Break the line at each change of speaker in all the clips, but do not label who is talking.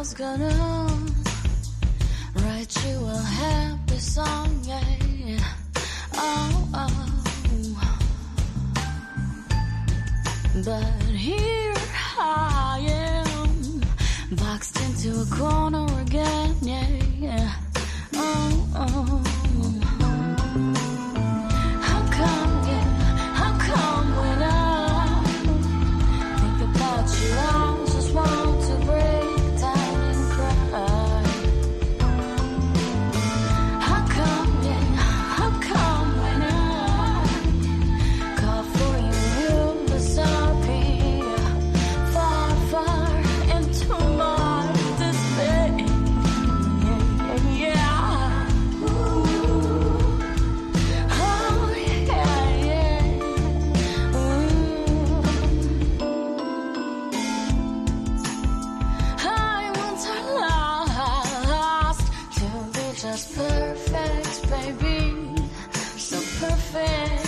is gonna write you a happy song, yeah. Oh, oh. But here I am, boxed into a corner again, yeah. Oh, oh. How come, yeah, how come when I Think about you, I just want to break down and cry. How come, yeah, how come when I call for you, you disappear far, far into my despair? Yeah, oh yeah, yeah. I once are lost to be just perfect, baby, so perfect.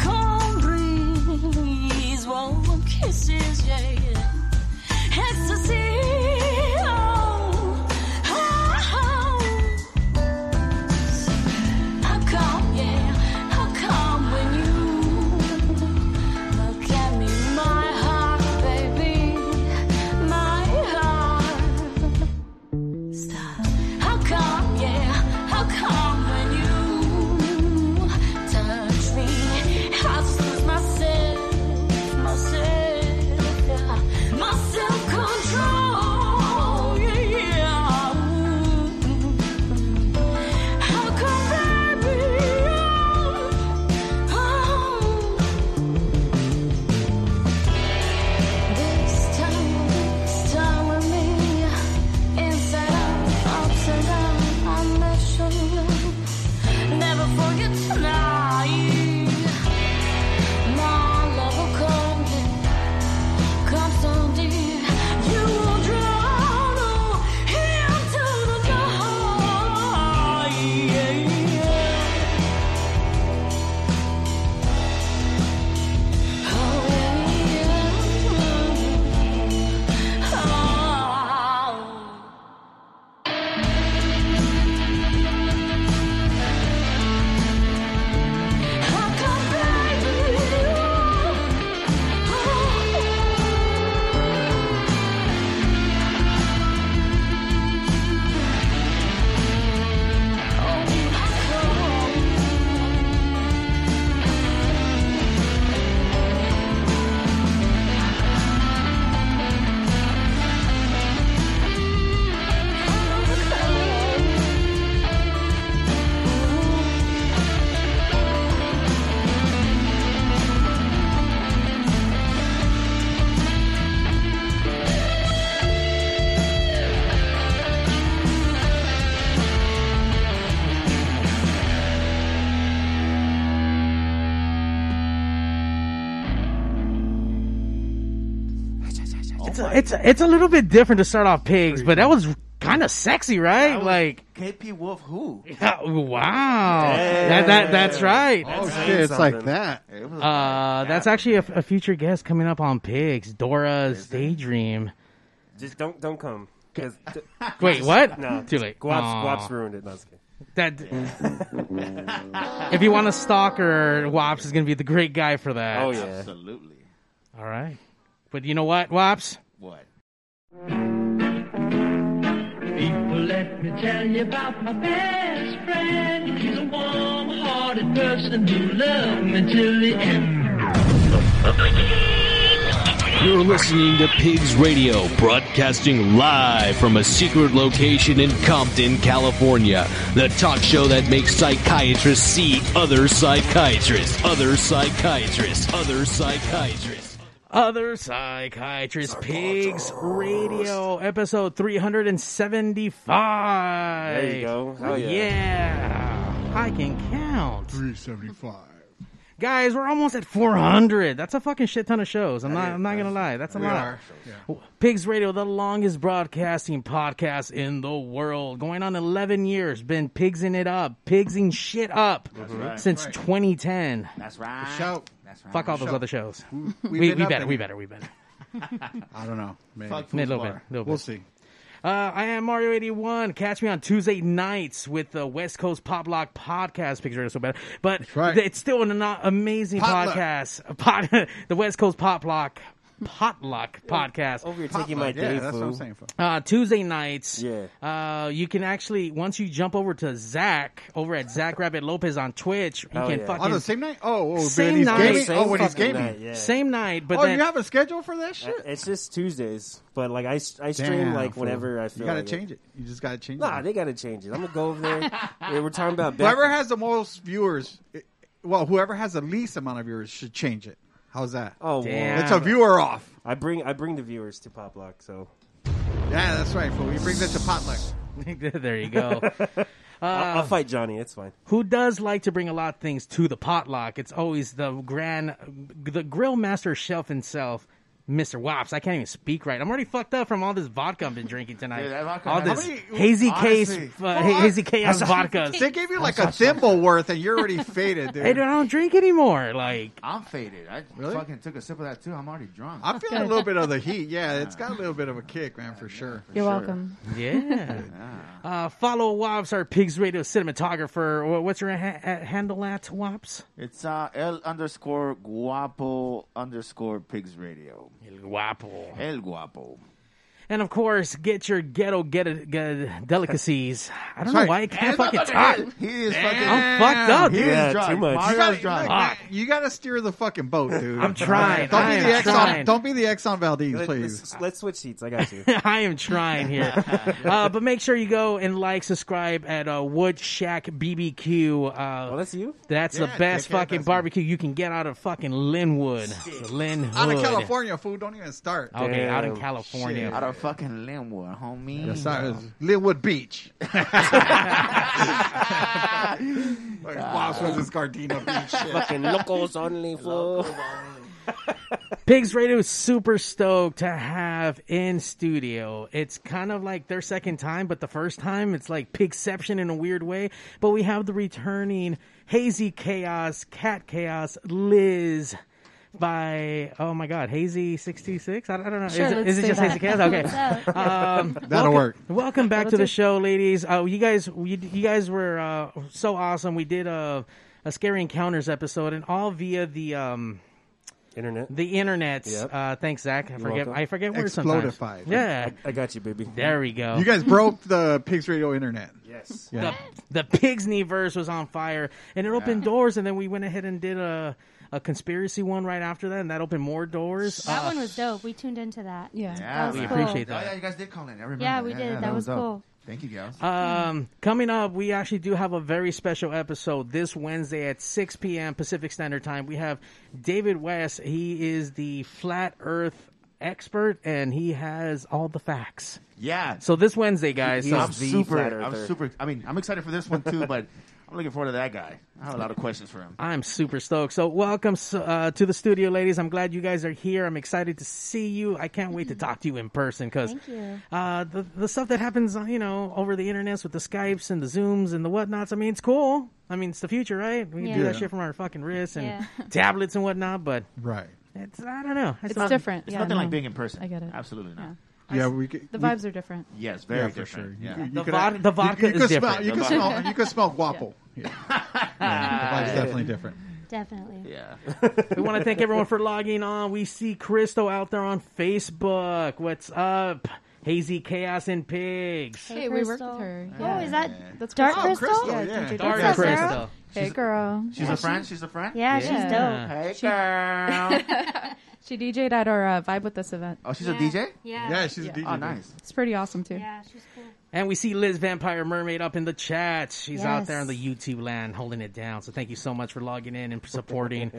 Cold breeze, warm kisses, yeah, yeah. ecstasy. Oh, oh. How come, yeah? How come when you Look at me, my heart, baby, my heart. Stop. How come, yeah? How come when you touch me, I just lose myself, myself, my self control, yeah. How come, baby? Oh. This time, this time with me, inside out, upside down, I'm not sure. Never forget tonight. My love will come, dear, come so dear. You will drown into the night. Oh. How come, baby?
It's a, it's a, it's a little bit different to start off pigs, but that was kind of sexy, right?
was-
like,
KP Wolf, who?
yeah, wow, that, that that's right.
Oh
That's
shit, it's like
something.
that.
It was
Uh, that's actually a, a future guest coming up on pigs, Dora's Daydream.
Just don't don't come. 'Cause th-
Wait, what?
no,
Too late.
Guap's,
Aw.
Guap's ruined it. No, I'm just kidding.
That if you want to stalk her, Wops is going to be the great guy for that.
Oh yeah.
Absolutely.
All right. But you know what, Wops?
What?
People, let me tell you about my best friend. He's a warm-hearted person who loved me till the end.
You're listening to Pigs Radio, broadcasting live from a secret location in Compton, California. The talk show that makes psychiatrists see other psychiatrists, other psychiatrists, other psychiatrists.
Other Psychiatrist Pigs Radio, episode 375.
There you go. Hell yeah.
Yeah. I can count.
375.
Guys, we're almost at 400. That's a fucking shit ton of shows. I'm not I'm not going to lie. That's a lot. Pigs Radio, the longest broadcasting podcast in the world, going on 11 years, been pigsing it up, pigsing shit up since 2010.
That's right.
Shout.
That's right.
Fuck all those other shows.
We've
We,
been
we
up
better,
and-
we better, we better.
I don't know. Maybe.
Fuck
A
Fool's
little bit,
Bar.
little bit.
We'll see.
Uh, I am Mario eighty one. Catch me on Tuesday nights with the West Coast Pop Lock podcast. Picture it so bad, but
right.
th- it's still an ano- amazing
Potluck.
podcast. A Pot, the West Coast Pop Lock Potluck podcast.
Over here taking my
Potluck,
day,
yeah, that's what I'm
fool.
saying. Fuck.
uh, Tuesday nights.
Yeah.
Uh, you can actually once you jump over to Zach over at Zach Rabbit Lopez on Twitch, you
Oh,
can
yeah.
On
fucking
the same night? Oh, oh
Same
when he's
night.
gaming.
Same
oh, when he's
fucking
gaming.
night, yeah.
same night, but
Oh,
then
you have a schedule for that shit?
Uh, It's just Tuesdays, but like I, s- I stream
Damn,
like
fool.
whenever I feel.
You gotta
like
change it. You just gotta change
Nah,
it.
they gotta change it. I'm gonna go over there. Yeah, we're talking about back-
whoever has the most viewers, it- well, whoever has the least amount of viewers should change it. How's that?
Oh,
Damn.
well,
it's a viewer off.
I bring I bring the viewers to Pop Lock, so
Yeah, that's right. Fool. We bring that to potluck.
there you go. Uh,
I'll, I'll fight Johnny. It's fine.
Ah. who does like to bring a lot of things to the potluck. It's always the grand, the grill master chef himself, Mr. Wops. I can't even speak right. I'm already fucked up from all this vodka I've been drinking tonight.
Dude, that vodka-
all
how
this
many-
hazy case,
honestly-
uh, ha- hazy chaos vodkas.
They gave you like a thimble worth, and you're already faded,
Hey,
dude.
dude, I don't drink anymore. Like,
I'm faded. I
Really?
fucking took a sip of that too. I'm already drunk.
I'm feeling a little bit of the heat. Yeah, it's got a little bit of a kick, man, for sure.
You're welcome.
yeah. uh, follow Wops, our Pigs Radio cinematographer. Wha- What's your ha- ha- handle at Wops?
It's uh, L underscore guapo underscore pigs radio.
Guapo.
El guapo.
And of course, get your ghetto get get delicacies. I don't know
right.
why I can't fucking talk.
He is
I'm
fucking.
fucked up,
He
dude. Ah,
Yeah,
is drunk.
too much.
You
Mario's
gotta,
drunk.
look, man, you gotta steer the fucking boat, dude.
I'm trying.
Don't
I
be
am
the Exxon.
trying.
Don't be the Exxon Valdez,
Let,
please.
us let's switch seats. I got you.
I am trying here. uh, but make sure you go and like, subscribe at uh, Wood Shack BBQ. Uh,
well, Oh, that's you.
that's the
Yeah,
best
dickhead,
fucking
that's
barbecue you can get out of fucking Linwood. Linwood.
Out of California, food. Don't even start.
Okay, out in
Damn,
California.
Out of fucking Linwood, homie.
Yes, that is Linwood Beach. like, wow, so this Gardena Beach.
Fucking locals only, fool.
Pigs Radio is super stoked to have in studio. It's kind of like their second time, but the first time it's like Pigception in a weird way. But we have the returning Hazy Chaos, Cat Chaos, Liz by oh my god, Hazy sixty six. I, I don't know.
Sure,
is it,
let's
is it
do
just
that.
Hazy Chaos? Okay. Um,
What's up?
That'll work.
Welcome back to the show, ladies. Uh, you guys, you, you guys were uh, so awesome. We did a, a scary encounters episode, and all via the um,
Internet.
the internet.
Yep.
Uh, thanks, Zach. I forget.
welcome.
I forget words sometimes.
Explodified.
Yeah,
I got you, baby.
there we go.
You guys broke the Pigs Radio internet.
Yes.
Yeah.
the Pigs Knee verse was on fire, and it opened doors. And then we went ahead and did a a conspiracy one right after that, and that opened more doors.
that one was dope. We tuned into that.
Yeah, man.
Yeah, that was
Uh, we
cool.
appreciate
Oh, yeah,
that.
you guys did call in. I remember.
Yeah, we did. That was
dope.
cool.
Thank you, guys.
Um, coming up, we actually do have a very special episode this Wednesday at 6 p.m. Pacific Standard Time. We have David West. He is the flat Earth expert, and he has all the facts.
yeah.
So this Wednesday, guys.
He
so-
is
I'm
the
super.
flat earther.
I'm super. I mean, I'm excited for this one too, but I'm looking forward to that guy. I have a lot of questions for him.
I'm super stoked. So, welcome uh, to the studio, ladies. I'm glad you guys are here. I'm excited to see you. I can't wait to talk to you in person because
Thank you.
uh, the the stuff that happens, uh, you know, over the internet with the skypes and the zooms and the whatnots. I mean, it's cool. I mean, it's the future, right? We can do
Yeah.
that shit from our fucking wrists and
Yeah.
tablets and whatnot. But
Right.
it's I don't know.
It's
not-
different.
It's
yeah,
nothing like
no.
being in person.
I get it.
Absolutely not.
Yeah.
Yeah, we could-
The
we-
vibes are different.
Yes, very
for
different.
sure. You
Yeah.
could-
The,
could-
vod- the vodka
you
is
could
different.
smell. You could smell. You could smell guapo. Yeah. Yeah, the vibe's definitely different.
Definitely.
yeah.
we want to thank everyone for logging on. We see Crystal out there on Facebook. What's up? Hazy Chaos and Pigs.
Hey,
Hey, we worked with
Crystal.
her.
Oh, is that
That's
Dark
Crystal.
Crystal?
Oh,
Yeah,
yeah.
DJ
Dark
Crystal.
Crystal.
Hey, girl.
She's a friend. She's a friend.
Yeah, she's dope.
Hey, girl.
She DJ'd at our uh, Vibe with Us event.
oh, she's a DJ.
Yeah.
Yeah, she's a DJ.
Oh, nice.
It's pretty awesome, too.
Yeah, she's cool.
And we see Liz Vampire Mermaid up in the chat. She's out
Yes.
there on the YouTube land holding it down. So thank you so much for logging in and supporting.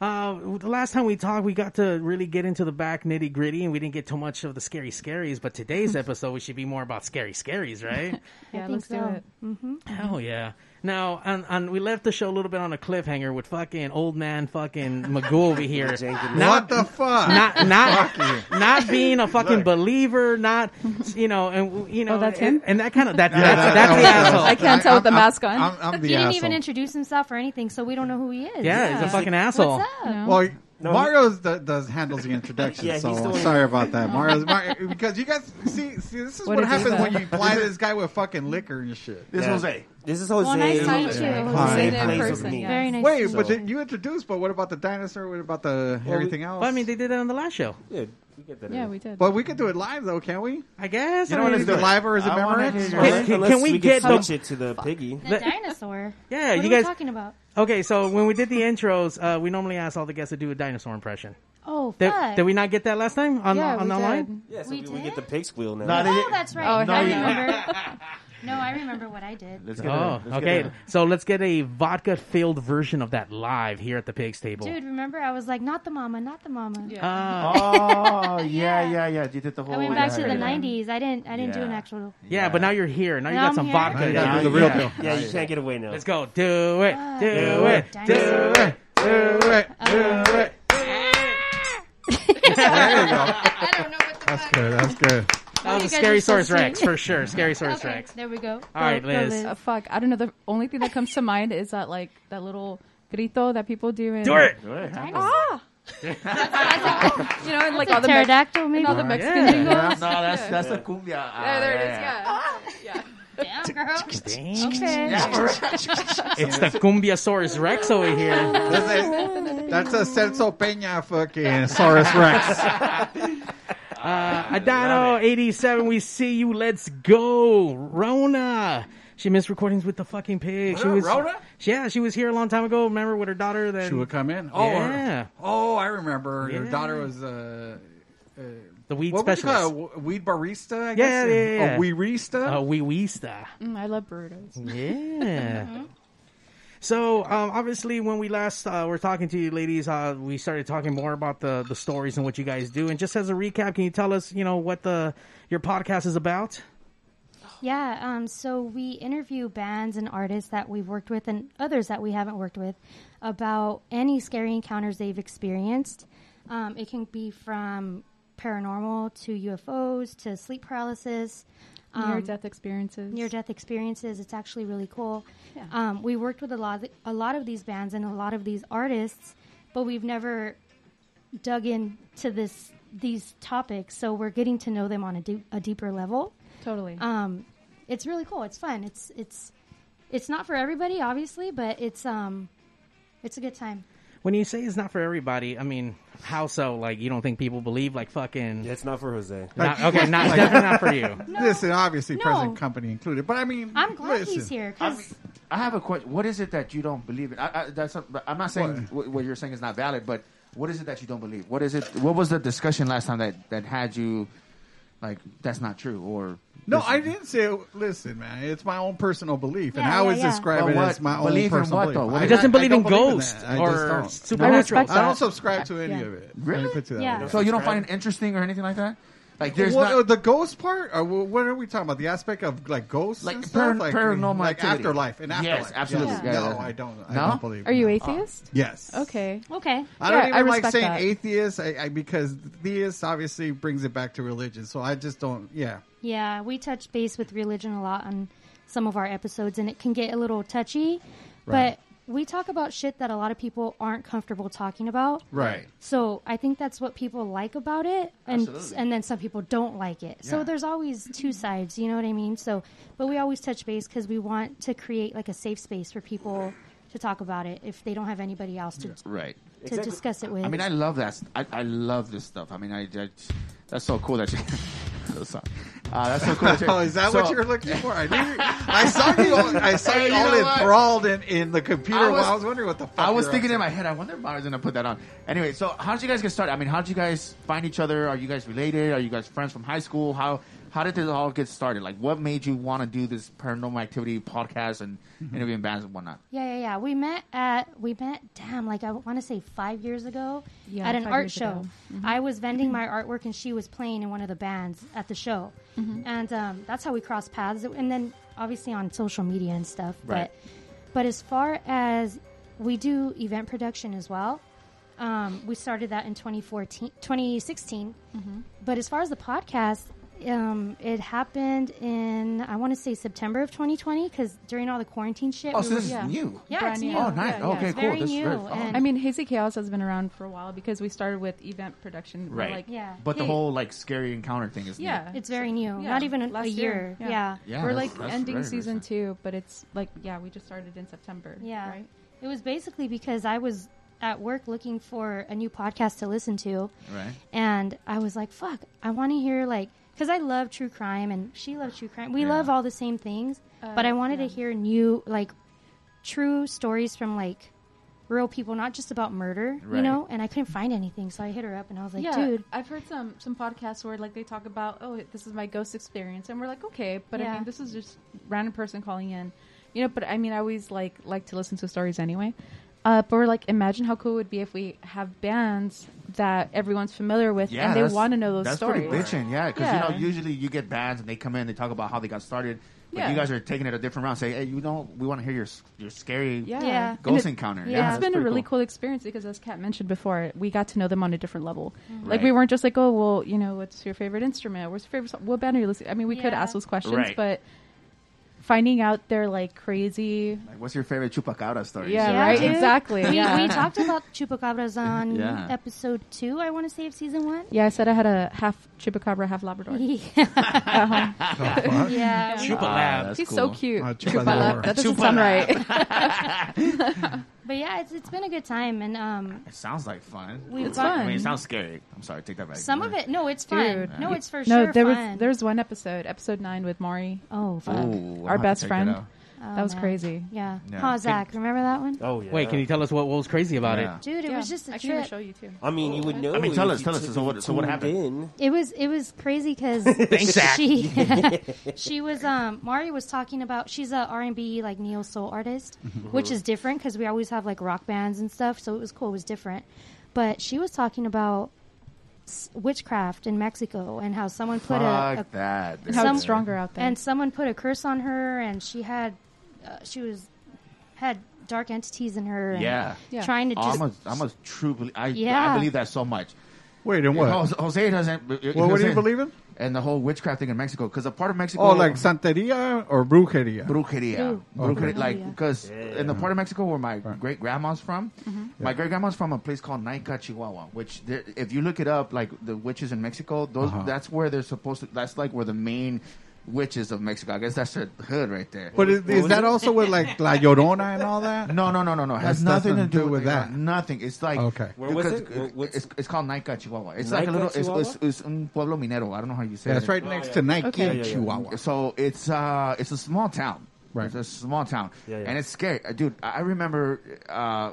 uh, the last time we talked, we got to really get into the back nitty gritty and we didn't get too much of the scary scaries. But today's episode, we should be more about scary scaries, right?
Yeah,
think
let's
so.
do it. Mm-hmm.
Hell Oh, yeah. Now, and, and we left the show a little bit on a cliffhanger with fucking old man fucking Magoo over here.
What the fuck?
not not not being a fucking believer, not you know, and you know,
that's him?
and that kind of that,
Yeah,
that's,
that-
that's the
that was-
asshole.
I can't tell with Oh, the mask on.
I'm, I'm the
He didn't
asshole.
even introduce himself or anything, so we don't know who he is.
Yeah, he's a fucking asshole.
What's up?
No.
well,
No,
Mario's the, does handles the introduction,
Yeah, he's
so
the one-
sorry about that, Mario's Mario, because you guys see see this is what,
What did he
happens
do?
when you ply this guy with fucking liquor and shit.
This
Yeah.
Jose.
This is Jose.
Well, nice talking to you.
Jose
Hi.
Jose in
plays with
person,
me.
yeah.
Very nice.
Wait,
So-
but then you introduced, but what about the dinosaur? What about the everything else?
Well, I mean, they did that on the last show.
Yeah, we get that.
Yeah,
in.
we did.
but we could do it live though, can't we?
I guess.
You
I
know what
mean,
is it live or is it
I wanna hear
Memorex?
your-
Unless-
can-
unless
can we
could
get the-
switch it to the piggy?
The
Let-
dinosaur.
Yeah,
what
you
are
guys-
We talking about.
Okay, so when we did the intros, uh, we normally ask all the guests to do a dinosaur impression.
Oh,
Did,
fuck.
did we not get that last time on
yeah,
on
we
the
did.
line?
Yeah, so
We
we, we
did?
get the pig squeal now.
No, they
Oh,
didn't.
that's right.
No,
I
you-
remember. no, I remember what I did.
Let's get
Oh,
it. Let's get
okay.
it.
So let's get a vodka-filled version of that live here at the Pigs Table.
Dude, remember I was like, not the mama, not the mama.
Yeah.
Uh,
Oh yeah, yeah, yeah. You did the whole.
I went back
yeah,
to the
yeah.
'90s. I didn't. I didn't do an
Yeah.
actual.
yeah, but now you're here. Now, you
Now
got
I'm
some
here.
vodka.
you gotta
Yeah,
do the real
yeah.
deal.
Yeah, you can't get away now.
Let's go. Do it. Do
Do
it.
it.
Do it.
Do it, do
Oh.
it. There you go.
I don't know what the
That's good. That's good.
That was a
you guys
scary
are so
source Rex
sweet.
for sure. Scary source
Okay,
Rex.
there we go.
All right,
Go, go,
Liz.
Uh, fuck, I don't know. The only thing that comes to mind is that like that little grito that people do in
Do it.
Ah,
Ah!
you know, and like all the Mex-
Pterodactyl, maybe.
and all the Mexican
Yeah.
jingles.
No, that's that's a cumbia.
Yeah,
Yeah,
Oh, there it
Ah,
is. Yeah.
Damn, girl.
Dang.
Okay.
It's the Cumbiasaurus Rex over here.
That's a, that's a Celso Peña fucking Saurus Rex.
Adano87, Uh, we see you. Let's go. Rona. She missed recordings with the fucking pig. She was,
Rona?
Yeah, she was here a long time ago. Remember with her daughter? That,
She would come in. Oh,
Yeah.
oh, I remember. Her
Yeah.
daughter was uh,
the weed
what would you
specialist.
call it? A weed barista? I
Yeah,
guess? Oh,
yeah, yeah, yeah.
A weerista?
Uh, wee weesta.
Mm, I love burritos. Mm-hmm.
Yeah. So um, obviously, when we last uh, were talking to you, ladies, uh, we started talking more about the the stories and what you guys do. And just as a recap, can you tell us, you know, what the your podcast is about?
Yeah, um, so we interview bands and artists that we've worked with and others that we haven't worked with about any scary encounters they've experienced. Um, it can be from paranormal to UFOs to sleep paralysis,
Near death experiences.
near death experiences. It's actually really cool. Um, we worked with a lot, a lot of these bands and a lot of these artists, but we've never dug into this these topics. So we're getting to know them on a, deep a deeper level
Totally.
um, it's really cool. It's fun. It's it's it's not for everybody, obviously, but it's um, it's a good time.
When you say it's not for everybody, I mean, how so? Like, you don't think people believe? Like, fucking.
Yeah, it's not for Jose.
Not, okay, not definitely not for you.
Listen, obviously,
No.
present company included. But I mean,
I'm glad
listen.
he's here
I,
because
mean, I have a question. What is it that you don't believe in? I, I, that's not- I'm not saying what? what you're saying is not valid, but what is it that you don't believe? What is it? What was the discussion last time that that had you like that's not true or
No,
this-
I didn't say. Listen, man, it's my own personal belief, and
Yeah,
how
yeah,
is
yeah.
described
But
it
what-
as my own
belief in
personal
what,
belief.
though? What
I-
He doesn't
I- I
believe in
don't believe in
ghosts
that. I just
or
don't.
supernatural.
respect
I don't
that.
subscribe to any
Yeah.
of it.
Really?
Let me put it that
Yeah.
way.
So you don't find it interesting or anything like that? Like there's
What-
not.
the ghost part? Or wh- what are we talking about? The aspect of like ghosts,
Like
and stuff?
par- paranormal
like
activity.
afterlife and
Yes,
afterlife.
absolutely.
Yes.
Yeah,
no,
yeah.
I don't. I
No?
don't believe.
Are you
no.
atheist?
Yes.
Okay.
okay,
I don't
Yeah,
even
I
like
respect
saying
that.
atheist I, I, because theist obviously brings it back to religion. So I just don't. Yeah.
yeah, we touch base with religion a lot on some of our episodes, and it can get a little touchy,
Right.
but we talk about shit that a lot of people aren't comfortable talking about.
Right.
So I think that's what people like about it, and
Absolutely.
and then some people don't like it.
Yeah.
So there's always two sides, you know what I mean? So, but we always touch base because we want to create like a safe space for people to talk about it if they don't have anybody else to
Right.
to discuss it with.
I mean, I love that. st- I, I love this stuff. I mean, I, I that's so cool that you. Those songs. uh, that's so cool. That you-
Oh, is that
so-
what you were looking for? I, knew you- I saw you. All, I saw
Hey,
you
you
all
know what?
enthralled in, in the computer.
I
I
was-
was, I was wondering what the. fuck
I was
you were
thinking
up
in
to.
my head, I wonder if Mario's gonna put that on. Anyway, so how did you guys get started? I mean, how did you guys find each other? Are you guys related? Are you guys friends from high school? How how did this all get started? Like, what made you want to do this paranormal activity podcast and
Mm-hmm.
interviewing bands and whatnot?
yeah, yeah, yeah. We met at we met. Damn, like I want to say five years ago
Yeah,
at an
five
art
years
show.
ago. Mm-hmm.
I was vending my artwork and she was playing in one of the bands at the show, and um, that's how we crossed paths. And then obviously on social media and stuff.
Right.
But but as far as we do event production as well. Um, we started that in 2014, 2016. But as far as the podcast, Um, it happened in I want to say September of 2020 because during all the quarantine shit.
Oh,
we
so
were-
this is
yeah.
new.
yeah,
brand
it's
new.
new.
Oh,
nice.
Yeah,
Okay,
it's
cool.
Very
This is
new.
very fun.
and-
I mean, Hazy Chaos has been around for a while because we started with event production. We're
Right.
Like,
Yeah.
But the
Hey.
whole like scary encounter thing is new.
Yeah.
it's very new.
Yeah,
Not even a,
last
a
year.
year.
Yeah.
Yeah.
Yeah,
We're
that's-
like
that's
ending
very
season
recent.
two, but it's like, yeah, we just started in September.
Yeah.
Right?
It was basically because I was at work looking for a new podcast to listen to.
Right.
And I was like, fuck, I want to hear, like, because I love true crime and she loves true crime. We
Yeah.
love all the same things,
Uh,
but I wanted to hear new, like, true stories from, like, real people, not just about murder,
Right.
you know? And I couldn't find anything, so I hit her up and I was like,
yeah,
dude.
I've heard some some podcasts where like they talk about, oh, this is my ghost experience, and we're like, okay, but I
Yeah.
mean, this is just random person calling in, you know. But I mean, I always like like to listen to stories anyway. Uh, but we're like, imagine how cool it would be if we have bands that everyone's familiar with,
Yeah,
and they
that's-
want to know those
that's
stories.
pretty bitching, yeah. Because
Yeah.
you know, usually you get bands and they come in, they talk about how they got started. But
Yeah.
you guys are taking it a different route. Say, hey, you know, we want to hear your s- your scary
Yeah.
Yeah.
And
ghost
it-
encounter.
Yeah.
It's
that's
been a
pretty
really cool. experience because, as Kat mentioned before, we got to know them on a different level.
Mm-hmm.
Like
Right.
we weren't just like, oh, well, you know, what's your favorite instrument? What's your favorite? Song? What band are you listening? I mean, we could
Yeah.
ask those questions,
Right.
but finding out their like crazy,
Like, what's your favorite chupacabra story?
yeah,
Yeah,
right,
dude.
exactly.
We,
yeah.
we talked about chupacabras on
Yeah.
episode two, I want to say, of season one.
yeah, I said I had a half chupacabra, half Labrador.
yeah.
Chupalab.
that's
Uh-huh. He's
cool.
so cute.
Uh,
Chupalab.
Chupalab.
That doesn't sound right.
But yeah, it's, it's been a good time. And um,
It sounds like fun.
we've
It's
got-
fun.
I mean, it sounds scary. I'm sorry, take that back.
Some of it, no, it's fun.
Dude.
No, it's for
no,
sure
there
fun.
was there was one episode, episode nine with Maury. Uh,
oh,
Ooh,
fuck.
I'm gonna have
our
to
best
check that
friend.
out.
that was
Oh, man.
crazy.
Yeah.
Yeah.
Huh, Zach, remember that one?
Oh yeah.
Wait, can you tell us what, what was crazy about
Yeah.
it?
Dude, it was just a
I can even
trip.
show you too.
I mean, you would know.
I mean, tell
if
us,
you
tell us,
t-
so what- so what
tuned
happened?
in.
It was it was crazy because
Zach.
she she was um Mari was talking about she's a R and B like neo soul artist, which is different because we always have like rock bands and stuff. So it was cool, it was different. But she was talking about s- witchcraft in Mexico and how someone put a, a
Fuck that. dude.
How
Some-
it's stronger out there.
and someone put a curse on her and she had uh, she was had dark entities in her and
Yeah.
Yeah.
trying to just
I'm a, I'm a true. bel- I, I
Yeah.
believe that so much.
Wait, and what?
Jose, Jose doesn't.
Well, what do you
Jose-
believe in?
And the whole witchcraft thing in Mexico, because a part of Mexico,
Oh, like Santeria or Brujeria?
brujeria,
Ooh.
brujeria,
Okay.
like
Brujeria.
because in the part of Mexico where my great grandma's from,
Mm-hmm.
my great grandma's from a place called Naica, Chihuahua. Which there, if you look it up, like the witches in Mexico, those
Uh-huh.
that's where they're supposed to. That's like where the main witches of Mexico. I guess that's their hood right there.
But is, is that also with like La Llorona and all that?
No, no, no, no, no. It has
That's
nothing to
nothing
do with that. Nothing. It's like
Okay.
Where was
because
it? Wh- what's-
It's, it's called Naica, Chihuahua. It's like a
Naica,
little. It's, it's,
Chihuahua? Oh,
it's un pueblo minero. I don't know how you say.
Yeah, it's
it.
right next to Nike
Okay.
and
Yeah, yeah, yeah.
Chihuahua.
So it's uh, it's a small town.
Right.
It's a small town,
Yeah, yeah.
and it's scary, Uh, dude. I I remember uh,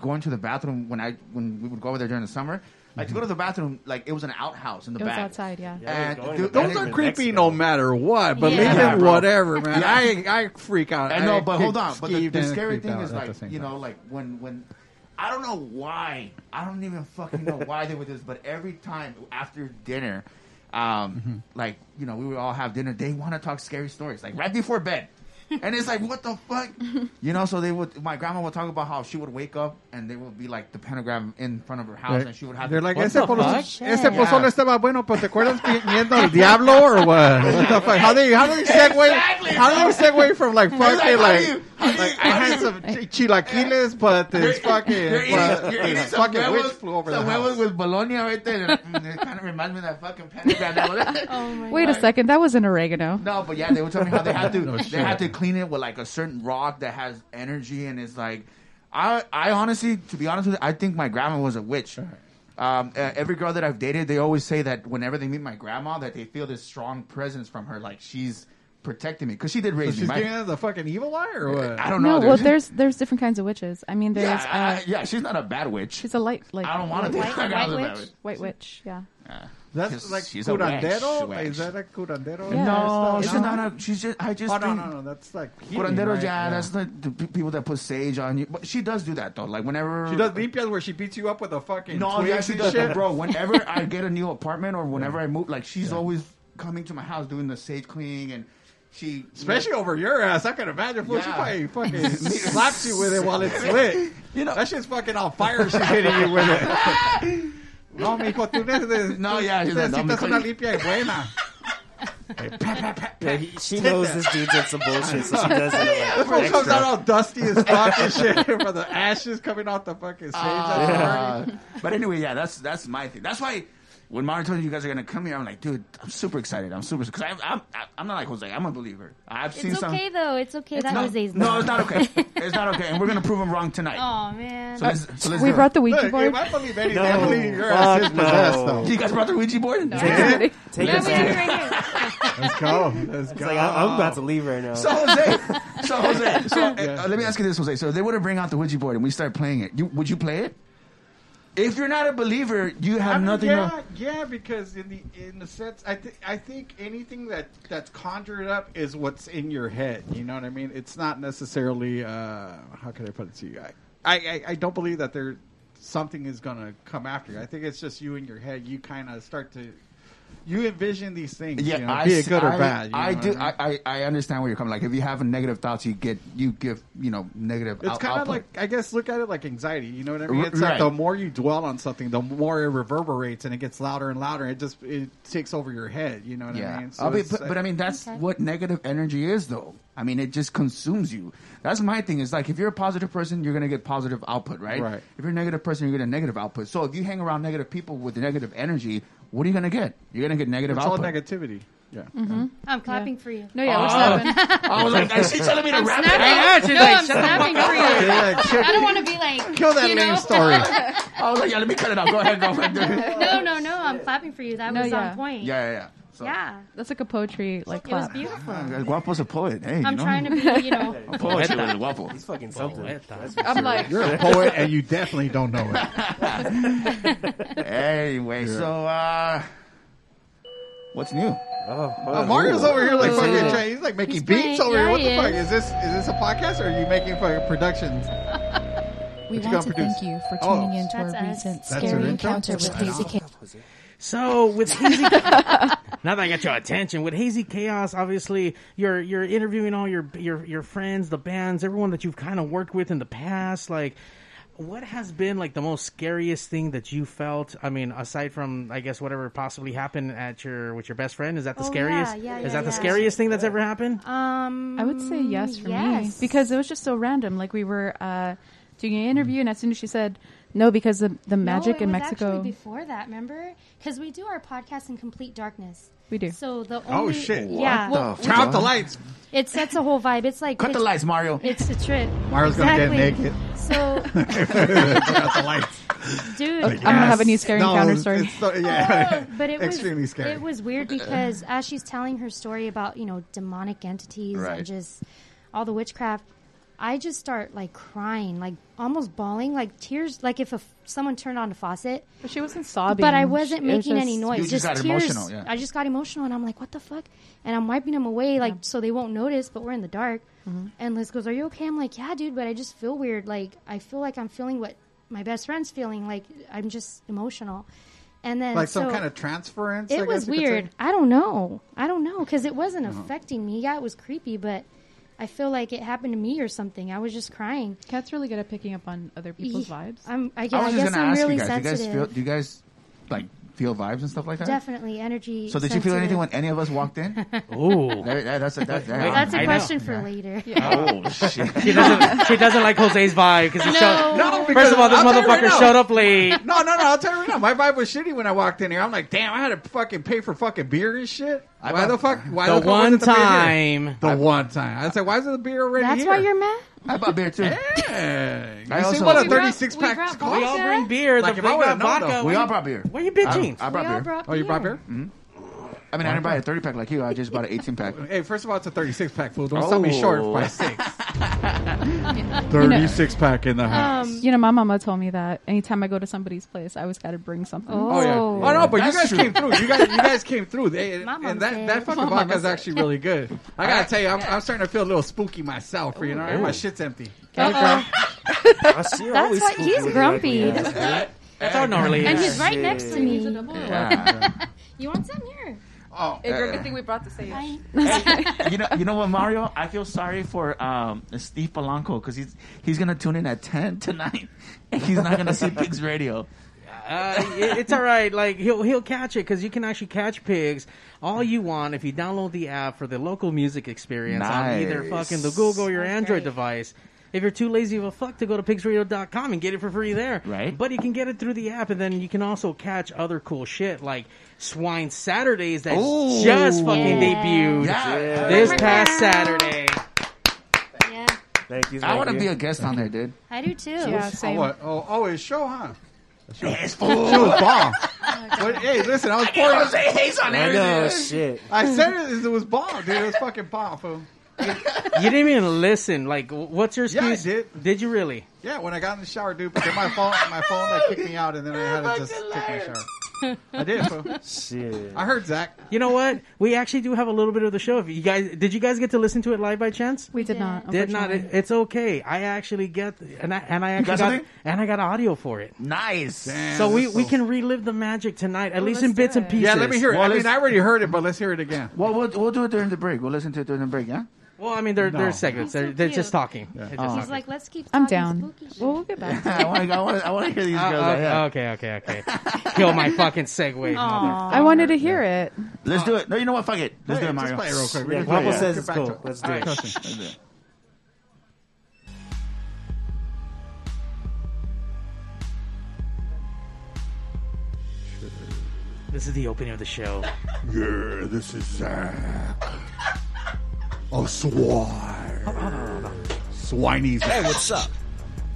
going to the bathroom when I when we would go over there during the summer. Like to go to the bathroom, like it was an outhouse in the
it was
back.
outside, yeah.
Yeah,
And
going
dude,
to
and
Those
it-
bathroom.
are
in
creepy
Mexico.
no matter what. Believe
Yeah,
in
bro.
whatever, man. I I freak out.
I know, but
get
hold on. But the,
skeeved
the
and
scary
creeped
thing
out
is
at the
like
same
you
time.
know, like when when I don't know why I don't even fucking know why they would do this, but every time after dinner, um,
Mm-hmm.
like you know, we would all have dinner. They want to talk scary stories, like right before bed. and it's like, what the fuck, you know? So they would. My grandma would talk about how she would wake up and they would be like the pentagram in front of her house, and she would have.
They're like,
What
ese,
the
pozole,
fuck?
ese
Yeah.
pozole estaba bueno, pero ¿te acuerdas vi- viendo el diablo or what? What the fuck? How do you, how do you segue,
Exactly,
how do you segue from like fucking
how do
like,
you-
like, I had some ch- chilaquiles, but this fucking,
You're eating,
but
you're
this
eating some
fucking
huevos,
witch flew over the
some huevos
house.
with bologna right there. and, mm, it kind of reminds me of that fucking pentagram. that was-
Oh
Wait a second, that was an oregano.
No, but yeah, they were telling me how they had to they had to clean it with like a certain rock that has energy, and it's like, I I honestly, to be honest with you, I think my grandma was a witch. Um, uh, every girl that I've dated, they always say that whenever they meet my grandma, that they feel this strong presence from her, like she's protecting me because she did raise me.
She's
My-
giving us the fucking evil eye or what?
I don't know.
No, well,
dude.
there's there's different kinds of witches. I mean,
yeah,
there's
I-
uh,
I- yeah, she's not a bad witch.
she's a light like
I don't want to be
White-
my grandma's a
white
bad
witch?
witch.
white witch. Yeah,
That's
She's-
like
she's a
curandero?
wench,
Is
wench.
that a curandero?
Yeah.
No,
Stuff?
she's not. A, she's just. I just.
Oh, no,
think-
no, no. That's like. healing,
Curanderos,
right?
yeah, that's the, the pe- people that put sage on you. But she does do that though. Like whenever
She does limpias where she beats you up with a fucking
No,
twig
yeah, she
and
does,
shit.
bro. Whenever I get a new apartment or whenever I move, like she's always coming to my house doing the sage cleaning and she
Especially over your ass, I can imagine. Fool,
Yeah.
She probably fucking slaps you with it while it's lit. You know that shit's fucking on fire. She's hitting you with it. no, mijo, tú neces-
No, yeah,
tú
she's like, no,
necesitas
mijo,
una
you-
limpia y buena.
Yeah, he, she knows this dude's on some bullshit, so she does it.
This one comes out all dusty as fuck and shit from the ashes coming off the fucking stage.
Uh, but anyway, yeah, that's that's my thing. That's why when Mara told me you guys are gonna come here, I'm like, dude, I'm super excited. I'm super because I'm, I'm I'm not like Jose. I'm a believer. I've seen
It's
some.
okay though. It's okay that
no,
Jose's
no, it's not okay. It's not okay, and we're gonna prove him wrong tonight.
Oh man.
So let's, so let's
we
do it.
brought the Ouija
Look,
board.
if I believe anything,
No,
I believe your ass is
fuck no.
possessed, though.
You guys brought the Ouija board.
No, I'm kidding.
Take
Yeah,
us
we
out.
have it right here.
Let's go. Let's go.
It's like, I, I'm about to leave right now.
So Jose, so Jose, so uh, uh, let me ask you this, Jose. So if they were to bring out the Ouija board and we start playing it, you, would you play it? If you're not a believer, you have
I mean,
nothing.
yeah,
wrong-
yeah, because in the in the sense, I think I think anything that that's conjured up is what's in your head. You know what I mean? It's not necessarily uh, how can I put it to you? I I, I, I don't believe that there something is going to come after you. I think it's just you in your head. You kind of start to you envision these things.
Yeah,
you know,
I,
be it good
I-
or bad. you
I
know
do.
what mean?
I, I, I understand where you're coming. Like, if you have negative thoughts, you get you give you know negative.
It's
out-
kind of
output.
like I guess look at it like anxiety. You know what I mean?
R-
It's like
right.
the more you dwell on something, the more it reverberates and it gets louder and louder. It just it takes over your head. You know what
yeah.
I mean?
I'll be-
it's
but,
like-
but I mean, that's
Okay.
what negative energy is, though. I mean, it just consumes you. That's my thing. Is like if you're a positive person, you're gonna get positive output, right?
Right.
If you're a negative person, you're gonna get a negative output. So if you hang around negative people with negative energy, what are you gonna get? You're gonna get negative
it's all
output.
negativity. Yeah.
I'm clapping for you.
No, yeah, we're snapping.
I was like, is she telling me to wrap it? up?
Snapping. No, I'm snapping for you.
Yeah, kill,
I don't want to be like
kill that
you
lame
know?
story.
I was like, Oh, yeah, let me cut it out. Go ahead, go ahead.
No, no, no. I'm clapping for you. That
No,
was
yeah.
on point.
Yeah, yeah, yeah. So,
Yeah.
That's like a poetry like
It was
clap.
beautiful.
Uh, Guapo's a poet. Hey,
I'm trying to be, you know.
poet. Guapo.
It's fucking something. That's-
I'm like,
You're a poet, and you definitely don't know it.
Anyway, so uh what's new?
oh,
Uh, Mario's over here like fucking.
Ooh.
trying- He's like making
He's
beats
playing-
over here.
yeah,
What
he
the fuck
is.
is this? Is this a podcast or are you making fucking productions?
We
What you
want to
gonna produce?
thank you for
Oh.
tuning in to
That's
our
us.
recent
That's
our
scary
intro?
encounter with Hazy K.
So with hazy, now that I got your attention, with hazy chaos, obviously you're you're interviewing all your your your friends, the bands, everyone that you've kind of worked with in the past. Like, what has been like the most scariest thing that you felt? I mean, aside from I guess whatever possibly happened at your with your best friend, is that the
Oh, yeah,
scariest?
yeah,
is
yeah,
that the
yeah.
scariest thing that's ever happened?
Um,
I would say yes for me
yes.
because it was just so random. Like we were uh, doing an interview, and as soon as she said no, because the the magic
no, it
in
was
Mexico,
Actually before that, remember? Because we do our podcast in complete darkness.
we do.
So the
Oh,
only
shit.
yeah,
What the
Turn
fuck?
off the lights.
it sets a whole vibe. It's like
Cut the
pitch-
lights, Mario.
It's a trip.
Mario's gonna get naked.
So,
Turn off the lights.
dude,
I'm gonna have a new scary
No,
encounter story.
it's so- yeah.
Uh, but it was
Extremely scary.
It was weird because as she's telling her story about you know demonic entities
Right.
and just all the witchcraft, I just start like crying, like almost bawling, like tears, like if a, someone turned on a faucet.
But she wasn't sobbing,
But I wasn't
It was
making
just-
any noise.
You just
just
got
tears.
emotional, yeah.
I just got emotional, and I'm like, "What the fuck?" And I'm wiping them away, like so they won't notice. But we're in the dark.
Mm-hmm.
And Liz goes, "Are you okay?" I'm like, "Yeah, dude." But I just feel weird. Like I feel like I'm feeling what my best friend's feeling. Like I'm just emotional. And then
like some
so-
kind of transference. I
It was
guess you could say.
weird. I don't know. I don't know because it wasn't
Uh-huh.
affecting me. Yeah, it was creepy, but I feel like it happened to me or something. I was just crying.
Cat's really good at picking up on other people's vibes.
I'm, I,
I
guess,
was
I
just
guess
gonna
I'm
ask
really
you guys.
sensitive.
Do you guys feel? Do you guys like feel vibes and stuff like that?
Definitely energy.
So did you feel
sensitive.
anything when any of us walked in? that,
Ooh.
that, that's a, that,
That's
I
a
know.
question for later.
Oh shit!
She doesn't. she doesn't like Jose's vibe because he showed.
No, because
First of all, this
I'll tell you right
motherfucker
now.
showed up late.
No, no, no. I'll tell you right now. My vibe was shitty when I walked in here. I'm like, damn, I had to fucking pay for fucking beer and shit.
I
why
bought-
the fuck? Why
The
fuck wasn't
one
beer here?
time.
The one time. I said, why is the beer already
That's
here?
why you're mad.
I bought beer too.
Hey,
I
you see
also-
what a
We
brought-
36
we
pack
brought
We
costs?
all
Vodka?
bring beers.
Like,
Like,
if
bring
I would've
out
known,
vodka.
though,
We
Why
all
you-
brought beer.
Why you bitching?
I, I
We
brought
all
beer. Mm-hmm.
brought
Oh, you brought beer?
I mean, I didn't buy a thirty pack like you. I just bought an eighteen pack.
Hey, first of all, it's a 36 pack, fool. Don't sell me short
Oh.
by six.
know-
36 pack in the house.
Um,
You know, my mama told me that anytime I go to somebody's place, I always got to bring something.
Oh yeah!
Oh.
Oh no, but
That's
you guys
true.
came through. You guys, you guys came through. They,
My mom
and that,
said.
that fucking
My mom
vodka's
said.
actually really good. I gotta tell you, I'm, I'm starting to feel a little spooky myself. You know, my shit's empty.
That's
That's why he's grumpy,
That's all no really.
and
is.
he's right next to me.
Yeah.
You want some here?
Oh,
good thing we brought the sage.
I-
you know, you know what, Mario? I feel sorry for um, Steve Polanco because he's he's gonna tune in at ten tonight, and he's not gonna see Pigs Radio.
Uh, it- it's all right. Like he'll he'll catch it because you can actually catch pigs all you want if you download the app for the local music experience on either
Nice.
fucking the Google or your
That's
Android
right.
device. If you're too lazy of a fuck to go to pigsradio.com and get it for free there,
Right.
But you can get it through the app, and then you can also catch other cool shit like Swine Saturdays that
Ooh.
just fucking
Yeah.
debuted
Yeah.
this past Saturday.
Yeah,
Thank you.
I want to
thank
be
you.
a guest on there, dude.
I do too.
Yeah,
Oh,
same.
what? Oh, oh, it's show, huh?
Yes,
It
fool.
was bomb. But, hey, listen, I was pouring.
Jose Hayes on
I know.
everything.
Shit.
I said it. It was bomb, dude. It was fucking bomb, fool.
You didn't even listen. Like, wh- what's your
Yeah, I
excuse?
did.
Did you really?
Yeah, when I got in the shower, dude, but then my phone, my phone, like, kicked me out, and then I had to just take my shower. I did. Fool.
Shit.
I heard Zach.
You know what? We actually do have a little bit of the show. If you guys did, you guys get to listen to it live by chance?
We did not.
Did not. It,
unfortunately.
it's okay. I actually get and I and I actually
got
got,
something?
and I got audio for it.
Nice.
so we,
that's
we
cool.
can relive the magic tonight, at least in
let's do
bits and
it.
pieces.
Yeah, let me hear it.
Well,
I mean,
let's-
I already heard it, but let's hear it again.
Well, we'll we'll do it during the break. We'll listen to it during the break. Yeah.
Well, I mean, they're
No.
they're segments.
He's so
They're, they're
cute.
just talking. They're just
He's
talking.
like, let's keep.
I'm
talking
down.
spooky shit."
Well, we'll get back.
I want to I want to I want to hear these
Uh,
girls. out
okay,
here.
okay, okay, okay. Kill my fucking segue. mother.
I wanted to hear it.
Let's do it. No, you know what? Fuck it. Let's
Hey,
do it,
just
Mario.
play it real quick.
Yeah,
We'll
Guapo
play it.
says
Get
it's
back to
cool.
it.
Let's do it.
This is the opening of the show.
Yeah, this is Zach. Oh, swine. Swiney's
Hey, what's up?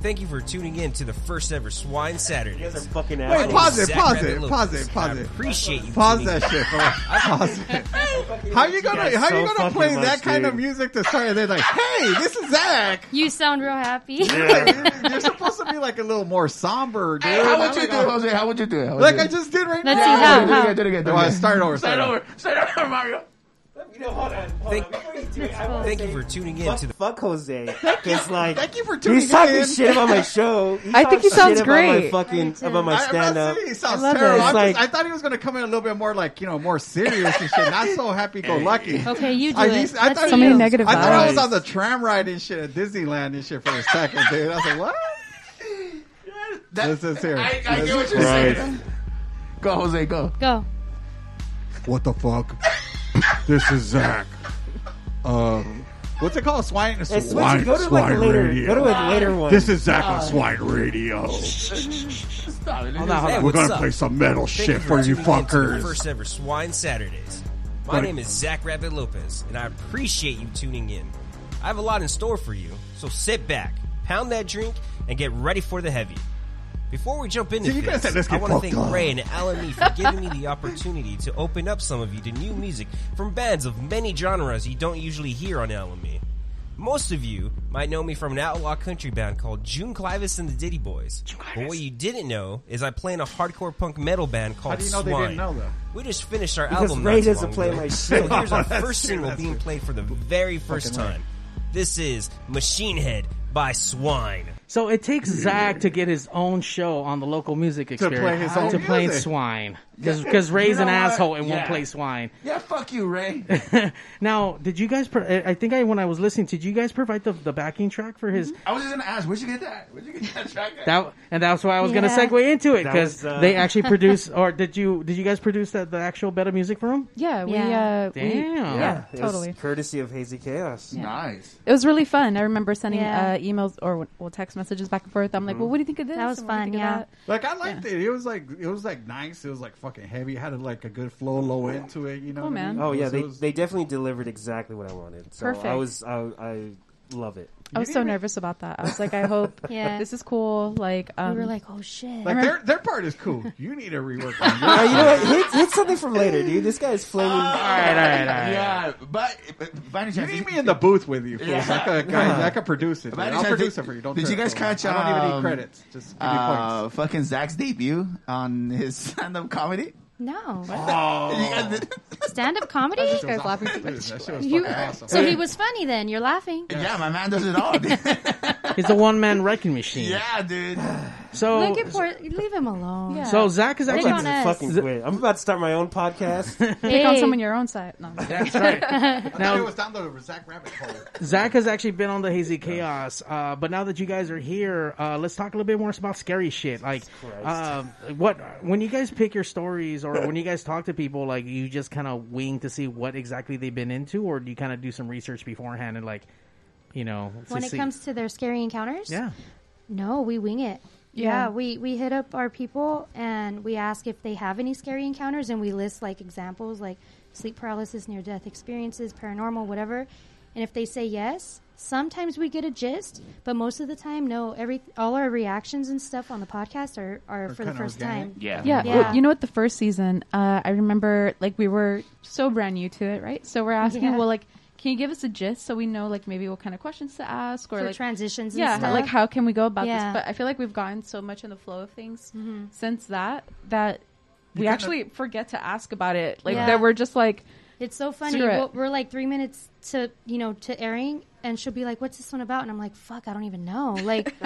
Thank you for tuning in to the first ever Swine Saturday.
They're fucking
Wait,
assholes.
pause it,
Zach
pause
Rabbit
it,
Lucas.
pause it, pause
I
it.
appreciate you.
Pause
tuning
that shit. fool. Pause it. How you gonna
guys
How you
so
gonna
fucking
play
much,
that kind of
dude.
music to start? And then like, hey, this is Zach.
You sound real happy.
Like, you're supposed to be like a little more somber, dude.
How would you
Like,
do,
I'm-
it, Jose? How would you do it? How would
Like
you
I
do it?
just did right
Let's
now.
see
Do
how.
it again, do it again, do it
Oh, I
again.
start over.
Start over. Start over, Mario.
in. Thank, thank you for tuning in
Fuck,
to the
fuck Jose. It's like
Thank you for tuning
he's talking
in.
shit about my show. He
I think
talks
he sounds
shit about
great.
my fucking about my
I, am
stand
not
up.
saying he sounds
I love
terrible. I'm
it.
It's
just, I
like-
thought he was going to come in a little bit more like you know more serious and shit. Not so happy go lucky.
Okay, you do
I
it.
used- I
Let's
thought
see
So many
you.
negative
I thought I was
vibes.
on the tram ride and shit at Disneyland and shit for a second, dude. I was like, what? This is here.
I, I get what you're saying. Go, Jose. Go.
Go.
What the fuck? this is Zach. Um,
What's it called? Swine.
Hey,
Swine.
switch it. go to like
swine
a later,
radio.
go to a later Uh, one.
this is Zach on Swine Radio.
Stop it.
Hold on, hold
Hey,
on.
We're
what's
gonna
up?
play some metal
Thank
shit for you
tuning in to the
fuckers.
first ever Swine Saturdays. My
Right.
name is Zach Rabbit Lopez, and I appreciate you tuning in. I have a lot in store for you, so sit back, pound that drink, and get ready for the heavy. Before we jump into
See, you
this,
could've said, "Let's
I
get
want to
fucked
thank
up."
Ray and Alan Lee for giving me the opportunity to open up some of you to new music from bands of many genres you don't usually hear on Alan Lee. Most of you might know me from an outlaw country band called June Clivis and the Diddy Boys. But what you didn't know is I play in a hardcore punk metal band called
How do you know they
Swine.
didn't know, though?
We just finished our
Because
album.
Ray
not too
doesn't
long
play
ago.
my shit.
So here's our
That's
first
true,
single
that's
being
true.
played for the very first
Fucking right.
time. This is Machine Head by Swine.
So it takes Zach to get his own show on the local music
play
experience
his own
to play
music.
swine because Ray's
You know
an
what?
asshole and won't
Yeah.
play swine.
Yeah, fuck you, Ray.
Now, did you guys? Pro- I I think I when I was listening, did you guys provide the, the backing track for his?
I was just gonna ask, where'd you get that? Where'd you get that track? At?
That and that's why I was
Yeah.
going to segue into it
That
because
was, uh,
they actually produce or did you did you guys produce that the actual bed of music for him?
Yeah, we.
Yeah.
Uh, we-
Damn.
yeah,
It was
totally.
courtesy of Hazy Chaos.
nice.
It was really fun. I remember sending
Yeah.
uh, emails or well, text messages back and forth. I'm like, well, what do you think of this?
That was
And what do you
fun,
think of
yeah.
that?
Like I liked it. It was like it was like nice. It was like fucking heavy. It had like a good flow, low end to it. You know.
Cool,
what I mean?
man.
Oh
It
yeah,
was-
they,
it was-
they definitely delivered exactly what I wanted. So I
Perfect.
was I, I love it.
I was so nervous about that. I was like, I hope
Yeah.
this is cool. Like, um,
we were like, oh shit.
like their their part is cool. You need to rework. on your-
Uh, you know what? Hit, hit something from later, dude. This guy's flaming.
All right, all right, all right.
Yeah, but, but by any
You
chance,
need
did
me
you-
in the booth with you. fools.
Yeah.
I, could, I, I could produce it.
By any
I'll
chance,
produce
did-
it for you. Don't.
did you
trip,
guys
fool.
catch,
I don't even
um,
need credits. Just give me
uh,
points.
fucking Zach's debut on his stand-up comedy.
No.
You guys did-
Stand up comedy?
It Oh. was awesome, dude. That shit was
You,
fucking awesome.
so he was funny then. You're laughing.
yeah, my man does it all. dude.
He's a one man wrecking machine.
Yeah, dude.
So
Look at poor, leave him alone.
So Zach is
Pick
actually
on us.
fucking quit. I'm about to start my own podcast.
Pick on
Hey.
someone your own side. No,
That's right.
I thought it
now
was down the Zach Rabbit hole.
Zach has actually been on the hazy chaos, uh, but now that you guys are here, uh, let's talk a little bit more about scary shit. Like, uh, what when you guys pick your stories or when you guys talk to people, like you just kind of wing to see what exactly they've been into, or do you kind of do some research beforehand and like, you know, to
when it
see-
comes to their scary encounters,
yeah,
No, we wing it.
Yeah.
Yeah. we we hit up our people and we ask if they have any scary encounters, and we list like examples like sleep paralysis, near death experiences, paranormal, whatever. And if they say yes, sometimes we get a gist, but most of the time, no. Every all our reactions and stuff on the podcast are, are, for the
kinda
first
organic.
time.
Yeah,
Yeah.
well, you know what? The first season, uh, I remember like we were so brand new to it, right? So we're asking,
Yeah.
well, like, can you give us a gist so we know like maybe what kind of questions to ask or
For
like
transitions and
Yeah,
stuff.
like how can we go about
Yeah. Mm-hmm.
this? But I feel like we've gotten so much in the flow of things since that that we
kinda-
actually forget to ask about it. Like
Yeah.
that we're just like,
It's so funny.
Screw it.
We're, we're like three minutes to you know to airing, and she'll be like, "What's this one about?" And I'm like, "Fuck, I don't even know." Like,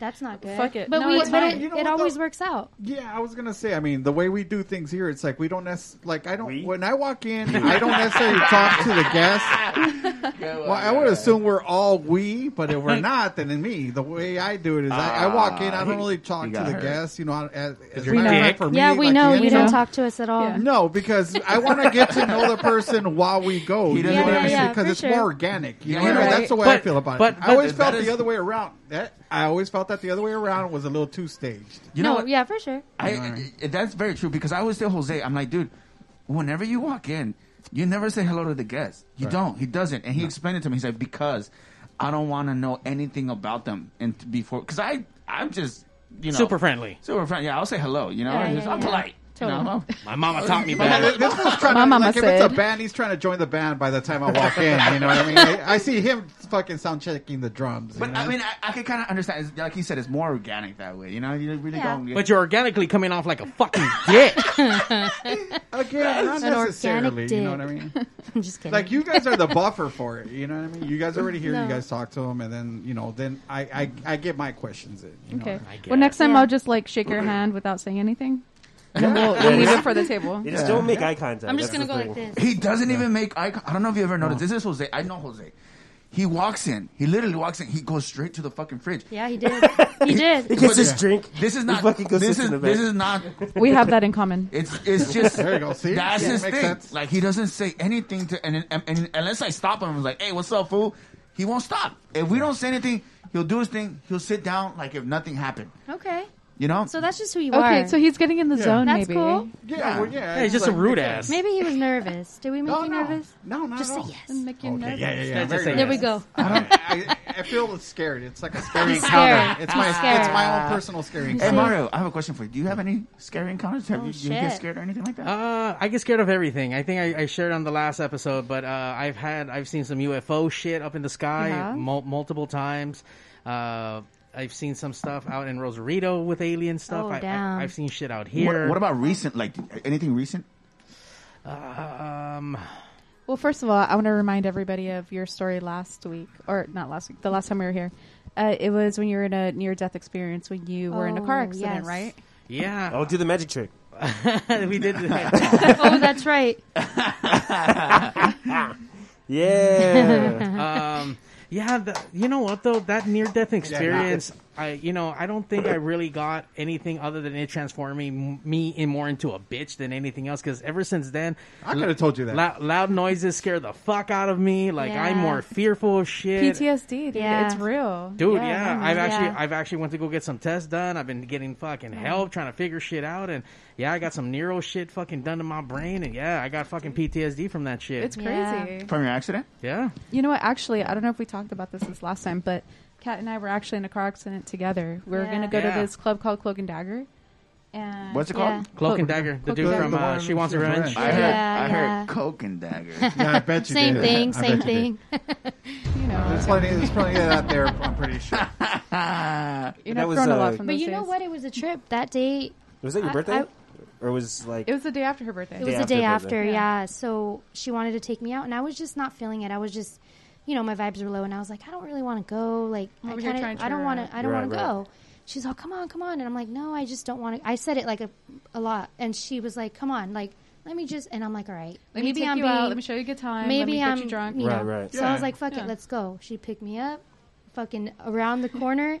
that's not good.
Fuck it.
But
No,
we,
it's
but
fine.
it,
You know
it
what,
always
though?
works out.
Yeah, I was gonna say. I mean, the way we do things here, it's like we don't nec- like I don't
We?
when I walk in, I don't necessarily talk to the guests. Well, I would assume we're all we, but if we're not, then in me. The way I do it is I, I walk in, I don't really talk to
he
the
got hurt.
guests. You know, I- as, as
you're
a matter of
dick.
fact, for me,
yeah, we
like,
know
the
you
intro-
don't talk to us at all.
Yeah.
Um, No, because I want to get to know the person while we go.
He
You know
doesn't
what I
Yeah,
mean?
yeah,
because
for
it's
sure.
more organic. You know,
Yeah,
what I mean?
right.
that's the way I
But-
feel about
but-
it. I always
but-
felt
that
the
is-
other way around. That I always felt that the other way around was a little too staged.
You know
no,
what?
yeah, for sure.
I, I- that's very true because I always tell Jose, I'm like, dude, whenever you walk in, you never say hello to the guest. You don't. He doesn't. And he explained it to me. He's like, because I don't want to know anything about them and t- before because I I'm just you know
super friendly.
super friendly. Yeah, I'll say hello. You know,
Yeah,
I'm
yeah,
just- I'm
yeah.
polite. You know,
Totally.
I'm-
My mama taught me
Yeah,
bad.
this fool's trying
My
to,
mama
like, if it's
said.
a band, he's trying to join the band by the time I walk in. You know what I mean? I, I see him fucking sound checking the drums. you
but
know?
I mean, I, I can kind of understand. It's- Like he said, it's more organic that way. You know, you really
Yeah.
don't. Get,
But you're organically coming off like a fucking dick.
again, not
An organic
necessarily. You know what I mean?
I'm just kidding.
Like you guys are the buffer for it. You know what I mean? You guys already here.
No.
You guys talk to him, and then you know, then I I, I get my questions in. You know?
okay.
I
Well, next time
Yeah.
I'll just like shake your hand without saying anything. And we'll, we'll leave it for the table.
You just don't make eye contact.
I'm just gonna
That's
go
the thing.
like this.
He doesn't even make eye. con- I don't know if you ever noticed. This is Jose. I know Jose. He walks in. He literally walks in. He goes straight to the fucking fridge.
Yeah, he did. He
He
did.
gets his drink.
This is
He
not.
fucking goes
This
sits in
is
the
this
back.
is not.
We have that in common.
It's it's just.
There you go. See,
That's
Yeah,
his
makes
thing.
sense.
Like he doesn't say anything to and, and, and unless I stop him, I'm like, hey, what's up, fool? He won't stop. If we don't say anything, he'll do his thing. He'll sit down like if nothing happened.
Okay,
You know.
so that's just who you are.
Okay, so he's getting in the zone.
That's
maybe.
cool.
yeah, well, yeah.
He's just a
like-
rude ass.
maybe he was nervous. Did we make
No,
you
no,
nervous?
no, not
Just
at
say
all.
yes.
Make you nervous.
Yeah, yeah, yeah.
Let's just
very
say
nice.
There we go.
I, I, I feel scared. It's like a scary
scared.
encounter. It's
I'm
my
scared.
it's my own personal scary
Hey
encounter.
Mario, I have a question for you. Do you have any scary encounters? Have
Oh,
you, you get
shit.
scared or anything like that?
Uh, I get scared of everything. I think I, I shared on the last episode, but uh, I've had I've seen some UFO shit up in the sky
You have?
mul- multiple times. Uh, I've seen some stuff out in Rosarito with alien stuff.
Oh,
I,
damn.
I, have seen shit out here.
what, what about recent? Like anything recent?
um,
Well, first of all, I want to remind everybody of your story last week, or not last week, the last time we were here. Uh, it was when you were in a near-death experience when you were in a car
Oh,
accident,
yes.
right?
yeah,
I'll Oh, do the magic trick.
we did.
oh, that's right.
Yeah.
um, yeah, the, you know what though? That near death experience, I you know, I don't think I really got anything other than it transforming me in more into a bitch than anything else. Because ever since then,
I could have told you that.
loud, loud noises scare the fuck out of me. Like I'm
Yeah.
more fearful of shit.
PTSD, dude,
Yeah.
it's real,
Dude, yeah,
no,
I've
no.
actually,
yeah.
I've actually went to go get some tests done. I've been getting fucking help trying to figure shit out, and yeah, I got some neuro shit fucking done to my brain, and yeah, I got fucking PTSD from that shit.
it's
Yeah.
crazy.
From your accident?
yeah,
You know what? Actually, I don't know if we talked about this this last time, but Kat and I were actually in a car accident together. We were
Yeah.
going to go
Yeah.
to this club called Cloak and Dagger, and
What's it
Yeah.
called?
Cloak and
Cloak-
Dagger, the
Cloak
dude
and
from
Dagger.
uh, She Wants Revenge.
I heard,
Yeah,
I
yeah.
heard Coke and Dagger.
yeah, I bet you
Same
did.
thing.
I bet
Same
you did.
thing.
you know,
There's plenty. There's plenty of that there. I'm pretty sure.
you
That
know, I've
was,
grown a
uh,
lot from
But
those
you know
days.
what? It was a trip that day.
was that your
I-
birthday?
I-
or was like
It was the day after her birthday.
It was
Day
the
after
day
the birthday.
after, yeah. So she wanted to take me out, and I was just not feeling it. I was just you know, my vibes were low, and I was like, I don't really want to go. Like,
I'm
I,
over here
kinda-
trying to
I don't
turn
want
around.
to. I don't
Right,
want to
right.
go. She's all, come on, come on, and I'm like, no, I just don't want to. I said it like a, a lot, and she was like, come on, like. Let me just, and I'm like, all right.
Let me
maybe
take
I'm
you
being,
out, let me show you a good time, let
Maybe
me get
I'm
you drunk.
You know.
Right, right.
So I was
Yeah.
like, fuck
Yeah.
it, let's go. She picked me up, fucking around the corner.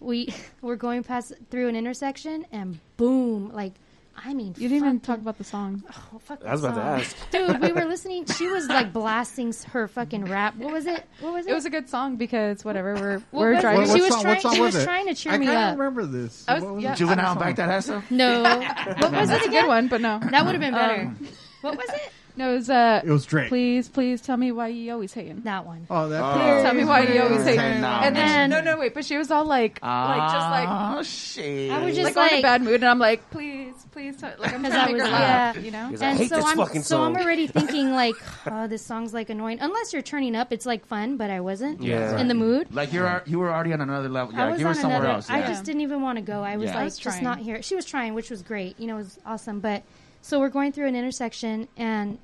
we were going past through an intersection, and boom, like, I mean, you didn't even talk about the song. Oh, fuck
I was
that
about to
song.
ask.
dude. We were listening. She was like blasting s- her fucking rap. What was it? What was it?
It was a good song because whatever we're
What
we're
was it?
driving.
She was trying. She was trying to cheer me up.
remember this.
I was- What was yeah, it?
Juvenile
I was-
back that ass up?
No.
what was it? A good one, but no.
That would've been better.
Um,
what was it?
No, it was uh.
It was Drake.
Please, please tell me why you always hating.
That one.
Oh, that.
Please tell me why
Please,
you always
please
hating.
tell me
And then no, no, wait. But she was all like, like just like.
Ah, shit.
I was just like, on a bad mood, and I'm like, please, please, tell, like I'm
'Cause
trying
I
to make
was-
her
yeah.
laugh, you know.
and so I'm so I'm already thinking like, oh, this song's like annoying. Unless you're turning up, it's like fun, but I wasn't
Yeah.
in the mood.
Like you're al- you were already on another level. Yeah,
I was
you were
on
somewhere
another.
else.
I
yeah.
just didn't even want to go. I was
Yeah. I
like,
was
just
trying.
not here. She was trying, which was great. You know, it was awesome. But so we're going through an intersection and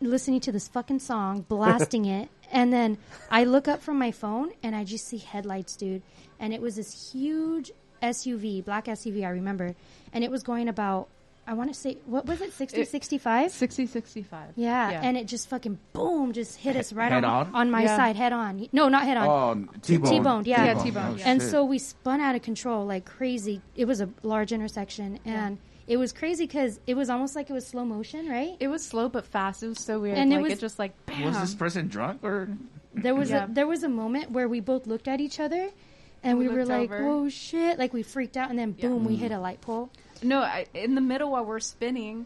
listening to this fucking song, blasting it, and then I look up from my phone and I just see headlights, dude. And it was this huge SUV, black SUV, I remember, and it was going about. I want to say, what was it, 60,
It-
65?
60, 65.
Yeah,
Yeah.
and it just fucking boom, just hit us right
Head
on,
on?
my
Yeah.
side, head on. No, not head on.
Oh, T-boned.
T-boned, yeah.
Yeah, T-boned, Oh, yeah.
and
shit.
so we spun out of control like crazy. It was a large intersection, and it was crazy because it was almost like it was slow motion, right?
It was slow but fast. It was so weird.
And
like,
it was
it just like bam.
Was this person drunk or?
There was
Yeah.
a, there was a moment where we both looked at each other, and we,
We
were
looked
like,
over.
"Whoa, shit!" Like we freaked out, and then boom,
Mm.
we hit a light pole.
No, I, in the middle while we're spinning,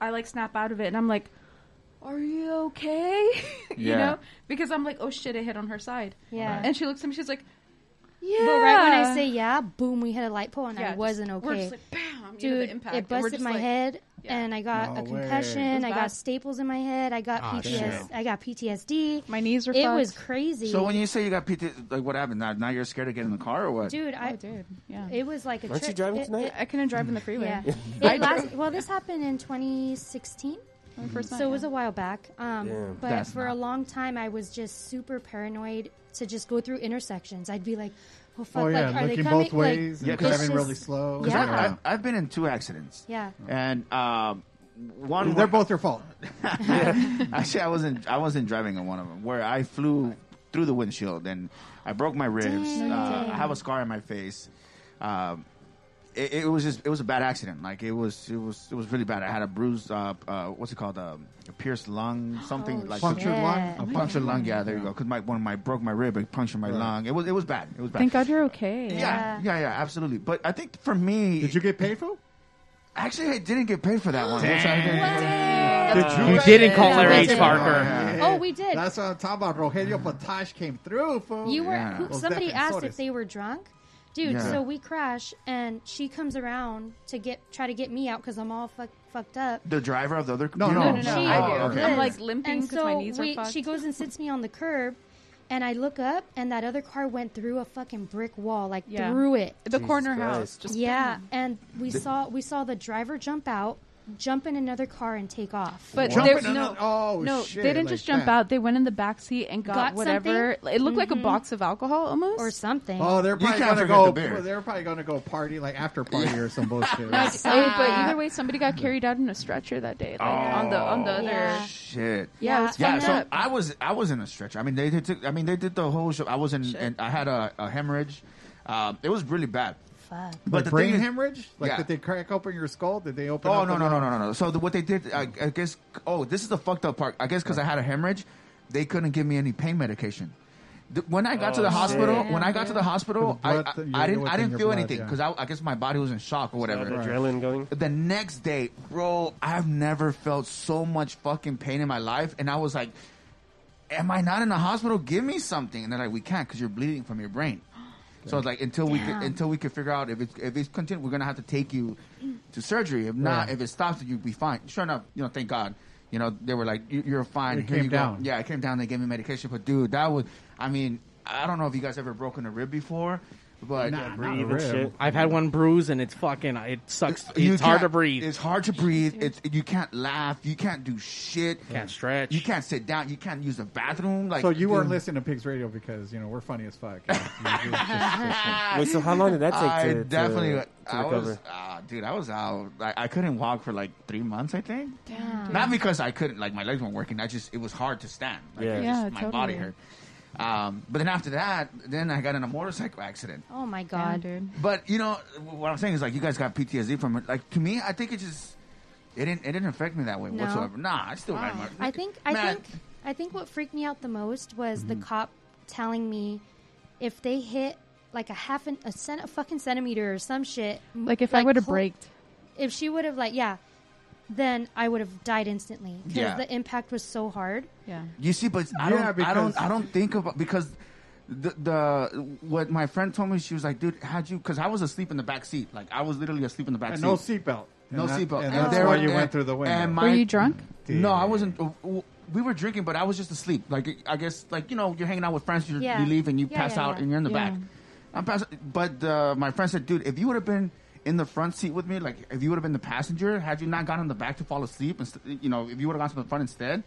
I like snap out of it and I'm like, "Are you okay?" you
Yeah.
know, because I'm like, "Oh shit, it hit on her side."
Yeah. Right.
And she looks at me. She's like, "Yeah."
But right when I say yeah, boom, we hit a light pole, and I wasn't okay.
We're just like, "Bam!"
Dude,
you know, the impact.
it
and we're
busted
just
my
like-
head, and I got a
No way. It
concussion.
was
I
bad.
got staples in my head. I got
Ah,
PTS.
shit.
I got PTSD. My knees
were
It
fucked.
was crazy.
So when you say you got PT, like what happened? Now, now you're scared to get in the car or what?
dude, I
did. Oh, Yeah,
it was like a.
Aren't you
trip.
driving
It-
tonight?
it-
I couldn't drive in the freeway.
Yeah.
I
It last, well, this happened in 2016.
When we first
so
met,
it was
yeah.
a while back. Um,
Yeah.
but
That's
for a long time, I was just super paranoid to just go through intersections. I'd be like, "Oh fuck!
Oh, yeah,
like, are they
looking
coming?"
both
like,
ways
Yeah,
and
'cause-
driving really slow.
'Cause I-
Yeah.
I, I've been in two accidents.
Yeah.
And um, one.
They're both your fault.
Actually, I wasn't. I wasn't driving on one of them where I flew through the windshield and I broke my ribs.
Dang.
Uh, I have a scar on my face. Um, it, it was just. It was a bad accident. Like it was. It was. It was really bad. I had a bruised. Uh, uh, what's it called? Um, a pierced lung. Something
Oh,
like
Punctured shit. lung?
A punctured lung. Yeah, there you go. Because my one of my broke my rib. It punctured my lung. It was. It was bad. It was bad.
Thank God you're okay.
Yeah, yeah, yeah, absolutely. But I think for me, did
you get paid for?
Actually, I didn't get paid for that one. Which I
Did
You
guys-
didn't call her H. Parker.
Oh, we did.
That's what I'm talking about. Rogelio Patash came through, fool.
You were
Yeah.
who,
Los
somebody asked
defensores.
if they were drunk, dude.
Yeah.
So we crash, and she comes around to get try to get me out because I'm all fuck, fucked up.
The driver of the other.
No, no, no,
Oh,
no, I do.
okay.
I'm like limping
And
'cause
so
my knees are
we,
fucked.
she goes and sits me on the curb, and I look up, and that other car went through a fucking brick wall, like
Yeah.
through it.
The Jesus corner house, Christ. just
yeah, and we
The-
saw we saw the driver jump out, jump in another car, and take off.
But
Jump
there,
in
no,
another- oh,
no,
shit,
they didn't
like
just jump
that.
out. They went in the back seat and got,
Got
whatever.
something?
It looked like a
Mhm.
box of alcohol almost,
or something.
Oh, they're probably
can't
gonna
forget
go.
the beer.
They're probably gonna go party like after party or some bullshit.
No, I d- oh, but either way, somebody got carried out in a stretcher that day, like on the on the other.
Shit.
Yeah, it was
yeah.
fucked
So
up.
I was I was in a stretcher. I mean, they, they took. I mean, they did the whole show. I was in. And I had a, a hemorrhage. Um, it was really bad.
Fuck.
But
the
brain
thing is-
hemorrhage? Like,
Yeah.
did they crack open your skull? Did they open?
Oh
up
no
the-
no no no no no. So the, what they did, I, I guess. Oh, this is the fucked up part. I guess because I had a hemorrhage, they couldn't give me any pain medication. The- When I got to
Oh,
the hospital,
shit.
when I got to the hospital,
The
I,
blood
I,
th-
I
yeah,
didn't
what's
I
in your
didn't feel
blood,
anything
yeah.
because I, I guess my body was in shock or whatever.
Right. adrenaline
going. The next day, bro, I've never felt so much fucking pain in my life, and I was like, "Am I not in the hospital? Give me something." And they're like, "We can't because you're bleeding from your brain." So it's like until we could,
Damn.
until we could figure out if it's if it's continued, we're gonna have to take you to surgery. If not,
Yeah.
if it stops, you'd be fine. Sure enough, you know, thank God. You know, they were like, "You- "You're fine."
It
Here
came
you go."
down.
Yeah, it came down. They gave me medication, but dude, that was. I mean, I don't know if you guys ever broken a rib before, But
I've had one bruise and it's fucking. It sucks.
You
it's hard to
can't-
breathe.
It's hard to breathe. It's you can't laugh. You can't do shit.
Can't stretch.
You can't sit down. You can't use the bathroom. Like
so you weren't
dude.
listening to Pigs Radio because you know we're funny as fuck.
Wait, so how long did that take I to- to- definitely- to I was- recover? ah, dude, I was out. I, I couldn't walk for like three months, I think.
Mm-hmm.
Damn.
Not because I couldn't, like my legs weren't working. I just it was hard to stand. Like,
Yeah.
it
Yeah,
just- my body
totally.
hurt. Um, but then after that, then I got in a motorcycle accident.
Oh my god,
dude.
But you know what I'm saying is like you guys got PTSD from it. Like to me, I think it just it didn't it didn't affect me that way
No.
whatsoever. Nah, I still ride my.
I think I
Man.
think I think what freaked me out the most was the
Mm-hmm.
cop telling me if they hit like a half an, a, cent, a fucking centimeter or some shit. m-
Like, if I would've
cl-
braked.
if she would have like yeah, then I would have died instantly because
Yeah.
the impact was so hard.
Yeah.
You see, but I don't,
Yeah,
I
because-
don't, I don't think about because the the what my friend told me she was like, dude, how'd you? Because I was asleep in the back seat, like I was literally asleep in the back
And
seat,
no seatbelt.
no
And that-
seatbelt,
Oh.
and that's
there
why
were-
you went
and-
through the window.
and
Were
my-
you drunk?
No, I wasn't. uh, w- We were drinking, but I was just asleep. Like I guess, like you know, you're hanging out with friends, you're,
Yeah.
you leave and you
Yeah,
pass
yeah,
out,
yeah.
and you're in the
Yeah.
back. I'm pass- but uh, my friend said, dude, if you would have been in the front seat with me, like if you would have been the passenger, had you not gone in the back to fall asleep, and you know, if you would have gone to the front instead,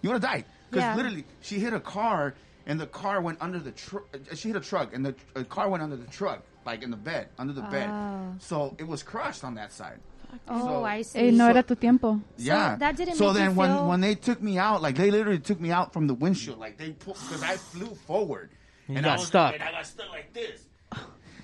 you would have died. Because
Yeah.
literally, she hit a car, and the car went under the truck. She hit a truck, and the tr- uh, car went under the truck, like in the bed, under the
Oh.
bed. So it was crushed on that side.
Oh,
So-
I
Eh,
see.
no era tu tiempo.
Yeah.
that didn't
So
make you
then when
feel-
when they took me out, like they literally took me out from the windshield, like they because I flew forward
You
I
got
was-
stuck.
and I got stuck like this.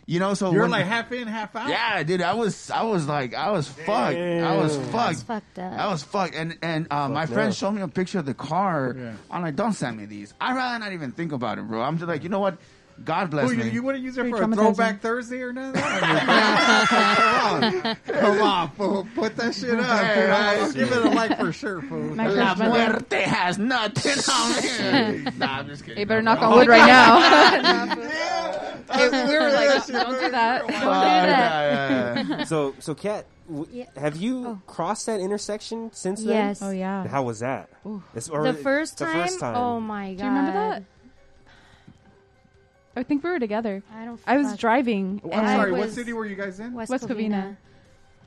You know, so
You're
when-
like half in, half out.
Yeah, dude, I was I was like I was fucked. I was
Damn.
fucked.
That's fucked up.
I was fucked. And and uh, my
Fucked
friend
up.
showed me a picture of the car.
Yeah.
I'm like, don't send me these. I'd rather not even think about it, bro. I'm just like, you know what? God bless
Who, you,
me.
you wouldn't use it
Pretty
for a
traumatizing.
throwback Thursday or nothing? I mean, come on, come on, fool. Put that shit up.
Hey,
dude. I'll
right.
give it a like for sure, fool.
My La friend- muerte has nothing on me. nah, I'm just kidding.
Hey, better knock on wood right now.
Hey, we were
like,
like,
don't do that. Don't do
yeah,
that.
so, so Kat, w- have you crossed that intersection since then?
Oh. Yes. Oh, yeah.
How was that?
Ooh.
It's- or
The first,
the
time,
first time.
Um,
oh my god!
Do you remember that? I think we were together.
I don't.
I was
fuck-
driving.
Oh, I'm
and-
sorry. What city were you guys in?
West Covina.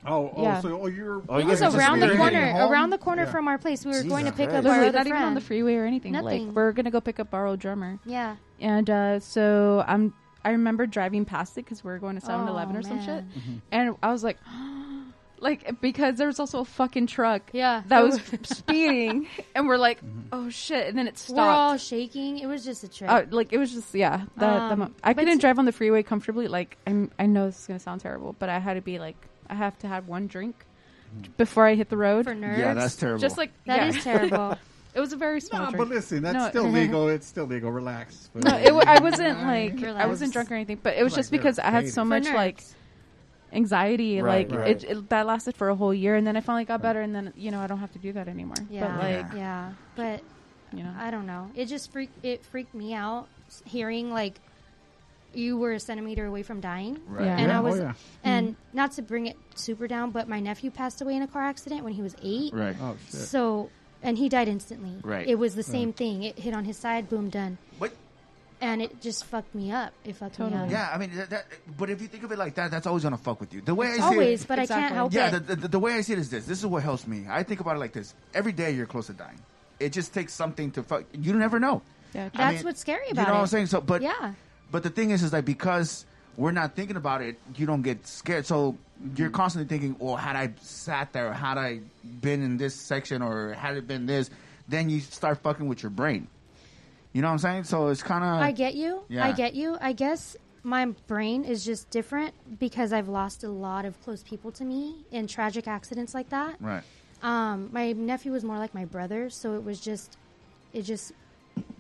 Oh, oh,
Yeah.
so oh, you're.
Oh, you
It was
guys are
around the
just
corner,
heading home?
around the corner
Yeah.
from our place. We were going to
Jesus
pick up
Christ.
our
Literally,
other
not even on
friend.
the freeway or anything.
Nothing.
Like we're gonna go pick up our old drummer.
Yeah.
And uh, so I'm. I remember driving past it because we were going to 7 Eleven
Oh,
or some shit.
man.
Mm-hmm.
And I was like, like, because there was also a fucking truck
Yeah.
that was speeding. And we're like,
mm-hmm.
oh shit. And then it stopped.
We're all shaking. It was just a trip.
Uh, like it was just yeah. The, the
Um,
mo- I
but
couldn't
see-
drive on the freeway comfortably. Like I'm, I know this is gonna sound terrible, but I had to be like I have to have one drink before I hit the road. For
nerves?
Yeah, that's terrible.
Just like
That
that is
is terrible.
it was a very small.
Nah,
drink.
but listen, that's
No,
still legal. It's still legal. Relax. fool.
No, it, wa- I wasn't like I
Relax.
wasn't drunk or anything, but it was
Like
just because I had
they're
so
dating.
much
For
like anxiety.
Right,
like
right.
It, it that lasted for a whole year, and then I finally got better, and then you know I don't have to do that anymore.
yeah,
But like
yeah. But
you know,
I don't know. It just freaked. It freaked me out s- hearing like you were a centimeter away from dying,
Right. Yeah.
and
Yeah,
I
oh,
was,
yeah. Mm-hmm.
and not to bring it super down, but my nephew passed away in a car accident when he was eight.
Right. Oh, shit.
So, and he died instantly.
Right.
It was the
Right.
same thing. It hit on his side. Boom, done.
What?
And it just fucked me up. It fucked me up.
Yeah, I mean, that, that, but if you think of it like that, that's always gonna fuck with you. The way I see
Always,
it,
but I can't Exactly. help
yeah,
it.
The, the, the way I see it is this: this is what helps me. I think about it like this: every day you're close to dying. It just takes something to fuck. You never know.
Yeah,
I
That's
mean,
what's scary
You
about
know
it.
what I'm saying? So, but
yeah,
but the thing is, is like because we're not thinking about it, you don't get scared. So you're
Mm-hmm.
constantly thinking, "Well, had I sat there, had I been in this section, or had it been this," then you start fucking with your brain. You know what I'm saying? So it's kind of
I get you.
yeah.
I get you. I guess my brain is just different because I've lost a lot of close people to me in tragic accidents like that.
right.
Um, my nephew was more like my brother, so it was just, it just,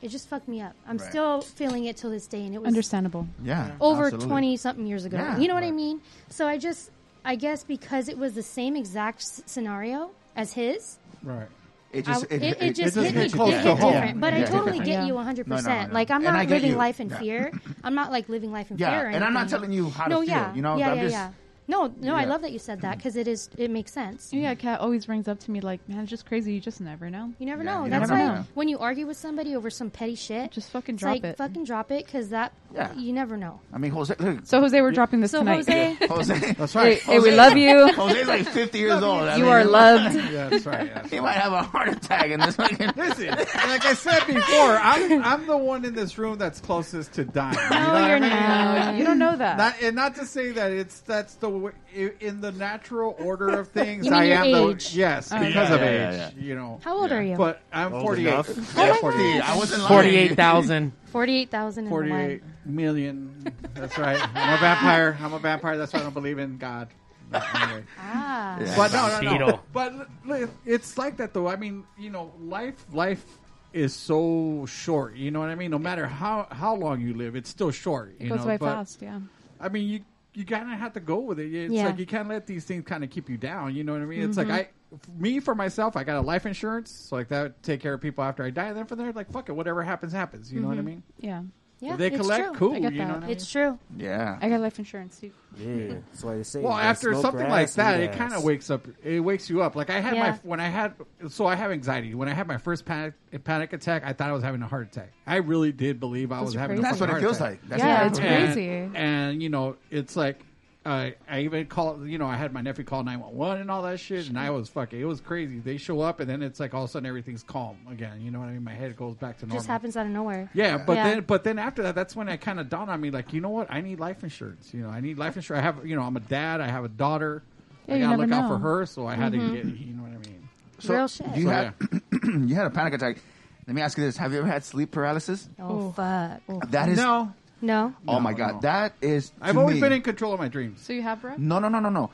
it just fucked me up. I'm
Right.
still feeling it till this day, and it was
understandable.
Yeah,
over
absolutely.
twenty something years ago.
Yeah.
you know what I mean? So I just, I guess because it was the same exact s- scenario as his,
Right.
It just,
I-
it,
it- it just hit me-
close
it
to
hit
home.
different, but I
Yeah.
totally
Yeah.
get you
No,
100%.
no, no.
Like, I'm
And I
not
get
living
you.
life in
Yeah.
fear. I'm not, like, living life in
Yeah,
fear or
and I'm not
anything.
telling you how to
no,
feel,
yeah.
you know,
Yeah,
I'm
yeah,
just-
yeah. No, no, I
Yeah.
love that you said that because it is it makes sense.
Yeah, Kat always brings up to me like, man, it's just crazy. You just never know.
You never
Yeah,
know.
you
That's
never
why
know.
when you argue with somebody over some petty shit, just
fucking
it's
drop
like,
it.
Fucking drop it because that
Yeah.
you never know.
I mean, Jose. Look,
So Jose, we're dropping this
So,
tonight.
Jose-
Jose,
That's right. Hey, we love you.
Jose's like 50 years
Love you.
old.
You are loved.
Yeah, that's right. yeah, that's
He
right.
might have a heart attack in this. fucking-
Listen, like I said before, I'm I'm the one in this room that's closest to dying. No,
you're not. You don't know that.
and not to say that it's that's the way, i- in the natural order of things.
You mean
I
your
am the
age?
yes
Oh,
because
okay.
of
Yeah,
age.
yeah,
You know.
How old are you?
But I'm
Old
48.
enough.
Yeah,
Oh my
48.
God. I wasn't lying.
Forty-eight thousand.
Forty-eight thousand.
48 million. That's right. I'm a vampire. I'm a vampire. That's why I don't believe in God. But anyway.
Ah.
Yeah.
But no, no, no.
Cheeto.
But l- l- it's like that though. I mean, you know, life, life is so short. You know what I mean? No matter how how long you live, it's still short.
It
you
goes
know?
by
But,
fast. Yeah.
I mean, you you kind of have to go with it. It's
Yeah.
like you can't let these things kind of keep you down. You know what I mean? It's
Mhm.
like I, f- me for myself, I got a life insurance, so like that would take care of people after I die. And then from there, like fuck it, whatever happens, happens. You know what I
Mhm.
mean?
Yeah.
Yeah, They it's collect true. cool,
I get
you know
that.
what I mean? It's
true.
Yeah.
I got life insurance too.
Yeah, that's why they say.
Well,
you gotta
after
smoke
something like
grass,
that,
weed
it kind
ass.
of wakes up. It wakes you up. Like I had
Yeah.
my when I had so I have anxiety. When I had my first panic panic attack, I thought I was having a heart attack. I really did believe I
Those
was
are
having.
crazy.
a
That's
fucking
what it
heart
feels
attack.
like. That's Yeah, exactly
it's
And-
crazy.
And, you know, it's like. I I even call you know I had my nephew call nine one one and all that shit and I was fucking it was crazy they show up and then it's like all of a sudden everything's calm again you know what I mean my head goes back to normal
Just happens out of nowhere.
yeah, but then but then after that, that's when it kind of dawned on me, like you know what, I need life insurance. You know, I need life insurance. I have, you know, I'm a dad. I have a daughter.
Yeah,
I
you
gotta
never
look out for
know.
her, so I had
Mm-hmm.
Mhm.
to get. You know what I mean?
So
Real shit.
You
So,
had you had a panic attack. Let me ask you this: Have you ever had sleep paralysis?
Oh fuck.
That is
no,
no.
Oh my god, that is. to
I've always
me-
been in control of my dreams.
So you have Brad?
No, no, no, no, no.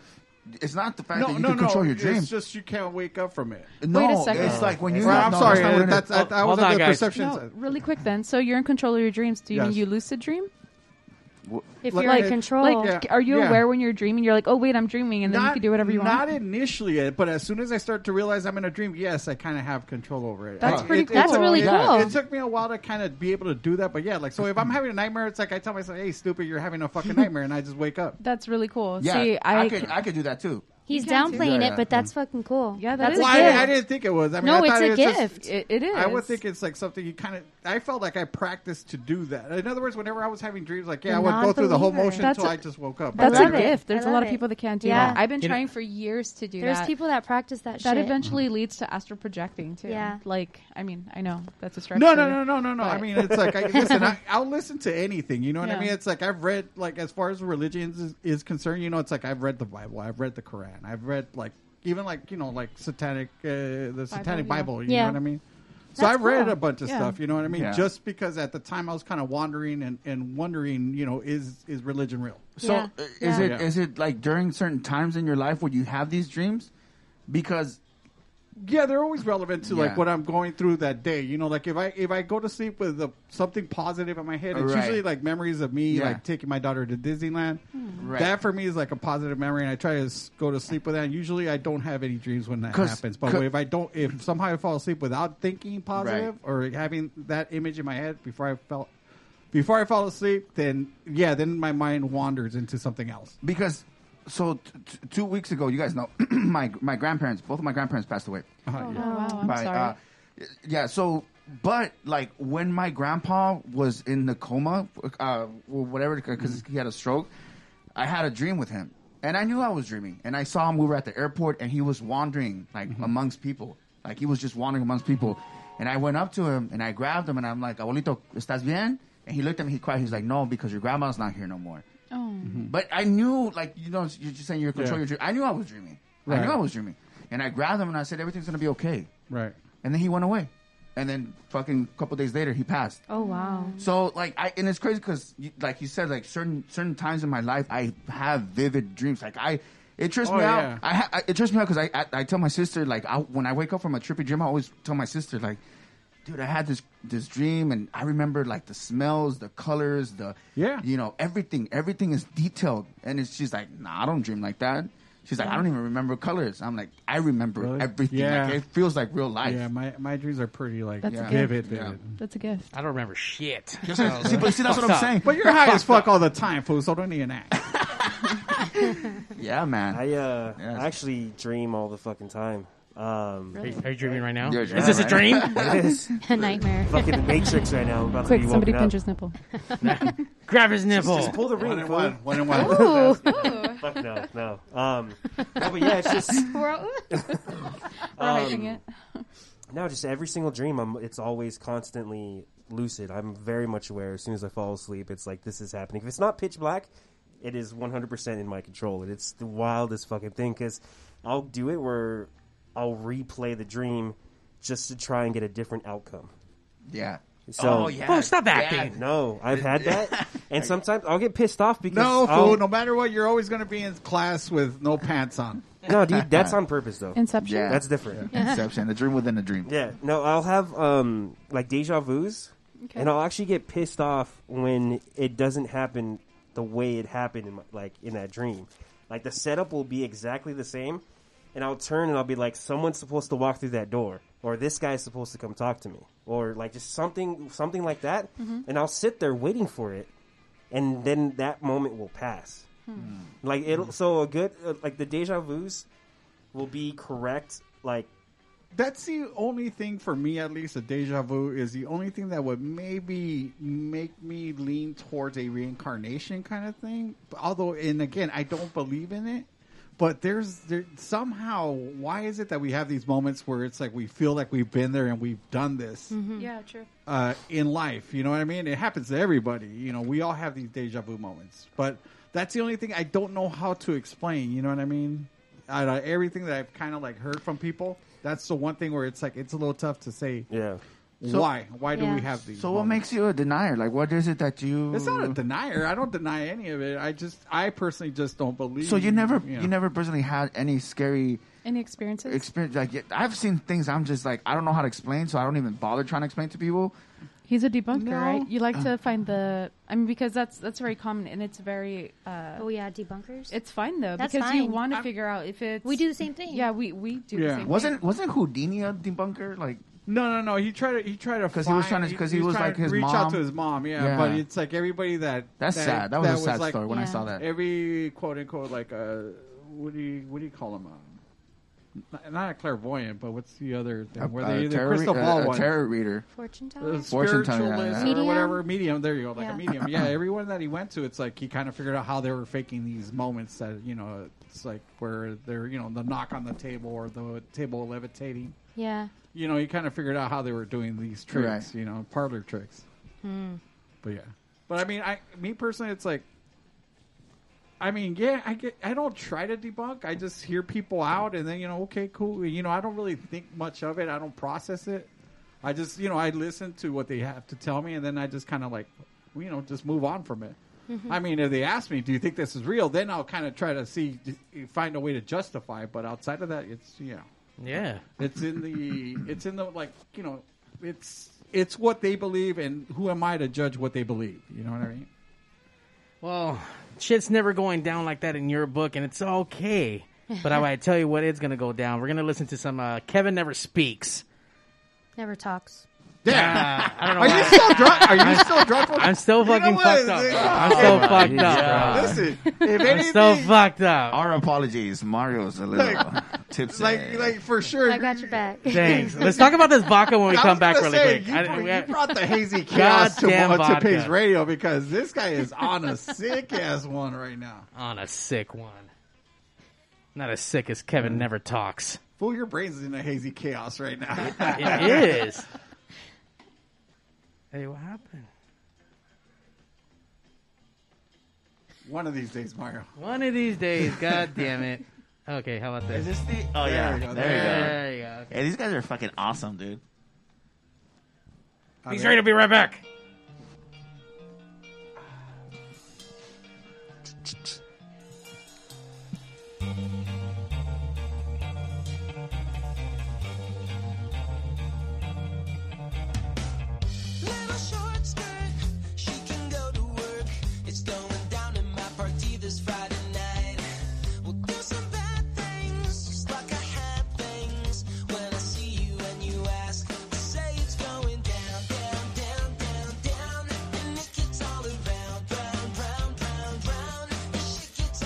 It's not the fact
No,
that you
no,
can
no.
control your
it's
dreams.
just you can't wake up from it.
No, Wait a second. it's like when you
Well,
have-
I'm
no,
sorry.
that's not what it
That's,
is.
I, I was
Hold on,
on the
guys.
perception
No,
side.
really quick then. So you're in control of your dreams. Do you mean
Yes.
you lucid dream?
If you're in control.
like, are you
Yeah.
aware when you're dreaming? You're like, oh wait, I'm dreaming, and then you can do whatever you
not
want.
initially, uh, but as soon as I start to realize I'm in a dream, yes, I kind of have control over it.
That's
I-
pretty
it- it
That's
took-
really
it-
cool.
It, took me a while to kind of be able to do that, but yeah, like so if I'm having a nightmare, it's like I tell myself, "Hey, stupid, you're having a fucking nightmare," and I just wake up.
That's really cool.
Yeah,
See,
I
I,
could-
I could do that too.
He's
You can too.
downplaying
Yeah,
it,
yeah.
but that's fucking cool. Yeah,
that
that's
is
Well,
a
I,
gift.
I didn't think it was. I mean,
No,
I
it's
thought
a
it was just-
gift. It- it
I would
is.
think it's like something you kind of. I felt like I practiced to do that. In other words, whenever I was having dreams, like yeah,
The
I would go through the whole
non-believer.
motion
That's
until
a-
I just woke up.
that's
I
a
love it.
gift. There's
I
a lot
love
of people
it.
that can't do
Yeah.
that. I've been
You know-
trying for years to do
There's
that.
people that practice that.
that
shit.
eventually leads to astral projecting too.
Yeah.
Like, I mean, I know that's a stretch.
No,
too,
no, no, no, no, no. I
but-
mean, it's like I, listen. I, I'll listen to anything. You know what
Yeah.
I mean? It's like I've read, like as far as religion is, is concerned, you know, it's like I've read the Bible, I've read the Quran, I've read like even like you know like satanic uh, the satanic
yeah.
Bible. You
Yeah.
know what I mean? So
That's
I've read
cool.
a bunch of
Yeah.
stuff. You know what I mean?
Yeah.
Just because at the time I was kind of wandering and, and wondering, you know, is is religion real?
So uh, is it is it like during certain times in your life where you have these dreams? Because
Yeah, they're always relevant to
Yeah.
like what I'm going through that day. You know, like if I if I go to sleep with a, something positive in my head, it's
Right.
usually like memories of me
Yeah.
like taking my daughter to Disneyland.
Hmm. Right.
That for me is like a positive memory, and I try to s- go to sleep with that. Usually, I don't have any dreams when that
'Cause-
happens. But
'cause-
if I don't, if somehow I fall asleep without thinking positive
Right.
or having that image in my head before I felt before I fall asleep, then yeah, then my mind wanders into something else.
because so t- t- two weeks ago, you guys know my my grandparents, both of my grandparents passed away. uh,
Oh, yeah. wow, I'm sorry.
yeah, so but like when my grandpa was in the coma, uh, or whatever, because he had a stroke, I had a dream with him, and I knew I was dreaming, and I saw him. We were at the airport, and he was wandering like amongst people, like he was just wandering amongst people, and I went up to him and I grabbed him and I'm like, "Abuelito, estás bien?" And he looked at me, he cried. He's like, "No, because your grandma's not here no more."
Oh.
Mm-hmm.
But I knew, like, you know, you're just saying you're controlling your dream. I knew I was dreaming. I knew
Right.
I was dreaming. And I grabbed him and I said, everything's going to be okay.
Right.
And then he went away. And then fucking couple days later, he passed.
Oh wow.
So, like, I, and it's crazy because, like you said, like, certain, certain times in my life, I have vivid dreams. Like, I, it trips
Oh,
me
yeah.
out. I, ha- I, it trips me out because I, I, I tell my sister, like, I, when I wake up from a trippy dream, I always tell my sister, like, dude, I had this, this dream and I remember, like, the smells, the colors, the, yeah, you know, everything, everything is detailed. And it's, she's like, nah, I don't dream like that. She's like, I don't even remember colors. I'm like, I remember everything.
Yeah.
Like, it feels like real life.
Yeah, my my dreams are pretty like
That's a gift.
vivid,
Yeah.
vivid.
That's a gift.
I don't remember shit.
"Oh,
See, but see, that's what I'm
Fucked up.
saying.
But you're high as fuck all the time, fool. So don't need an act.
yeah, man.
I uh, I actually dream all the fucking time. Um,
Really? Are you- are you dreaming right now?
Yeah,
Is this a dream?
it is.
A nightmare.
Fucking the Matrix right now. I'm about
Quick,
to be
somebody
woken up.
pinch his nipple.
Grab his
Just-
nipple.
Just, pull the ring.
One in
fool.
one, one in one.
Ooh.
Fuck no, no. Um, no, but yeah, it's just
We're all-
We're hyping it.
no, just every single dream. I'm. It's always constantly lucid. I'm very much aware. As soon as I fall asleep, it's like this is happening. If it's not pitch black, it is 100 percent in my control, and it's the wildest fucking thing. Because I'll do it where I'll replay the dream just to try and get a different outcome.
Yeah.
So,
Oh, yeah. Oh, stop Yeah. acting.
No, I've had that, and sometimes I'll get pissed off because
No,
I'll-
fool. No matter what, you're always going to be in class with no pants on.
No, dude, that's on purpose though.
Inception?
Yeah.
That's different.
Yeah. Inception, the dream within a dream.
Yeah. No, I'll have um like deja vu's,
Okay.
and I'll actually get pissed off when it doesn't happen the way it happened in my, like in that dream. Like the setup will be exactly the same, and I'll turn and I'll be like, someone's supposed to walk through that door, or this guy's supposed to come talk to me, or like just something something like that,
Mhm.
and I'll sit there waiting for it, and then that moment will pass.
Mm.
Like it'll so a good uh, like the deja vu's will be correct. Like
That's the only thing for me, at least, a deja vu is the only thing that would maybe make me lean towards a reincarnation kind of thing. Although, and again, I don't believe in it. But there's there, somehow, why is it that we have these moments where it's like we feel like we've been there and we've done this?
Mm-hmm.
Yeah, true.
uh, in life. You know what I mean? It happens to everybody. You know, we all have these deja vu moments, but that's the only thing I don't know how to explain. You know what I mean? Out of everything that I've kind of like heard from people, that's the one thing where it's like it's a little tough to say.
Yeah.
So-
why? Why do we have these?
So what
moments?
makes you a denier? Like, what is it that you?
It's not a denier. I don't deny any of it. I just, I personally just don't believe.
So you never,
know.
you never personally had any scary
Any experiences?
experience. Like, yeah, I've seen things I'm just like I don't know how to explain, so I don't even bother trying to explain to people.
He's a debunker,
No.
right? You like
Uh.
to find the. I mean, because that's that's very common, and it's very. Uh,
oh yeah, debunkers.
It's fine though
That's
because you
fine.
want to
I'm-
figure out if it's.
We do the same thing.
Yeah, we we do. The same
Wasn't
Thing.
wasn't Houdini a debunker? Like,
No, no, no. He tried to. He tried to. Because
he was trying to. Because he, was like his
reach
mom.
out to his mom. Yeah,
Yeah.
but it's like everybody that
That's sad. That was a sad story when I Yeah. saw that.
Every quote unquote like uh, what do you what do you call him? Um, not, not a clairvoyant, but what's the other thing?
A-
Where
a
they either
tarot
crystal
re- a-
ball
a
one,
tarot reader.
Fortune teller?
Uh,
Fortune teller, yeah,
spiritualist
yeah.
or
Medium?
whatever medium. There you go, like
Yeah.
a medium. Yeah, everyone that he went to, it's like he kind of figured out how they were faking these moments that you know it's like where they're you know the knock on the table or the table levitating.
Yeah.
You know, he kind of figured out how they were doing these tricks.
Right.
You know, parlor tricks.
Hmm.
But yeah. But I mean, I me personally, it's like, I mean, yeah, I get, I don't try to debunk. I just hear people out, and then you know, okay, cool. You know, I don't really think much of it. I don't process it. I just, you know, I listen to what they have to tell me, and then I just kind of like, you know, just move on from it.
Mm-hmm.
Mhm.
I mean, if they ask me, "Do you think this is real?" Then I'll kind of try to see, find a way to justify. it. But outside of that, it's you know,
Yeah.
it's in the, it's in the like, you know, it's it's what they believe, and who am I to judge what they believe? You know what I mean?
Well, shit's never going down like that in your book, and it's okay. But I, I tell you what, it's gonna go down. We're gonna listen to some uh, Kevin Never Speaks.
Never talks.
Yeah, I don't know.
Are
why.
you still drunk?
Are you still drunk?
I'm still fucking fucked up. I'm still fucked up. I'm still fucked up.
Our apologies, Mario's a little tipsy.
Like, like for sure. I
got your back.
Thanks. Let's talk about this vodka when we
I was gonna
come back really
say,
quick.
You,
I-
brought-
we-
you brought the hazy chaos to,
Goddamn
to
vodka.
Paige Radio because this guy is on a sick ass one right now.
on a sick one. Not as sick as Kevin Never Talks.
Fool, your brain's in a hazy chaos right now.
It is. Hey, what happened?
One of these days, Mario.
One of these days, god damn it. Okay, how about this?
Is this the? Oh yeah,
you
there you
go.
go.
There you go. Okay.
Yeah, these guys are fucking awesome, dude.
He's ready to be right back.
Little short skirt, she can go to work. It's going down in my party this Friday night. We'll do some bad things, just like I had things. When I see you and you ask, I say it's going down, down, down, down, down. And it gets all around, round, round, round, round. And she "Ah,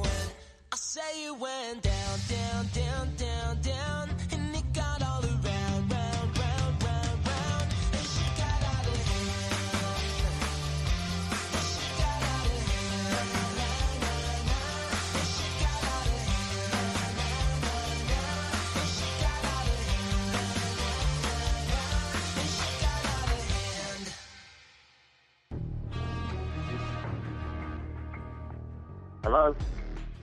way you went down, down, down, down, down, and it got all around, round, round, round, round, and she got out of hand. And she got out of hand. Na, na, na, na. And she got out of hand. Na, na, na, na. And she got out of hand. Na, na, na, na. And she got out of hand.
Hello?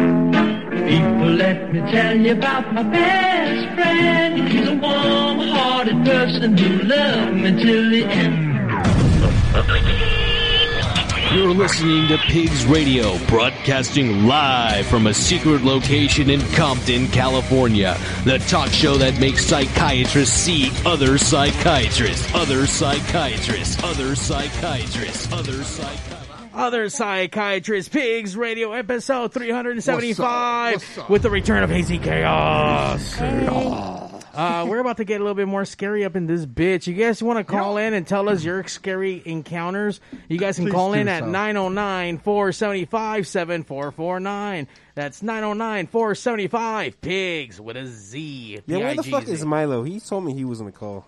Well, let me tell you about my best friend. He's a warm-hearted person who loved me till the end.
You're listening to Pigs Radio, broadcasting live from a secret location in Compton, California. The talk show that makes psychiatrists see other psychiatrists, other psychiatrists, other psychiatrists, other psychiatrists.
Other Psychiatrist Pigs Radio episode 375
What's up? What's up?
with the return of Hazy Chaos.
Chaos.
Uh, we're about to get a little bit more scary up in this bitch. You guys want to call in and tell us your scary encounters? You guys can
Please
call
do
in at
so.
909 475 7449. That's 909 475 Pigs with a Z.
Yeah, where the fuck
P-I-G-Z.
is Milo? He told me he was on the call.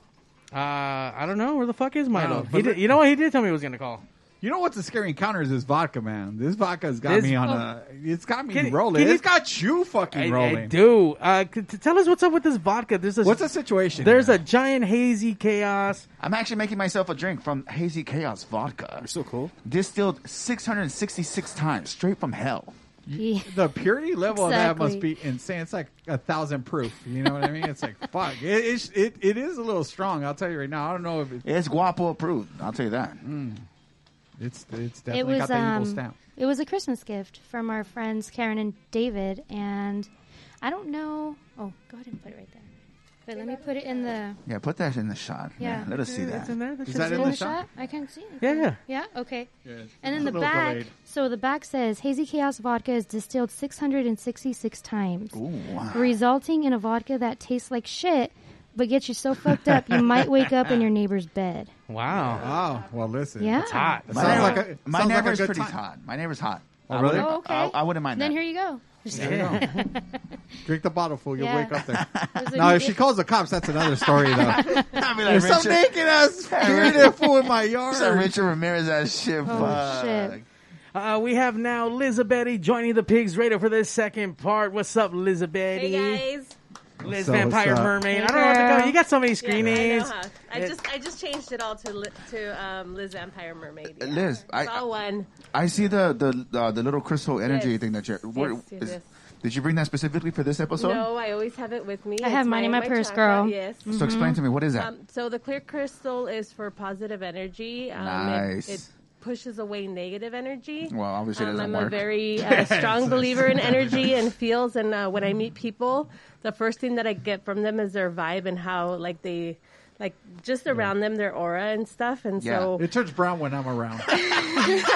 Uh, I don't know. Where the fuck is Milo?
but
he did,
look-
you know what? He did tell me he was going to call.
You know what's a scary encounter is this vodka, man. This vodka's got
This
me on a.
vodka-
It's got me
Can-
rolling.
can you-
it's got you fucking
I,
rolling.
I do. Uh, c- t- tell us what's up with this vodka. There's a,
What's the situation?
There's a giant hazy chaos.
I'm actually making myself a drink from Hazy Chaos Vodka. You're so cool. Distilled 666 times straight from hell.
The purity level of that must
Exactly.
be insane. It's like a thousand proof. You know what I mean? It's like fuck. It, it's- it, it is a little strong. I'll tell you right now. I don't know if it,
It's guapo approved. I'll tell you that.
Hmm. It's it's
it
definitely
was
got the
um,
evil stamp.
it was a Christmas gift from our friends Karen and David, and I don't know. Oh, go ahead and put it right there. But let me put it in the.
Yeah, put that in the shot.
Yeah.
let us see
It's
that.
in
there.
Is it in the shot? I can see it.
Yeah, yeah.
Yeah. Okay.
Yeah, it's-
and
it's
then
a
the
little
back.
delayed.
So the back says hazy chaos vodka is distilled 666 times,
wow.
resulting in a vodka that tastes like shit, but gets you so fucked up you might wake up in your neighbor's bed.
Wow.
Wow. Well, listen.
Yeah. It's hot.
It
My
sounds
neighbor-
like a,
my
sounds like a
neighbor's
good
pretty
time.
hot. My neighbor's hot.
Oh,
I
really?
wouldn't-
Oh, okay.
I, I wouldn't mind
then
that.
here you go.
There you go. Drink the bottle, fool. You'll
Yeah.
wake up there.
It was a
now,
new
if she
gift.
calls the cops, that's another story, though.
I'd be
There's some
Richard-
naked ass
Yeah,
bearded fool in my yard.
Some Richard Ramirez ass shit.
Oh,
fuck.
shit.
Uh, we have now Lizabetti joining the Pigs Radio for this second part. What's up, Lizabetti? Liz
So what's
Vampire
up?
Mermaid.
Hey,
I don't know what to
girl.
go. Oh, You got so many screen
Yeah,
names.
I, know, huh? I
It-
just I just changed it all to Li- to um, Liz Vampire Mermaid.
Uh, Liz, I-
it's all one.
I see the the uh, the little crystal energy
Yes.
thing that you're.
Yes,
where-
yes, yes.
Did you bring that specifically for this episode?
no, I always have it with me.
I have
It's
mine in my purse,
chakra,
girl.
Yes.
So explain to me, what is that?
Um, so the clear crystal is for positive energy. Um, it-
Nice.
It, pushes away negative energy.
Well, obviously it
um,
doesn't
I'm
work.
a very uh,
Yes.
strong believer in energy and feels, and uh, when I meet people, the first thing that I get from them is their vibe and how like they. Like just around them, their aura and stuff, and so
It turns brown when I'm around.
They
just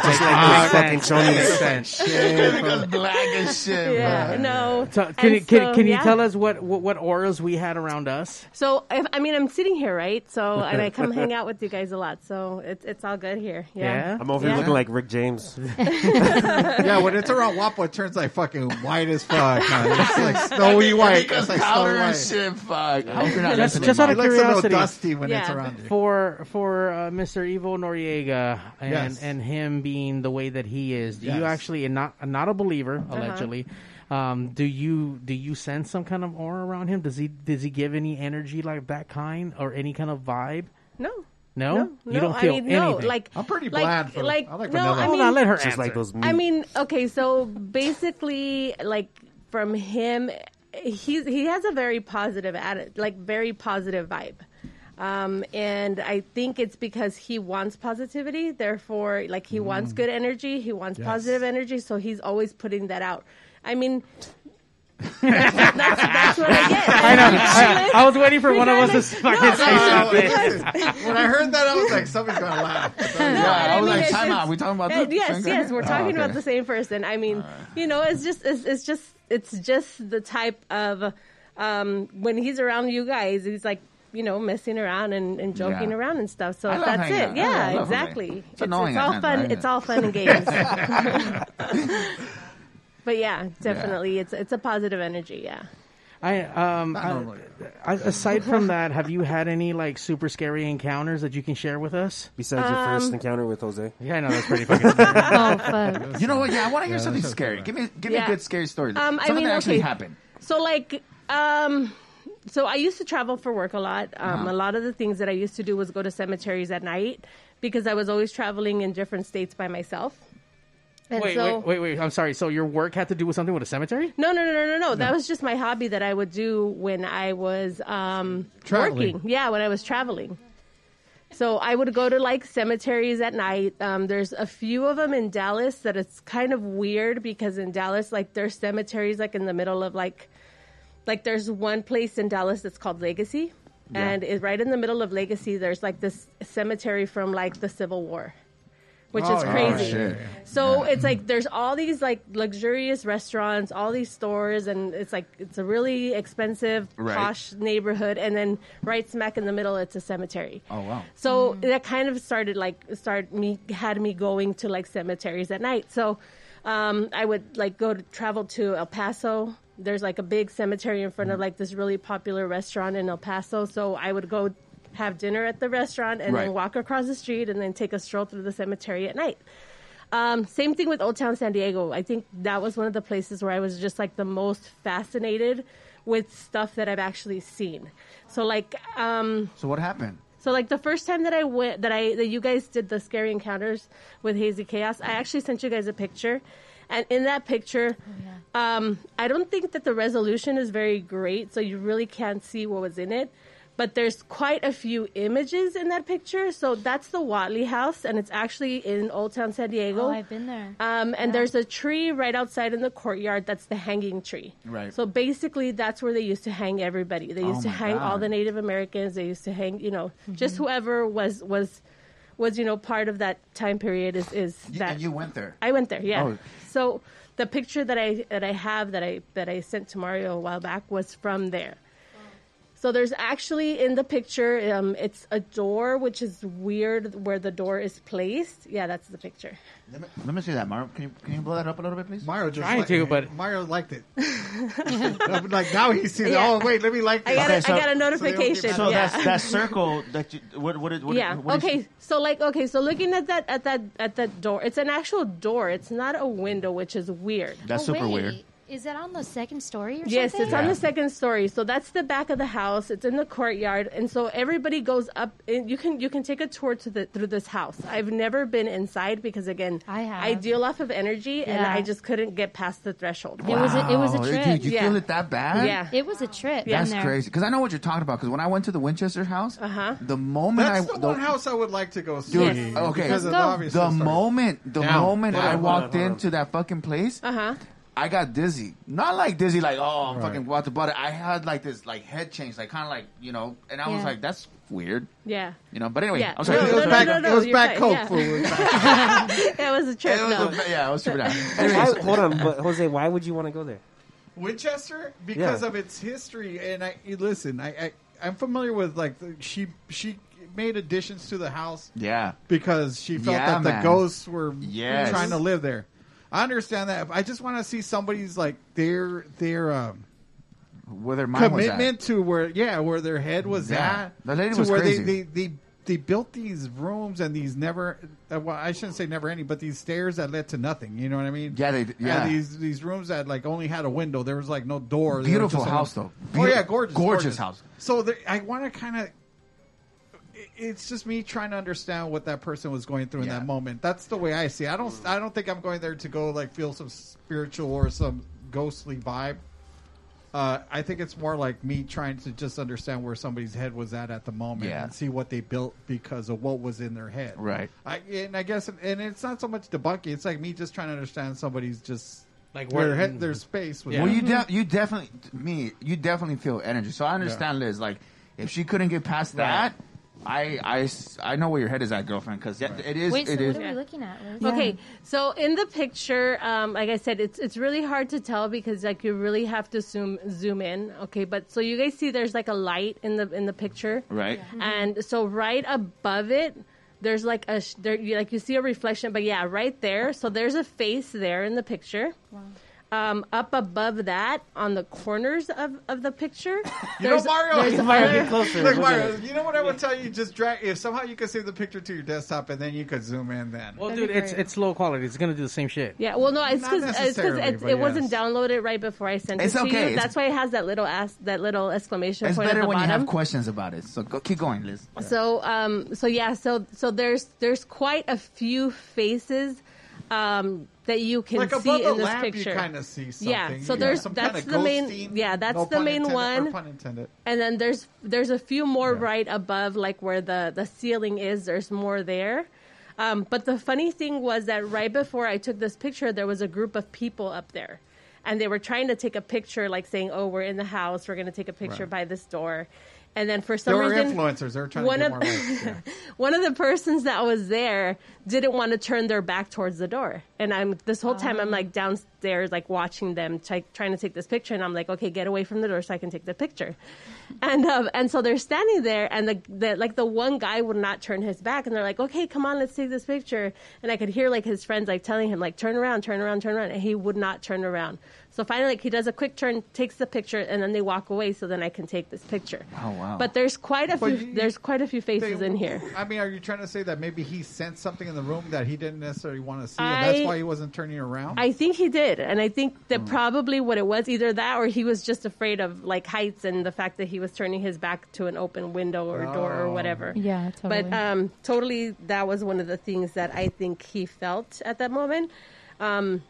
Ah,
like those fucking chonies.
It goes black as shit. bro.
Yeah, no.
So, can you,
And
can,
so,
can you
yeah.
tell us what, what, what auras we had around us?
So, if, I mean, I'm sitting here, right? So, and I come hang out with you guys a lot, so it's it's all good here. Yeah,
I'm over here
Yeah.
looking like Rick James.
yeah, when it's around Wapo, it turns like fucking white as fuck. man. It's like snowy white. It's like snowy white.
shit, fuck. I hope you're not
Just,
listening,
just out of
Mike. It looks a little
curiosity,
dusty when it's Yeah. around you.
for for uh, Mr. Evo Noriega and
Yes.
and him being the way that he is, do
Yes.
you actually and not not a believer
Uh-huh.
allegedly? Um, do you do you sense some kind of aura around him? Does he does he give any energy like that kind or any kind of vibe?
No.
No, you
no,
don't feel
I mean,
anything.
No, like
I'm pretty
like,
bland for-
like,
I like
no,
vanilla.
I mean,
Hold on, let her She's like answer. those
I
meat.
mean, okay, so basically, like from him, he's he has a very positive attitude, like very positive vibe. Um, and I think it's because he wants positivity. Therefore, like he wants
Mm.
good energy, he wants
Yes.
positive energy, so he's always putting that out. I mean, that's what I get.
I know. I, I was waiting for one of us to
Regardless-
fucking say
no, uh,
something.
when I heard that, I was like, somebody's gonna laugh.
No,
yeah, I,
I
was like,
mean, it's-
time
it's-
out. We talking about
Uh,
the
yes,
finger?
yes, we're
Oh,
talking
okay.
about the same person. I mean, you know, it's just it's, it's just it's just the type of um, when he's around you guys, he's like you know messing around and, and joking
Yeah.
around and stuff. So
I love
that's
hanging
it.
out. I
Yeah,
love
exactly.
hanging out. It's
It's,
annoying
it's
at
all
times,
fun.
right?
It's all fun and games. but yeah, definitely, it's it's a positive energy. Yeah.
I um I- I- aside from that, have you had any like super scary encounters that you can share with us?
Besides your first
Um,
encounter with Jose.
Yeah, I know that's pretty fucking scary.
Oh,
fuck.
You know what? Yeah, I want to hear
Yeah,
something
that's okay.
scary. Give me, give me
Yeah.
a good scary story.
Um, I
something
mean,
that actually
okay.
happened.
So like, um, so I used to travel for work a lot. Um,
Uh-huh.
A lot of the things that I used to do was go to cemeteries at night because I was always traveling in different states by myself. And
wait,
so,
wait, wait, wait. I'm sorry. So your work had to do with something with a cemetery?
No, no, no, no, no, no. That was just my hobby that I would do when I was um,
Traveling.
working. Yeah, when I was traveling. So I would go to like cemeteries at night. Um, there's a few of them in Dallas that it's kind of weird because in Dallas, like there's cemeteries like in the middle of like, like there's one place in Dallas that's called Legacy,
Yeah.
and it, right in the middle of Legacy, there's like this cemetery from like the Civil War, which
Oh,
is
yeah.
crazy.
Oh, shit.
So it's like there's all these like luxurious restaurants, all these stores, and it's like it's a really expensive
Right.
posh neighborhood, and then right smack in the middle, it's a cemetery.
Oh, wow.
Mm.
So that kind of started like start me had me going to like cemeteries at night. So um, I would like go to travel to El Paso. There's like a big cemetery in
Mm.
front of like this really popular restaurant in El Paso. So I would go have dinner at the restaurant and
Right.
then walk across the street and then take a stroll through the cemetery at night. Um, same thing with Old Town San Diego. I think that was one of the places where I was just like the most fascinated with stuff that I've actually seen. So like um,
So what happened?
so like the first time that I went that I that you guys did the scary encounters with Hazy Chaos, I actually sent you guys a picture. And in that picture,
Oh,
um, I don't think that the resolution is very great, so you really can't see what was in it. But there's quite a few images in that picture. So that's the Watley House, and it's actually in Old Town San Diego.
Oh, I've been there.
Um, and
Yeah.
there's a tree right outside in the courtyard that's the hanging tree.
Right.
So basically, that's where they used to hang everybody. They
Oh
used to
my
hang all
God.
the Native Americans. They used to hang, you know, just
Mm-hmm.
whoever was was was you know part of that time period is is that.
And you went there.
I went there, yeah.
Oh.
So the picture that I that I have that I that I sent to Mario a while back was from there. So there's actually in the picture, um, it's a door which is weird where the door is placed. Yeah, that's the picture.
Let me, let me see that, Mario. Can you, can you blow that up a little bit, please?
Mario just
Trying
liked
to,
it.
but-
Mario liked it. I'm like now he sees. it.
Yeah.
Oh wait, let me like.
I
This.
got a- I got a notification,
So,
yeah.
that's that circle that you, what what, what
yeah.
what is-
okay. so like, okay. So looking at that at that at that door, it's an actual door. It's not a window, which is weird.
That's super weird.
Is that on the second story or
Yes,
Oh, something?
it's on the second story. So that's the back of the house. It's in the courtyard, and so everybody goes up. And you can you can take a tour to the through this house. I've never been inside because again, I,
have.
deal off of energy, and
Yeah.
I just couldn't get past the threshold.
It was a- it was a
Wow,
trip.
Dude, you
Yeah.
feel it that bad?
Yeah.
It was a trip.
That's
in there.
crazy. Because I know what you're talking about. Because when I went to the Winchester house, uh-huh. the moment
That's
I
the one house I would like to go see.
Dude, okay.
Because of the
the,
obvious story.
moment, the
Down.
moment
Hold on,
I
hold on,
walked
hold on.
into that fucking place,
uh-huh.
I got dizzy. Not like dizzy, like oh, I'm
Right.
fucking about to butter. I had like this like head change, like kind of like you know, and I was
Yeah.
like, that's weird,
Yeah.
you know. But anyway,
Yeah.
I'm sorry.
No, no, no, no, no, you're fine. Yeah. it was a trip.
It was
no.
a- yeah, it was super down.
Why- hold on, but Jose, why would you want to go there?
Winchester because
Yeah.
of its history, and I you listen. I, I I'm familiar with like the, she she made additions to the house
Yeah,
because she felt
Yeah,
that the
man.
ghosts were
Yes.
trying to live there. I understand that. I just want to see somebody's like their their um,
where their mind was at.
commitment to where yeah where their head was
Yeah.
at.
The lady
to
was
where
crazy.
They, they they they built these rooms and these never uh, well I shouldn't say never ending but these stairs that led to nothing. You know what I mean?
Yeah, they-
And
yeah.
these these rooms that like only had a window. There was like no door. They were
Beautiful
just
house,
alone.
though.
oh
Beautiful-
yeah, gorgeous,
gorgeous house.
So there, I want to kind of. It's just me trying to understand what that person was going through in that moment. That's the way I see. It. I don't. I don't think I'm going there to go like feel some spiritual or some ghostly vibe. Uh, I think it's more like me trying to just understand where somebody's head was at at the moment
Yeah.
and see what they built because of what was in their head.
Right.
I, and I guess, and it's not so much debunking. It's like me just trying to understand somebody's just
Like
Their
where
head- their space was-
Well, you
Yeah.
de- you definitely me you definitely feel energy. So I understand Liz. Like if she couldn't get past that, I I s- I know where your head is at, girlfriend. Because it is
Wait,
it
so
is.
what are we looking at? Liz?
Okay, so in the picture, um, like I said, it's it's really hard to tell because like you really have to zoom zoom in. Okay, but so you guys see, there's like a light in the in the picture,
Right.
Mm-hmm.
And so right above it, there's like a sh- there you, like you see a reflection, but yeah, right there. So there's a face there in the picture. Um, up above that, on the corners of, of the picture,
You
there's-
know, Mario.
there's other-
Look, Mario. You know what I would tell you? Just drag. If somehow you could save the picture to your desktop and then you could zoom in. Then.
Well, dude, it's it's low quality. It's gonna do the same shit.
Yeah, well, no, it's
Not
because it's 'cause
necessarily,
it,
but
it wasn't
yes.
downloaded right before I sent
It's
it to
okay,
you.
it's-
That's why it has that little ask, that little exclamation
It's
point at
better
the
when you
bottom.
have questions about it. So go, keep going, Liz.
So, um, so yeah, so so there's there's quite a few faces um, that you can
Like above
see
the
in this
lamp, you
picture.
kinda see
Yeah,
something.
so
You
there's
got some
that's
kinda
the main.
ghosting.
Yeah, that's
No
the
pun
main
intended, or
one.
pun intended.
And then there's there's a few more right above, like where the the ceiling is. There's more there. Um, but the funny thing was that right before I took this picture, there was a group of people up there, and they were trying to take a picture, like saying, "Oh, we're in the house. We're going to take a picture
Right.
by this door." And then for
They
some
were
reason,
influencers. They were trying to
one
get
of-
more likes. Yeah.
one of the persons that was there didn't want to turn their back towards the door and i'm this whole time i'm
Ah.
like downstairs like watching them t- trying to take this picture and i'm like okay get away from the door so i can take the picture and um, and so they're standing there and the, the like the one guy would not turn his back and they're like okay come on let's take this picture and i could hear like his friends like telling him like turn around turn around turn around and he would not turn around so finally like he does a quick turn takes the picture and then they walk away so then i can take this picture
Oh wow.
but there's quite a
But
few
you-
there's quite a few faces
They-
in here
I mean, are you trying to say that maybe he sensed something in the room that he didn't necessarily want to see, and that's
I-
why he wasn't turning around?
I think he did, and I think
Hmm.
that probably what it was either that or he was just afraid of like heights and the fact that he was turning his back to an open window or door or
Oh.
whatever.
Yeah,
But
totally.
um, totally, that was one of the things that I think he felt at that moment. Um,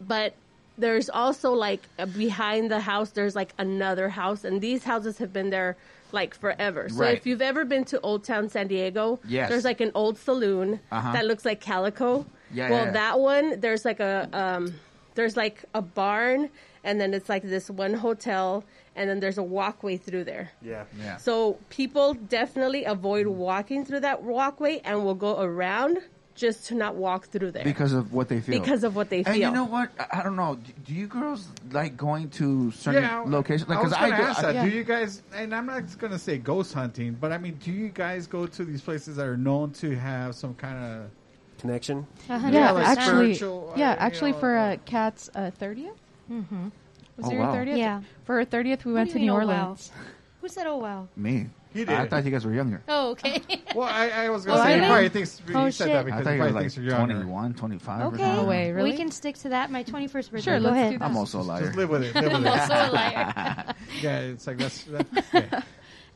but there's also like uh, behind the house there's like another house and these houses have been there like forever so
Right.
if you've ever been to old town san diego
Yes.
there's like an old saloon
Uh-huh.
that looks like calico
Yeah,
well
yeah, yeah.
that one there's like a um, there's like a barn and then it's like this one hotel and then there's a walkway through there
Yeah.
Yeah. Mm-hmm.
so people definitely avoid walking through that walkway and will go around just to not walk through there
Because of what they feel.
Because of what they
And you
feel.
know what? I, I don't know. Do, do you girls like going to certain locations? Like,
I was
I,
gonna
do-
ask
I-
that. Do you guys? And I'm not going to say ghost hunting, but I mean, do you guys go to these places that are known to have some kind of
connection?
yeah, actually, yeah, actually for uh, Cat's uh, 30th. Mm-hmm. Was
Oh,
it your
wow.
30th?
Yeah.
For her 30th, we
What
went
do
to
you
New
mean, oh, wow?
Orleans.
Who said, oh, wow?
me.
He
I
did.
thought you guys were younger.
Oh, okay.
well, I, I was
Oh,
going to say he
really?
probably thinks he
Oh,
said
shit.
that
I
because
thought
he
you were
probably
like
thinks you're younger.
21, 25 or
Okay.
something.
We can stick to that. My 21st birthday.
Sure,
Go
let's
ahead.
do that.
I'm also a liar.
Just live with it. Live with
I'm
it.
also a liar.
yeah, it's like that's. That,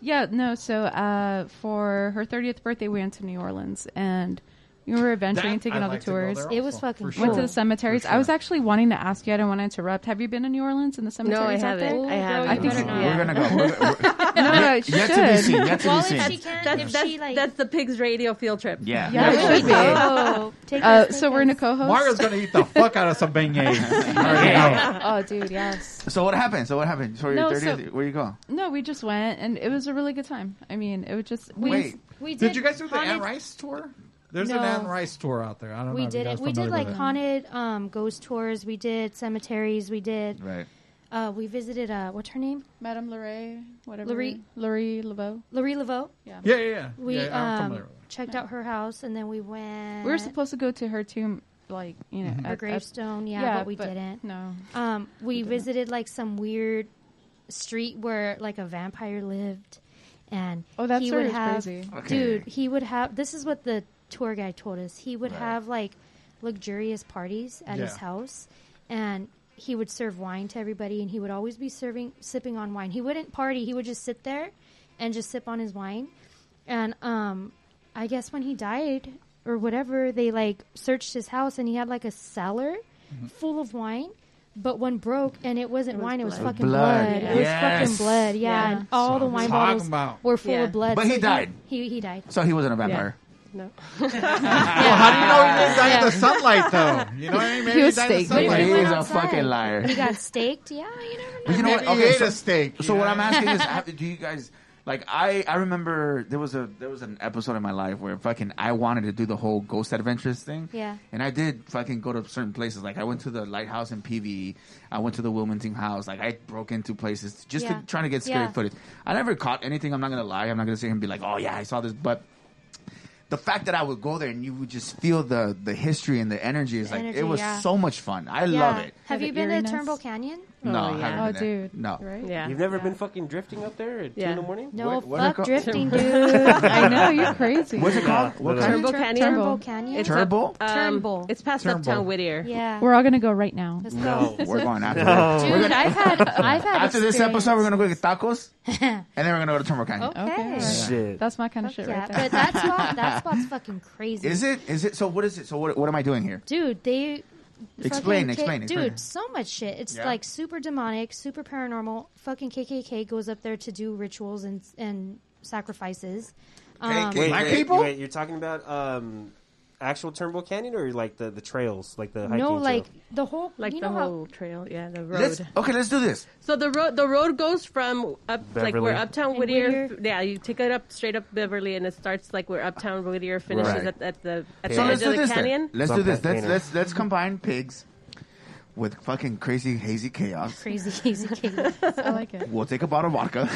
Yeah, no. So uh, for her 30th birthday, we went to New Orleans and we were adventuring,
That
taking
I'd
all
like
the
to go there
tours.
also, It was fucking for
Went
sure.
to the cemeteries. I was actually wanting to ask you. I didn't want to interrupt. Have you been to New Orleans and the cemeteries?
I
out there?
haven't. I haven't.
I think you-
We're gonna go. We're,
No, no, no, it
Yet to be
should.
seen. Yet to be seen.
That's, that's, that's the pigs radio field trip.
Yeah.
Yeah, it should be.
Oh. Take
Uh,
us,
so we're in a co-host.
Mario's going to eat the fuck out of some beignets. I already know.
oh, dude, yes.
So what happened? So what happened? So your
No,
30th,
so-
where you go?
No, we just went, and it was a really good time. I mean, it was just we
Wait.
We
Did
did
you guys do the
haunted-
Anne Rice tour? There's
No.
an Anne Rice tour out there. I don't
We
know. if you
did
guys
it. We did
familiar
like
with it.
haunted um, ghost tours. We did cemeteries. We did.
Right.
Uh, we visited. Uh, what's her name?
Madame Luray, whatever.
Lurie.
Lurie Laveau.
Laurie Laveau.
Yeah.
Yeah, yeah, yeah.
We
Yeah, I'm
um,
familiar with
checked out her house and then we went.
We were supposed to go to her tomb, like you know,
Mhm. Her
at- at-
gravestone, yeah, but we didn't.
uh, No,
Um, we visited like some weird street where like a vampire lived, and
Oh, that
he
story
would
is
have
crazy. Okay.
dude. He would have. This is what the tour guide told us. He would
Right.
have like luxurious parties at his
Yeah.
house, and he would serve wine to everybody, and he would always be serving sipping on wine. He wouldn't party. He would just sit there and just sip on his wine, and um, I guess when he died or whatever, they like searched his house, and he had like a cellar
Mm-hmm.
full of wine. But one broke, and it wasn't wine. It was
blood.
fucking
Blood.
blood. It was
Yes.
fucking blood. Yeah,
Yeah.
and all
That's
the
what I'm
wine
talking
bottles
about.
were full
Yeah.
of blood.
But he died.
He he died.
So he wasn't a vampire.
Yeah.
No.
Well, how do you know he didn't die in the sunlight, though? You know what I mean? Maybe he died in the sunlight.
He is a fucking liar.
He got staked. Yeah, you never know.
But you know
Maybe
what?
he
Okay,
ate
so,
a steak,
So
you
what
know?
I'm asking is, have- do you guys like? I I remember there was a there was an episode in my life where fucking I wanted to do the whole ghost adventures thing.
Yeah.
And I did fucking go to certain places. Like I went to the lighthouse in PV. I went to the Wilmington house. Like I broke into places just
Yeah.
to, trying to get scary
Yeah.
footage. I never caught anything. I'm not gonna lie. I'm not gonna sit here and be like, oh yeah, I saw this. But the fact that I would go there and you would just feel the the history and the energy is
The
like
energy,
it was
yeah.
so much fun. I
Yeah.
love it.
Have
The
you been to
eeriness.
Turnbull Canyon?
Mm.
No, I
Oh,
haven't been there. No.
You've never been fucking drifting up there at two in the morning?
No
What- what-
fuck drifting, dude.
I know you're crazy.
What's it called?
What
What kind
kind
Turnbull
of
Canyon.
Turnbull Canyon.
It's
Turnbull?
Up, um,
Turnbull.
It's past
Turnbull.
Uptown Whittier.
Yeah.
We're all gonna go right now.
No, we're going after
No.
this.
Dude,
We're gonna-
I've had- I've had
after this episode, we're gonna go get tacos, and then we're gonna go to Turbo Canyon.
Okay.
Shit.
That's my kind of shit
yeah,
right there.
but that spot, that spot's fucking crazy.
Is it? Is it? So what is it? So what? What am I doing here?
Dude, they.
Explain,
fucking K-
explain,
dude.
explain.
So much shit. It's
Yeah.
like super demonic, super paranormal. Fucking KKK goes up there to do rituals and and sacrifices. Um,
wait, wait, Wait, you're talking about um, actual Turnbull Canyon or like the, the trails, like the hiking
no,
trail?
like the whole,
Like
you
the
know how-
whole trail, yeah, the road.
Let's, okay, let's do this.
So the road the road goes from up like
Beverly.
we're uptown
And
Whittier.
Whittier.
Yeah, you take it up straight up Beverly, and it starts like where uptown Whittier finishes
Right.
at, at the at
So
the
let's
edge
do
of the
this. Then.
canyon.
Let's do this. Let's
Painter.
let's let's combine pigs with fucking crazy hazy chaos.
crazy, crazy, crazy.
I like it.
We'll take a bottle of vodka,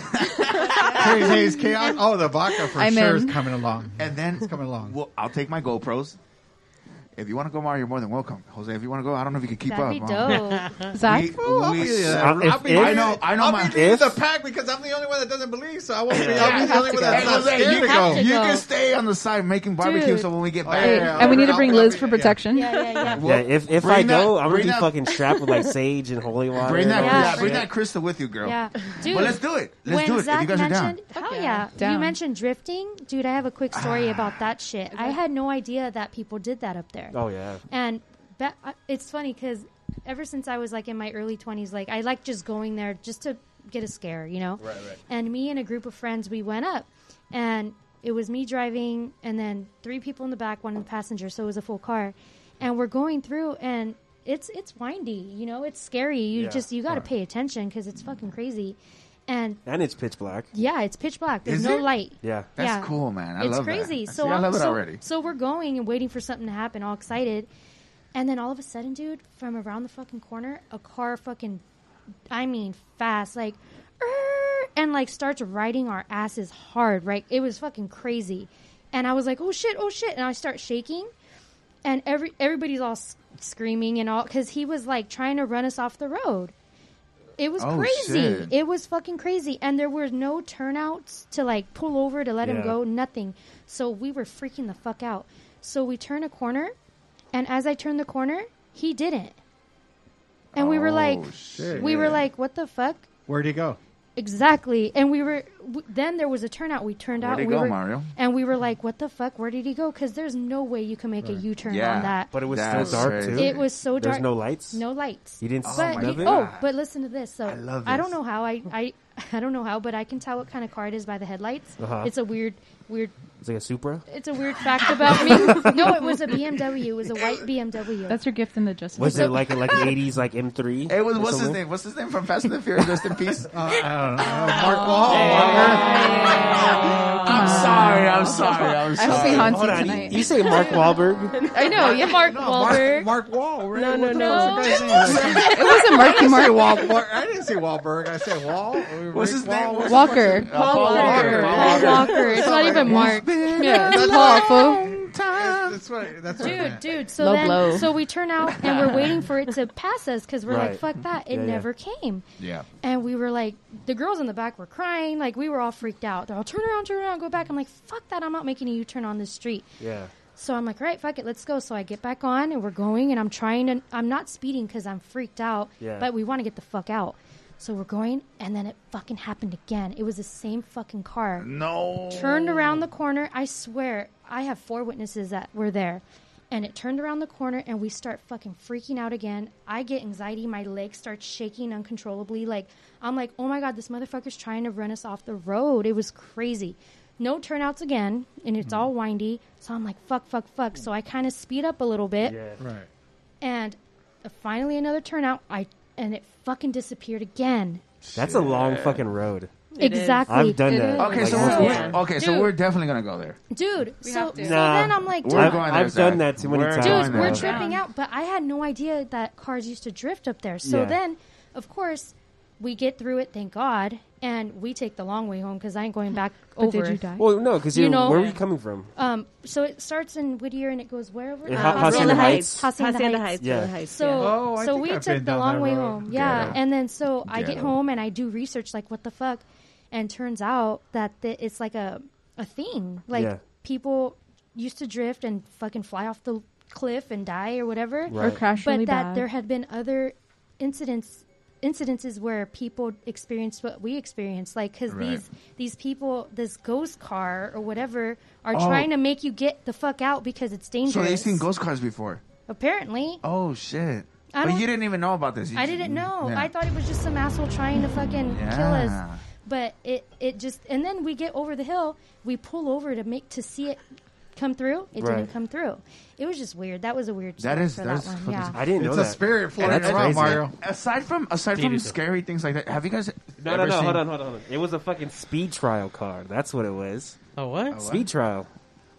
Crazy Hayes chaos. Oh, the vodka for
I'm
sure
in.
is coming along.
and then
It's coming along.
we'll, I'll take my GoPros. If you want to go, Mario, you're more than welcome. Jose, if you want to go, I don't know if you can keep
That'd be
up.
dope.
Zach,
I'll be
We-
the-
Uh,
I'll
if-
be
if-
I know. I know.
I'll
my,
be leading the pack because I'm the only one that doesn't believe, so I won't be, I'll be the only one
Hey,
that's not
Jose, you,
scared to
can-
go.
you
go.
can stay on the side making barbecue.
Dude.
So when we get
Oh,
back,
yeah, yeah,
and we need to
I'll-
bring
I'll
Liz
be-
for
yeah.
protection.
yeah, yeah, yeah.
yeah, if if
Bring
I go,
that-
I'm gonna
bring
be
that-
fucking strapped with like sage and holy water.
Bring that,
and all
yeah,
that
bring
shit.
that crystal with you, girl.
Yeah, dude.
Well, let's do it. Let's
when
do it. If
Zach
you guys are down.
mentioned, hell yeah, you
Down.
mentioned drifting, dude. I have a quick story
Ah.
about that shit. I had no idea that people did that up there.
Oh yeah.
And that, uh, it's funny because ever since I was like in my early 20s, like I like just going there just to get a scare, you know? Right, right. And me and a group of friends, we went up and it was me driving and then three people in the back, one in the passenger. So it was a full car. And we're going through and it's it's windy, you know? It's scary. You
Yeah.
just, you got to pay attention because it's fucking crazy. And
And it's pitch black.
yeah, it's pitch black. There's
Is
no
it?
light
Yeah.
That's cool, man. I
it's
love that.
crazy.
See,
So
I love
I'm-
it
so-
already.
So we're going and waiting for something to happen, all excited, and then all of a sudden, dude, from around the fucking corner, a car fucking, I mean, fast, like, "Err," and like starts riding our asses hard. Right, it was fucking crazy, and I was like, oh shit, oh shit, and I start shaking, and every everybody's all s- screaming and all because he was like trying to run us off the road. It was
Oh,
crazy.
shit.
It was fucking crazy. And there were no turnouts to like pull over to let him
Yeah.
go, nothing. So we were freaking the fuck out. So we turn a corner, and as I turned the corner, he didn't. And we were
Oh,
like, we were like, what the fuck?
Where'd he go?
Exactly. And we were w- then there was a turnout. We turned out.
Where'd he
we
go,
were,
Mario?
And we were like, what the fuck? Where did he go? Because there's no way you can make a U-turn
Yeah.
on that.
But it was
That's
still dark
crazy.
too.
It was so dark.
There's no lights.
No lights.
You didn't
But
smell
he-
it?
oh, but listen to this. So I
love
don't
this.
know how I, I I don't know how, but I can tell what kind of car it is by the headlights.
Uh-huh.
It's a weird weird.
It's like a Supra.
It's a weird fact about me. no, it was a BMW. It was a white BMW.
that's your gift in the justice.
Was it like a, like an 80s like M3?
It was
or
what's his
something?
name? What's his name from Fast and the Furious? Rest in peace.
Oh,
Mark
Oh,
Wahlberg.
Uh,
I'm sorry. I'm sorry. I'm
I hope
sorry.
he haunts
Hold
you
on, you,
tonight.
you say Mark Wahlberg?
I know. Yeah, Mark
Mark, Mark Wahlberg.
No, no,
What the
no.
fuck's the guy's name?
It wasn't Marky
I
Mark.
didn't say Wahlberg. I didn't say Wahlberg. I said Wall.
What's his name? What's-
Walker.
uh, Paul Walker.
Paul Walker. It's not even Mark. Yeah, it's Paul. fool.
That's what. That's what. I
Dude,
meant.
dude. So
Low
then,
blow.
so we turn out and we're waiting for it to pass us because we're like,
Right.
"Fuck that!" It
Yeah, yeah.
never came.
Yeah.
And we were like, the girls in the back were crying. Like we were all freaked out. They're all turn around, turn around, go back. I'm like, "Fuck that! I'm not making a U-turn on this street."
Yeah.
So I'm like, right, fuck it, let's go. So I get back on and we're going and I'm trying to, I'm not speeding because I'm freaked out,
Yeah.
but we want to get the fuck out. So we're going and then it fucking happened again. It was the same fucking car.
No.
Turned around
Mm.
the corner. I swear, I have four witnesses that were there. And it turned around the corner and we start fucking freaking out again. I get anxiety. My legs start shaking uncontrollably. Like, I'm like, oh my God, this motherfucker's trying to run us off the road. It was crazy. No turnouts again, and
Mm.
it's all windy. So I'm like, fuck, fuck, fuck. So I kind of speed up a little bit,
Right.
and uh, finally another turnout. I and it fucking disappeared again.
That's a long fucking road.
It is. Exactly.
I've done
It
that.
is.
Okay, so
Like,
we're,
Yeah.
we're- okay, so
Dude.
we're definitely gonna go there.
Dude, so,
to.
so
Nah.
then I'm like,
We're
dude,
I've- going there, I've Zach. done that too many
We're
times.
going
Dude,
there.
we're tripping out, but I had no idea that cars used to drift up there. So
Yeah.
then, of course, we get through it, thank God, and we take the long way home because I ain't going back
But
over.
did you die?
Well, no, because you
You know-
where were you coming from?
Um, so it starts in Whittier and it goes wherever. Uh,
In Ha- Hacienda Heights.
Hacienda
Hacienda
Heights.
Heights, Yeah. Hacienda Heights,
So,
yeah.
Oh, I
so
think
we
I've been
took the
down
long
that
way
road.
home. Yeah.
Yeah.
and then so I get
Yeah.
home and I do research, like what the fuck, and turns out that the, it's like a a thing. Like
Yeah.
people used to drift and fucking fly off the cliff and die or whatever,
Or Right. crash
But
really
that
bad.
there had been other incidents incidences where people experienced what we experienced like because
Right.
these these people this ghost car or whatever are
Oh.
trying to make you get the fuck out because it's dangerous
So they've seen ghost cars before.
apparently
Oh shit!
I
But
don't-
you didn't even know about this. You
i
just-
didn't know
Yeah.
i thought it was just some asshole trying to fucking kill us
Yeah.
but it it just and then we get over the hill we pull over to make to see it come through it
Right.
didn't come through it was just weird that was a weird
That
story
is
for
that's
that one
fucking-
yeah
It's a spirit
And
floating
that's
around,
crazy.
Mario.
Aside from aside
Dude,
from
it's-
scary things like that, have you guys
No,
ever
no, no.
seen?
Hold on, hold on, hold on. It was a fucking speed trial car. That's what it was.
Oh, what?
Speed trial.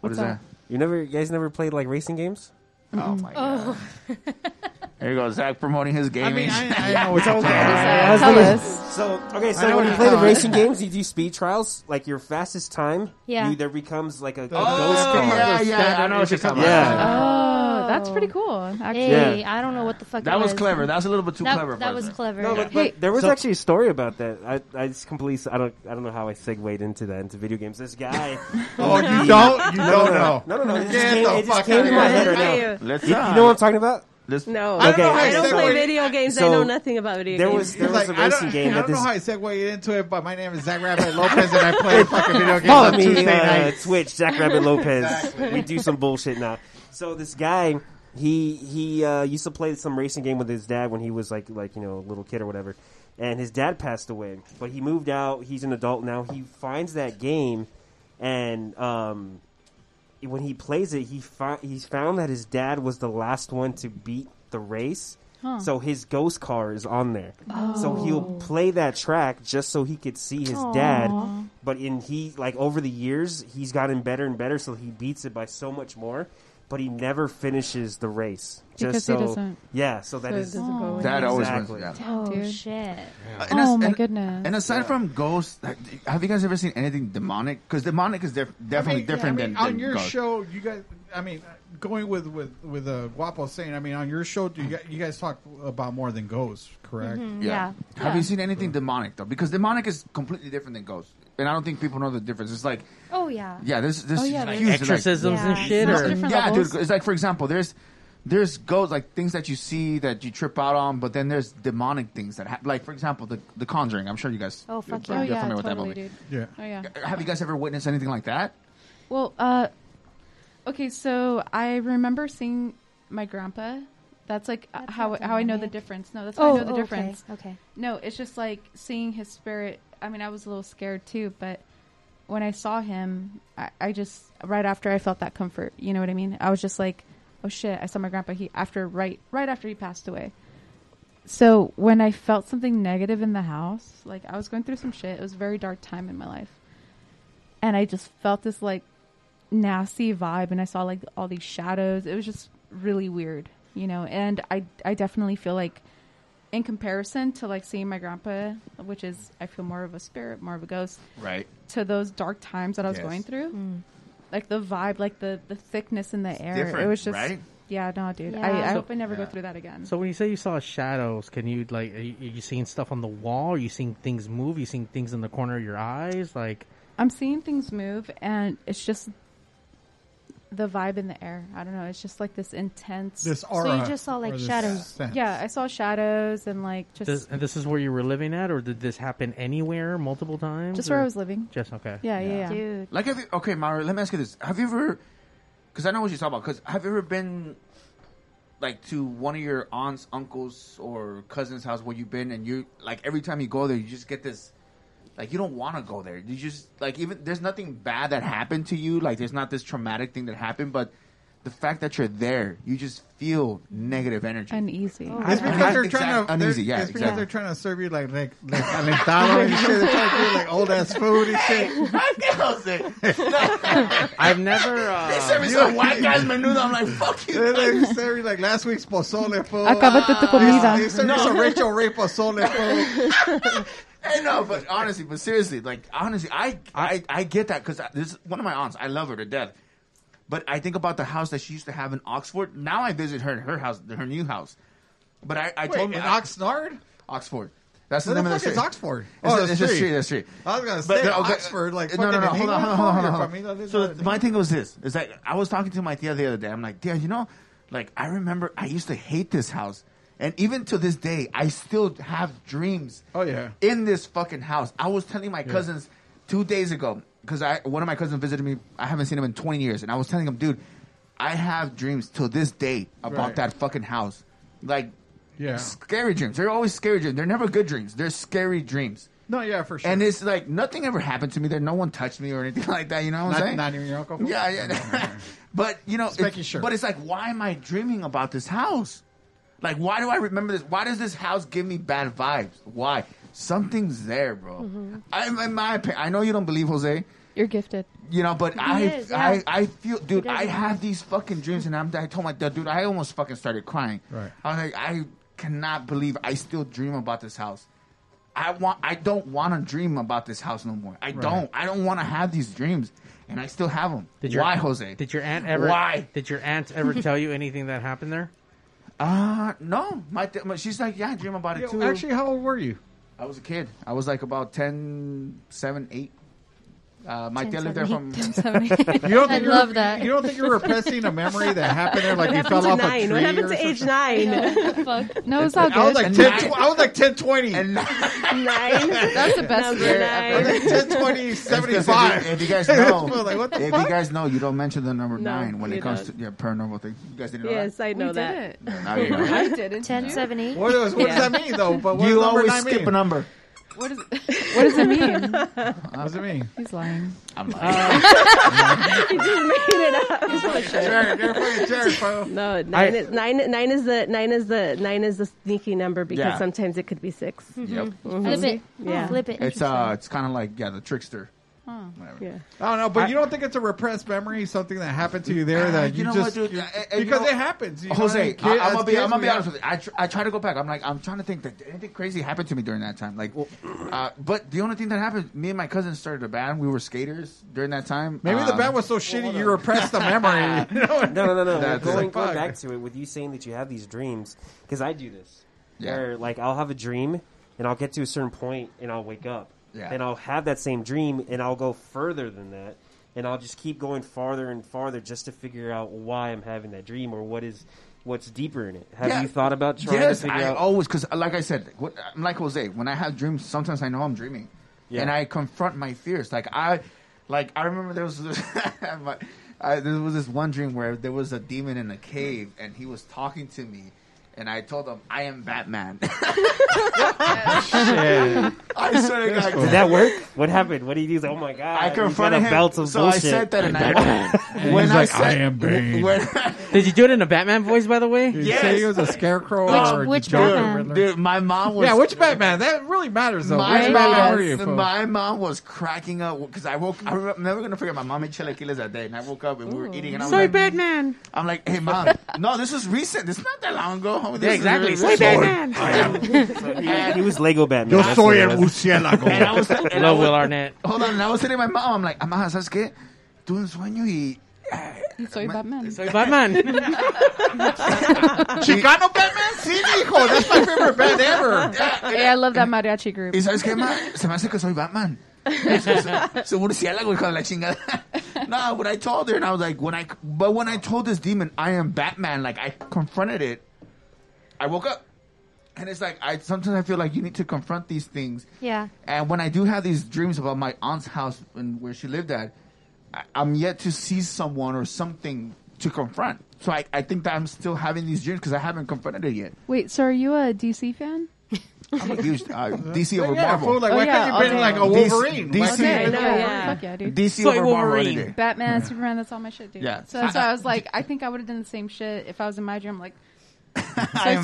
What is that?
You never, you guys never played like racing games?
Oh my god! There you go, Zach promoting his gaming.
I know what you're talking
Yeah.
about. Tell us. So okay,
I know
so when
what
you
you're
play the
talking
racing
about.
games, you do speed trials. Like your fastest time,
Yeah.
you, there becomes like a
Oh,
ghost car.
yeah, yeah, I know what you're talking about.
Yeah.
Oh, that's pretty cool. Actually,
Hey, I don't know what the fuck
That
it
was clever. That was a little bit too
That-
clever,
That was
wasn't
clever.
No,
yeah.
but, but there was actually a story about that. I, I just completely I don't I don't know how I segued into that into video games. This guy.
Oh, you
He-
don't? You
no,
don't
no,
know.
No, no, no. It just
Get
came,
the
it just
fuck
came
outta
to my
here.
head right
Hey,
now.
hey. Let's
you,
not.
you know what I'm talking about?
No,
Okay.
I don't play video games. I
So,
know nothing about video
there
games.
was- there was a
I
racing
don't,
game
I
that
don't know
this-
how I segued into it, but my name is Zach Rabbit Lopez, and I play fucking video games
Follow
on
me,
Tuesday
uh,
nights.
Twitch, Zach Rabbit Lopez.
Exactly.
We do some bullshit now. So this guy, he he uh, used to play some racing game with his dad when he was like like you know a little kid or whatever, and his dad passed away. But he moved out. He's an adult now. He finds that game, and um, when he plays it, he fi- he's found that his dad was the last one to beat the race.
Huh.
So his ghost car is on there. So
Oh.
he'll play that track just so he could see his dad.
Aw.
But in he like over the years, he's gotten better and better. So he beats it by so much more. But he never finishes the race. Just
Because he
so,
doesn't-
Yeah, so that
So it
is
doesn't go in.
That always wins,
exactly.
yeah.
Oh shit!
Uh, and
Oh
as-
my
and-
goodness.
And aside from ghosts, have you guys ever seen anything demonic? Because demonic is def- definitely different
I mean,
than,
on
than
your
ghost.
show. You guys, I mean, going with with with uh, Guapo saying, I mean, on your show, do you guys, you guys talk about more than ghosts, correct?
Mm-hmm.
Have you seen anything demonic though? Because demonic is completely different than ghost, and I don't think people know the difference. It's like,
Oh yeah.
yeah, there's there's
Oh, yeah,
huge,
there's-
like-
Exorcisms and Yeah. shit, There's or- different
yeah,
levels.
dude. It's like for example, there's there's ghosts like things that you see that you trip out on, but then there's demonic things that happen. Like for example, the the Conjuring. I'm sure you guys
Oh, fuck
you're
yeah. Oh, yeah,
familiar with that
totally,
movie.
dude. Yeah. Oh, yeah.
Have you guys ever witnessed anything like that?
Well, uh, okay, so I remember seeing my grandpa. That's like uh, how how I know the
demonic.
difference. No, that's
Oh,
how I know the
okay,
difference.
okay.
No, it's just like seeing his spirit. I mean, I was a little scared too, but when I saw him, I, I just right after I felt that comfort. You know what I mean? I was just like, oh shit! I saw my grandpa. He after right right after he passed away. So when I felt something negative in the house, like I was going through some shit. It was a very dark time in my life. And I just felt this like nasty vibe and I saw like all these shadows. It was just really weird, you know. And I I definitely feel like in comparison to like seeing my grandpa, which is I feel more of a spirit, more of a ghost.
Right.
To those dark times that I was
Yes.
going through.
Mm.
Like the vibe, like the the thickness in the air. It
different,
was just
right?
Yeah, no, dude.
Yeah.
I, I
So-
hope I never go through that again.
So when you say you saw shadows, can you like are you, are you seeing stuff on the wall? Are you seeing things move? Are you seeing things in the corner of your eyes? Like
I'm seeing things move, and it's just the vibe in the air. I don't know. It's just like this intense.
This aura So you just saw, like, or this shadows. sense.
Yeah, I saw shadows and like just
this, and this is where you were living at, or did this happen anywhere multiple times?
Just where
or-
I was living.
Just okay.
Yeah, yeah, yeah.
Like, have you, okay, Mario, let me ask you this: Have you ever? Because I know what you're talking about. Because have you ever been like to one of your aunts, uncles, or cousins' house where you've been, and you like every time you go there, you just get this like you don't want to go there. You just like even there's nothing bad that happened to you. Like there's not this traumatic thing that happened, but the fact that you're there, you just feel negative energy.
Uneasy.
It's because they're
Exact-
trying to.
uneasy.
they're-
Yeah,
it's because
exactly.
they're trying to serve you like like, like alentado and shit. They're trying to give you like old ass food and shit.
I've never. Uh,
They serve me some white guys menudo. I'm like, fuck you.
They serve me like last week's pozole. Fool.
Acábate tu comida.
They serve me
No.
some Rachel Ray pozole. Fool.
I know, but honestly, but seriously, like honestly, I I, I get that because this is one of my aunts. I love her to death, but I think about the house that she used to have in Oxford. Now I visit her in her house, her new house. But I, I
Wait,
told
in
I-
Oxnard?
Oxford. That's the
Where the
name of the
fuck
street.
is Oxford?
It's,
Oh,
oh,
the
it's a
street.
street. That's street.
I was gonna
But
say
the- okay,
Oxford, like
no, no, no.
fucking
Hold on,
England,
hold on, hold
your
on, hold on.
familia
So the- my thing was this: is that I was talking to my tia the other day. I'm like, tia, you know, like I remember I used to hate this house, and even to this day, I still have dreams. Oh
yeah.
in this fucking house. I was telling my
Yeah.
cousins two days ago because I one of my cousins visited me. I haven't seen him in 20 years, and I was telling him, dude, I have dreams till this day about
Right.
that fucking house, like.
Yeah.
Scary dreams. They're always scary dreams. They're never good dreams. They're scary dreams.
No, yeah, for sure.
And it's like nothing ever happened to me there. No one touched me or anything like that. You know what I'm
Not-
saying?
not even your uncle?
Yeah, yeah. but you know, it's,
making sure.
but it's like, why am I dreaming about this house? Like, why do I remember this? Why does this house give me bad vibes? Why? Something's there,
Oh.
bro. I, in my opinion, I know you don't believe Jose.
You're gifted.
You know, but
He
I,
is, yeah.
I, I feel, dude.
He does.
I have these fucking dreams, and I'm. I told my dad, dude, I almost fucking started crying.
Right.
I was like, I cannot believe I still dream about this house. I want. I don't want to dream about this house no more. I
Right.
don't. I don't want to have these dreams, and I still have them.
Did your-
Why, Jose?
Did your aunt ever?
Why?
Did your aunt ever tell you anything that happened there?
Uh no. My, th- my she's like, yeah, I dream about it
Yeah,
too.
actually, how old were you?
I was a kid. I was like about 10, 7, 8. Uh, my
10,
dad lived there
7,
from.
8. 10, 7, 8. You don't think I you're- love that. you don't think you're repressing a memory that happened there, like What you happened fell to off a nine? What tree happened or to age something? nine?
fuck? No, it's all
I was
good.
like 10, tw- I was like 10, 20.
Nine.
That's the best
Number
year
nine.
ever.
10, 20,
It's 'cause
75.
If you, if you guys
It's
know,
like, what the
if
fuck?
you guys know, you don't mention the number
No,
nine when
you
it comes
don't.
to yeah, paranormal thing. You guys didn't know
Yes,
that.
I know
We did
that.
it.
Now you know.
I didn't.
Ten seven eight.
What, does, what
Yeah.
does that mean, though? But what
you
does number
always
nine
skip
mean?
a number.
What is it? What does it mean?
What does it mean?
He's lying. Uh,
I'm lying.
He just
Mm-hmm.
made it up.
Jared, you're fucking Jared, bro.
No, nine,
I-
is, nine, nine is the nine is the nine is the sneaky number because
Yeah.
sometimes it could be 6
Yep.
Mhm.
Mm-hmm. Flip it.
Yeah.
Flip it.
It's uh, it's kind of like yeah, the trickster.
Yeah.
I don't know, but you don't think it's a repressed memory, something that happened to you there that you,
Ah, know
just
what, dude?
you-
Uh, uh, you
because
know-
it happens. You know what I
Jose,
mean?
I,
Kid-
am
as
gonna be,
kids,
I'm gonna
we
be honest
have-
with you. I, tr- I try to go back. I'm like, I'm trying to think that anything crazy happened to me during that time. Like, well, uh, but the only thing that happened, me and my cousin started a band. We were skaters during that time.
Maybe the
Um,
band was so shitty you repressed the memory. You know?
no, no, no, no.
That's
going,
like,
going
fuck.
back to it with you saying that you have these dreams, because I do this.
Yeah.
Where, like, I'll have a dream, and I'll get to a certain point, and I'll wake up.
Yeah.
And I'll have that same dream, and I'll go further than that, and I'll just keep going farther and farther just to figure out why I'm having that dream or what is what's deeper in it. Have
Yeah.
you thought about trying
yes,
to figure
I
out?
always because, like I said, what, I'm like Jose. When I have dreams, sometimes I know I'm dreaming,
Yeah.
and I confront my fears. Like I, like I remember there was this, my, I, there was this one dream where there was a demon in a cave, and he was talking to me, and I told him I am Batman. I swear to God,
Did that work? What happened? What did you do? Oh my god!
I
he's
confronted
got a
him.
belt of
so
bullshit.
I said that, and I, when I said, when-
Did you do it in a Batman voice, by the way?
Did you say he was a scarecrow
Which-
or
which
a Joker?
Batman?
Riddler?
Dude, my mom was.
Yeah, which Batman? That really matters, though.
My,
which Batman were you?
mom,
fool?
my mom was cracking up because I woke. I remember, I'm never gonna forget. My mom made chilaquiles that day, and I woke up and we were eating. And I was
Soy
like,
Batman.
I'm like, hey mom, no, this is recent. It's not that long ago. This
Yeah,
is
exactly.
really-
Soy Batman.
he was Lego Batman.
Yo
That's
soy
what it
el
was.
murciélago.
And I was, and I
Love
was-
Will Arnett.
Hold on, and I was sitting my mom. I'm like, Amaja, ¿sabes qué? Tuve un sueño y eh,
Soy Batman.
Soy Batman.
Chicano Batman? Sí, hijo. That's my favorite band ever.
Hey, I love that mariachi group.
¿Y sabes qué, ma? Se me hace que soy Batman. Soy murciélago, hijo de la chingada. No, when I told her, and I was like, when I, but when I told this demon, I am Batman, like, I confronted it, I woke up. And it's like, I sometimes I feel like you need to confront these things.
Yeah.
And when I do have these dreams about my aunt's house and where she lived at, I, I'm yet to see someone or something to confront. So I, I think that I'm still having these dreams because I haven't confronted it yet.
Wait, so are you a DC fan?
I'm a huge uh, DC over
yeah,
Marvel.
fool, like, why Oh, yeah, can't you bring, okay. like, a Wolverine?
DC,
Why
DC
can't you
over
bring
Marvel.
yeah. Fuck yeah, dude.
DC over Marvel any day.
Batman, Superman, that's all my shit, dude.
Yeah.
So that's why I was like, I think I would have done the same shit if I was in my dream, like, so
I am
Superman.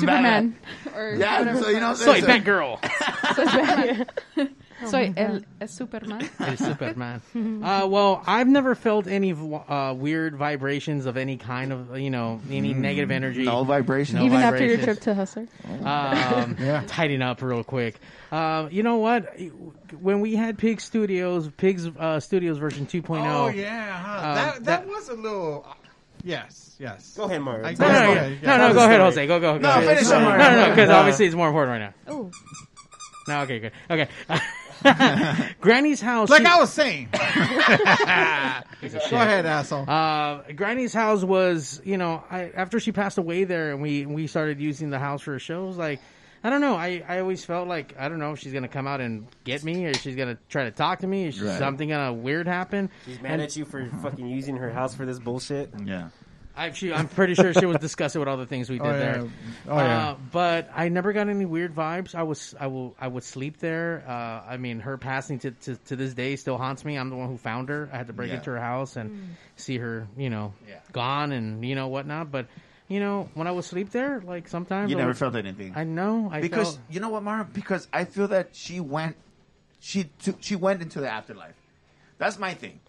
Batman.
or
Yeah,
whatever.
so you know,
Soy Batgirl.
Soy Batman. Soy
my
el, el Superman.
Hey, Superman.
Hmm.
uh, well, I've never felt any uh, weird vibrations of any kind of, you know, any
Mm.
Hmm.
negative energy.
No vibrations.
No
Even after your
vibrations.
trip to Hustler.
um, tighten up real quick. Um, you know what? When we had Pig Studios, Pig's uh, Studios version 2.0.
Oh yeah, huh?
Um,
uh,
that, that was a little. Yes, yes.
Go ahead, Mario.
I-
No, no, no, no, no, go ahead, Jose. Go, go, go.
No,
ahead.
finish up,
No,
Mario.
no, no, because
Uh,
obviously it's more important right now.
Ooh.
No, okay, good. Okay. Granny's house.
Like
she-
I was saying. go ahead, asshole.
Uh, Granny's house was, you know, I, after she passed away there, and we we started using the house for shows. Like, I don't know, I, I always felt like I don't know if she's gonna come out and get me, or she's gonna try to talk to me, or she's
Right.
something gonna weird happen.
She's mad
And-
at you for fucking using her house for this bullshit.
Yeah.
I, she, I'm pretty sure she was discussing with all the things we
Oh,
did
yeah.
there.
Oh, yeah.
Uh, but I never got any weird vibes. I was I will I would sleep there. Uh, I mean, her passing to, to to this day still haunts me. I'm the one who found her. I had to break
Yeah.
into her house and
Mm.
see her, you know, gone and you know whatnot. But you know, when I would sleep there, like sometimes
You
I
never
would-
felt anything.
I know. I
because
felt-
you know what, Mara? Because I feel that she went, she took, she went into the afterlife. That's my thing.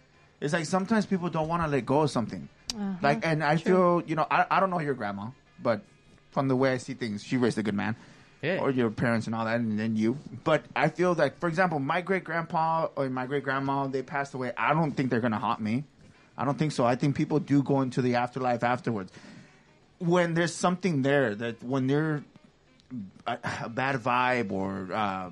It's like sometimes people don't want to let go of something.
Uh-huh.
Like, and I
True.
feel you know, I, I don't know your grandma, but from the way I see things, she raised a good man, or your parents and all that, and then you. But I feel like, for example, my great grandpa or my great grandma, they passed away. I don't think they're gonna haunt me. I don't think so. I think people do go into the afterlife afterwards. When there's something there that when they're a, a bad vibe or uh,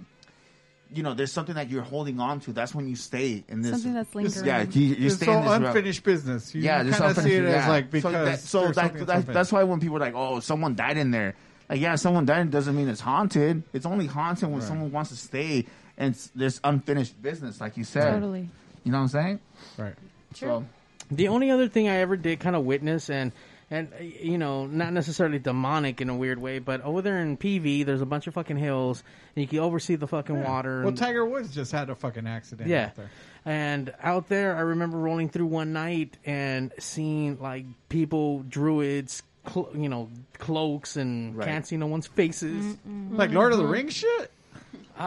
you know there's something that you're holding on to that's when you stay in this
Something that's lingering.
yeah you, you
It's
stay
so
in this
unfinished business. You
yeah
kinda
just
see it
unfinished,
as
yeah.
like
so,
because
that, so
there's
like
something
that,
unfinished.
that's why when people are like oh someone died in there like yeah someone died doesn't mean it's haunted it's only haunted when
Right.
someone wants to stay and s- there's unfinished business like you said
Totally.
you know what i'm saying
right
True.
The only other thing I ever did kind of witness and and uh, you know not necessarily demonic in a weird way, but over there in PV, there's a bunch of fucking hills and you can oversee the fucking water.
Well,
and-
Tiger Woods just had a fucking accident.
yeah.
out there.
And out there, I remember rolling through one night and seeing like people, druids, clo- you know, cloaks and can't see no one's faces. Mm-hmm.
Like Lord of the Rings shit?
Uh,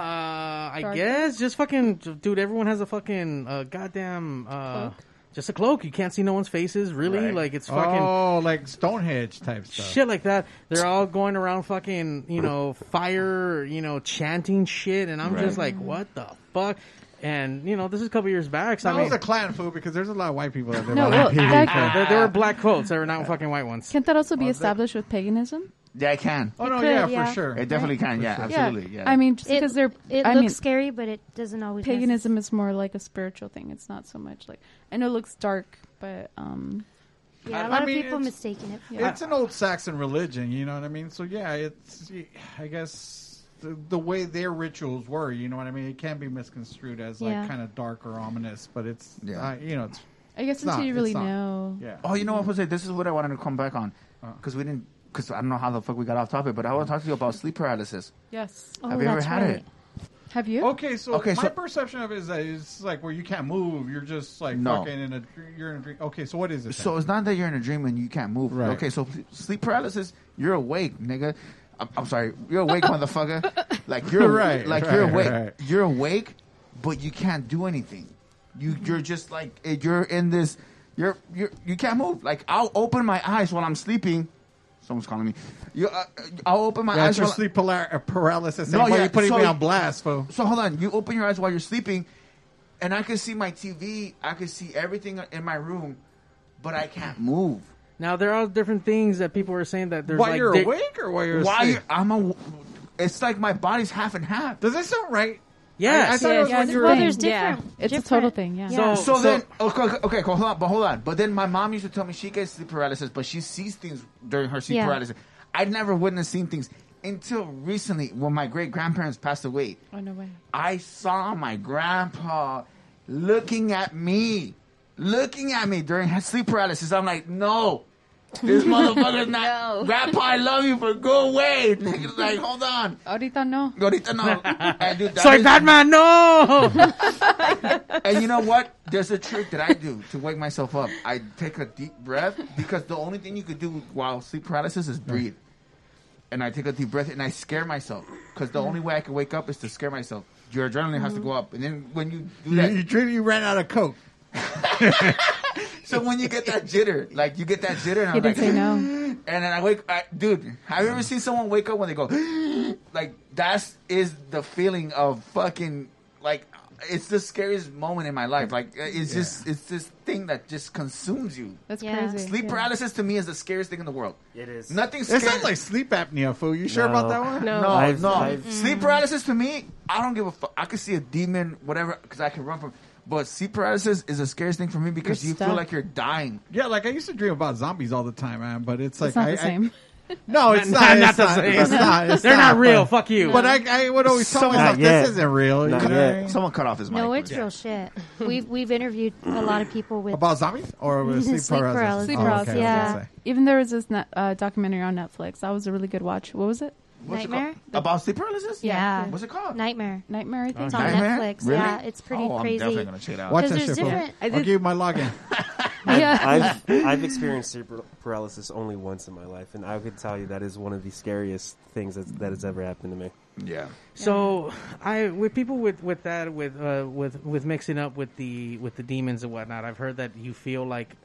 I guess just fucking dude. Everyone has a fucking uh, goddamn uh, just a cloak. You can't see no one's faces. Really, like it's fucking
oh, like Stonehenge type stuff.
shit like that. They're all going around fucking, you know, fire, you know, chanting shit, and I'm just
Right.
like, what the fuck? And you know, this is a couple years back. So
That
I mean,
was a clan food because there's a lot of white people that live
No,
out
well,
in PV.
that-
Yeah, there, there were black coats. They were not fucking white ones.
Can't that also be established with paganism?
yeah i can
Oh,
no, It could, yeah, for yeah. sure.
it definitely can yeah absolutely yeah
I mean, just
It-
because they're
it
I
looks
mean,
scary, but it doesn't always.
paganism is more like a spiritual thing. It's not so much like I know it looks dark, but um,
Yeah, a
I
lot
mean,
of people
it's-
mistaken it. For
It's an old Saxon religion, you know what I mean? So yeah, it's I guess the, the way their rituals were, you know what I mean? It can be misconstrued as like
Yeah.
kind of dark or ominous, but it's
Yeah.
uh, you know it's
I guess
it's
until
not,
you
it's
really
not.
know.
Yeah.
Oh, you know what, Jose? This is what I wanted to come back on
Uh.
because we didn't. Because I don't know how the fuck we got off topic, but I want to talk to you about sleep paralysis.
Yes. Oh,
Have you ever had it?
Have you?
Okay, so
Okay,
my
so-
perception of it is that it's like where you can't move, you're just like
No.
fucking in a you're in a dream. Okay, so what is it?
So
then?
it's not that you're in a dream and you can't move. Okay, so p- sleep paralysis, you're awake, nigga. I'm, I'm sorry, you're awake, motherfucker. Like you're
Right,
like you're
right,
awake.
right.
You're awake, but you can't do anything. You you're just like eh, you're in this. You're you you can't move. Like I'll open my eyes while I'm sleeping. Someone's calling me. You, uh, I'll open my
Yeah,
eyes.
it's your
while-
sleep polar- uh, paralysis. No, yeah, you're putting me on blast, fool.
So hold on. You open your eyes while you're sleeping, and I can see my TV. I can see everything in my room, but I can't move.
Now there are different things that people are saying that there's
While
like
you're
di-
awake or while you're While asleep? you're- I'm a. It's like my body's half and half.
Does this sound right?
Yes.
I- I thought it was when you were- Well, there's different-
It's a total thing. Yeah.
So, so, then, okay, okay, okay, hold on, but hold on. But then my mom used to tell me she gets sleep paralysis, but she sees things during her sleep
Yeah.
paralysis. I never wouldn't have seen things until recently when my great grandparents passed away.
Oh no way.
I saw my grandpa looking at me, looking at me during his sleep paralysis. I'm like, no, This motherfucker's
No.
not. Grandpa, I love you, but go away. Nigga's like, hold on.
Ahorita no.
Ahorita no. And dude, that
Soy
is-
Batman, no!
and you know what? There's a trick that I do to wake myself up. I take a deep breath because the only thing you could do while sleep paralysis is breathe. And I take a deep breath and I scare myself because the only way I can wake up is to scare myself. Your adrenaline has to go up, and then when you do that,
You dream you ran out of coke.
so when you get that jitter, like you get that jitter, and I'm
He
like,
didn't say no.
and then I wake, I, dude. Have you ever seen someone wake up when they go, like that's is the feeling of fucking like it's the scariest moment in my life. Like uh, it's just it's this thing that just consumes you.
That's Yeah. crazy,
Sleep
yeah.
paralysis to me is the scariest thing in the world. It is nothing.
It
Scares.
sounds like sleep apnea, fool. You sure about that one?
No, no. Mm-hmm. Sleep paralysis to me, I don't give a fuck. I could see a demon, whatever, because I can run from. But sleep paralysis is a scariest thing for me because
You're
you feel
stuck.
like you're dying.
Yeah, like I used to dream about zombies all the time, man. But it's like
It's not
I,
the same.
I- no, it's not.
Not- not
it's
the
not,
same.
It's not. It's
They're not real,
but-
fuck you.
But I, I would always tell
Someone-
myself,
Not yet.
this isn't real.
Not
you know
yet.
what I mean?
Someone cut off his
No, it's real shit. We've we've interviewed a lot of people with
About zombies or with sleep paralysis?
Sleep
Oh, okay,
paralysis.
I was gonna
yeah.
say.
Even there was this net, uh, documentary on Netflix. That was a really good watch. What was it?
What's it called? About sleep paralysis?
Yeah.
What's it called?
Nightmare.
Nightmare. I think
It's on
Nightmare?
Netflix.
Really?
Yeah, it's pretty
Oh, I'm
crazy.
definitely gonna check it out.
Watch
'Cause
that
there's
shit. fool.
different- I
I'll
did-
give you my login.
Yeah.
I've, I've experienced sleep paralysis only once in my life, and I could tell you that is one of the scariest things that, that has ever happened to me.
Yeah.
So I with people with with that with uh, with with mixing up with the with the demons and whatnot. I've heard that you feel like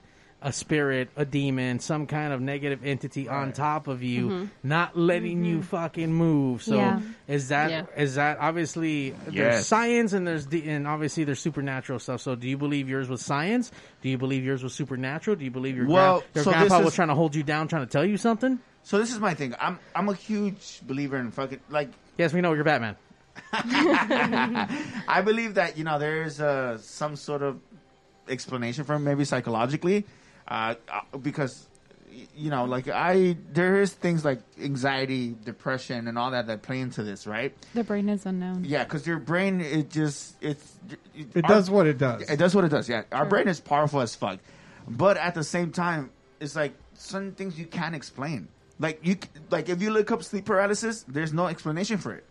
a spirit, a demon, some kind of negative entity on top of you,
Mhm.
not letting you fucking move. So
Mm-hmm. Yeah.
is that is
Yeah.
that obviously there's
Yes.
science and there's the, and obviously there's supernatural stuff. So do you believe yours was science? Do you believe yours was supernatural? Do you believe your
Well,
gran- your
so this
grandpa
is-
was trying to hold you down, trying to tell you something?
So this is my thing. I'm I'm a huge believer in fucking like
Yes, we know you're Batman.
I believe that you know there's uh, some sort of explanation for it, maybe psychologically, uh, uh, because y- you know like I there is things like anxiety, depression, and all that that play into this, right?
The brain is unknown.
Yeah, because your brain it just it's
It does what it does.
It does what it does. Yeah, our
Sure.
brain is powerful as fuck, but at the same time, it's like certain things you can't explain. Like you c- like if you look up sleep paralysis, there's no explanation for it.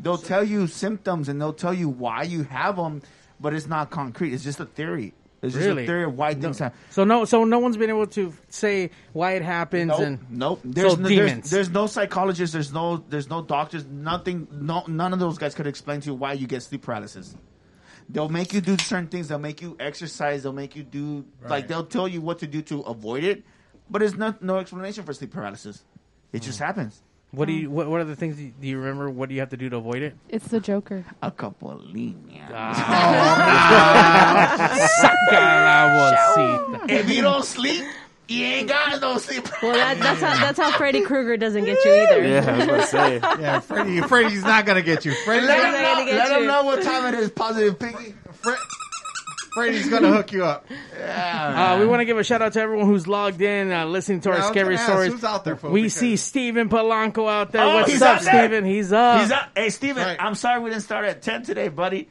They'll tell you symptoms and they'll tell you why you have them, but it's not concrete. It's just a theory. It's just
Really?
a theory of why things happen.
So no, so no one's been able to say why it happens.
Nope,
and
nope. There's,
so
no,
demons.
there's there's no psychologists. There's no there's no doctors. Nothing. No none of those guys could explain to you why you get sleep paralysis. They'll make you do certain things. They'll make you exercise. They'll make you do like they'll tell you what to do to avoid it. But it's not no explanation for sleep paralysis. It just happens.
Hmm. what do you? What, what are the things you- do you remember? What do you have to do to avoid it? Ah.
It's the Joker.
A couple of líneas. If you don't sleep, you ain't got no sleep.
Well, that, that's how that's how Freddy Krueger doesn't get you either.
yeah, Freddy, Freddy's not gonna get you. Freddy's
Let
gonna,
him know-
get
let
you.
him know what time it is. Positive piggy.
Freddy's gonna hook you up.
Uh, we want to give a shout out to everyone who's logged in, uh, listening to our
Yeah, I was
scary
gonna ask,
stories.
who's out there, folks?
we
Because-
see Steven Polanco out there.
Oh,
What's
he's
up,
out there.
Steven? He's up.
He's up. Hey, Steven, I'm sorry we didn't start at 10 today, buddy.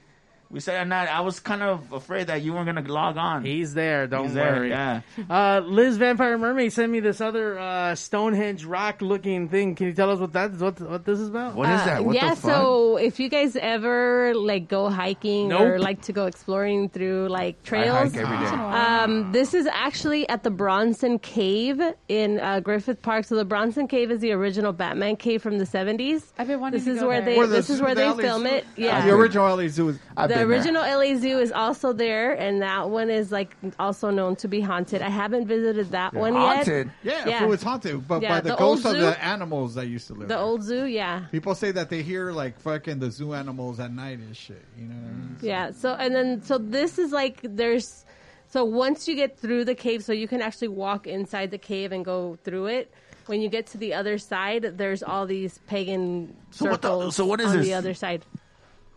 We said at 9. I was kind of afraid that you weren't going to log on.
He's there. Don't worry.
Yeah.
Uh, Liz Vampire Mermaid sent me this other uh, Stonehenge rock looking thing. Can you tell us what that what what this is about?
What is that? What
Uh, yeah, so if you guys ever like go hiking
Nope.
or like to go exploring through like trails,
hike every day.
um, this is actually at the Bronson Cave in uh, Griffith Park. So the Bronson Cave is the original Batman cave from the seventies. I've been
wanting
this
to
is
go
where
there.
they
Where the
this is
zoo-
where
the
they
alley
film
zoo-
it. Yeah,
The original LA Zoo was.
the original LA Zoo is also there, and that one is like also known to be haunted. I haven't visited that one
haunted.
yet.
Yeah, it was haunted, but
Yeah,
by the,
old
ghosts of
zoo-
the animals that used to live.
The
there.
old zoo, yeah.
People say that they hear like fucking the zoo animals at night and shit. You know what I mean?
Yeah. So and then so this is like there's so once you get through the cave, so you can actually walk inside the cave and go through it. When you get to the other side, there's all these pagan
So
circles
what the- so what is
on
this?
the other side.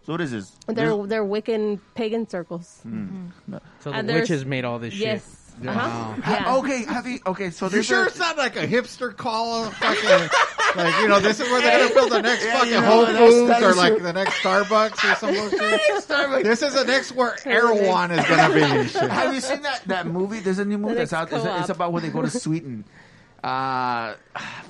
So what is this?
They're
This-
they're Wiccan pagan circles.
Hmm.
Hmm.
So
And
the
uh, there's-
witches made all this shit.
Yes.
Yeah.
Uh-huh.
Wow.
Yeah.
Okay, have you, okay, so
you
there's
sure
a-
it's not like a hipster call? Fucking, like you know, this is where they're gonna build the next
Yeah,
fucking
you know,
Whole
the next-
Foods
that
or
is
like
true.
the next Starbucks or something.
Starbucks.
This is the next where Erewhon is gonna be. and shit.
Have you seen that, that movie? There's a new movie that's out. It's,
co-op.
it's about when they go to Sweden Uh,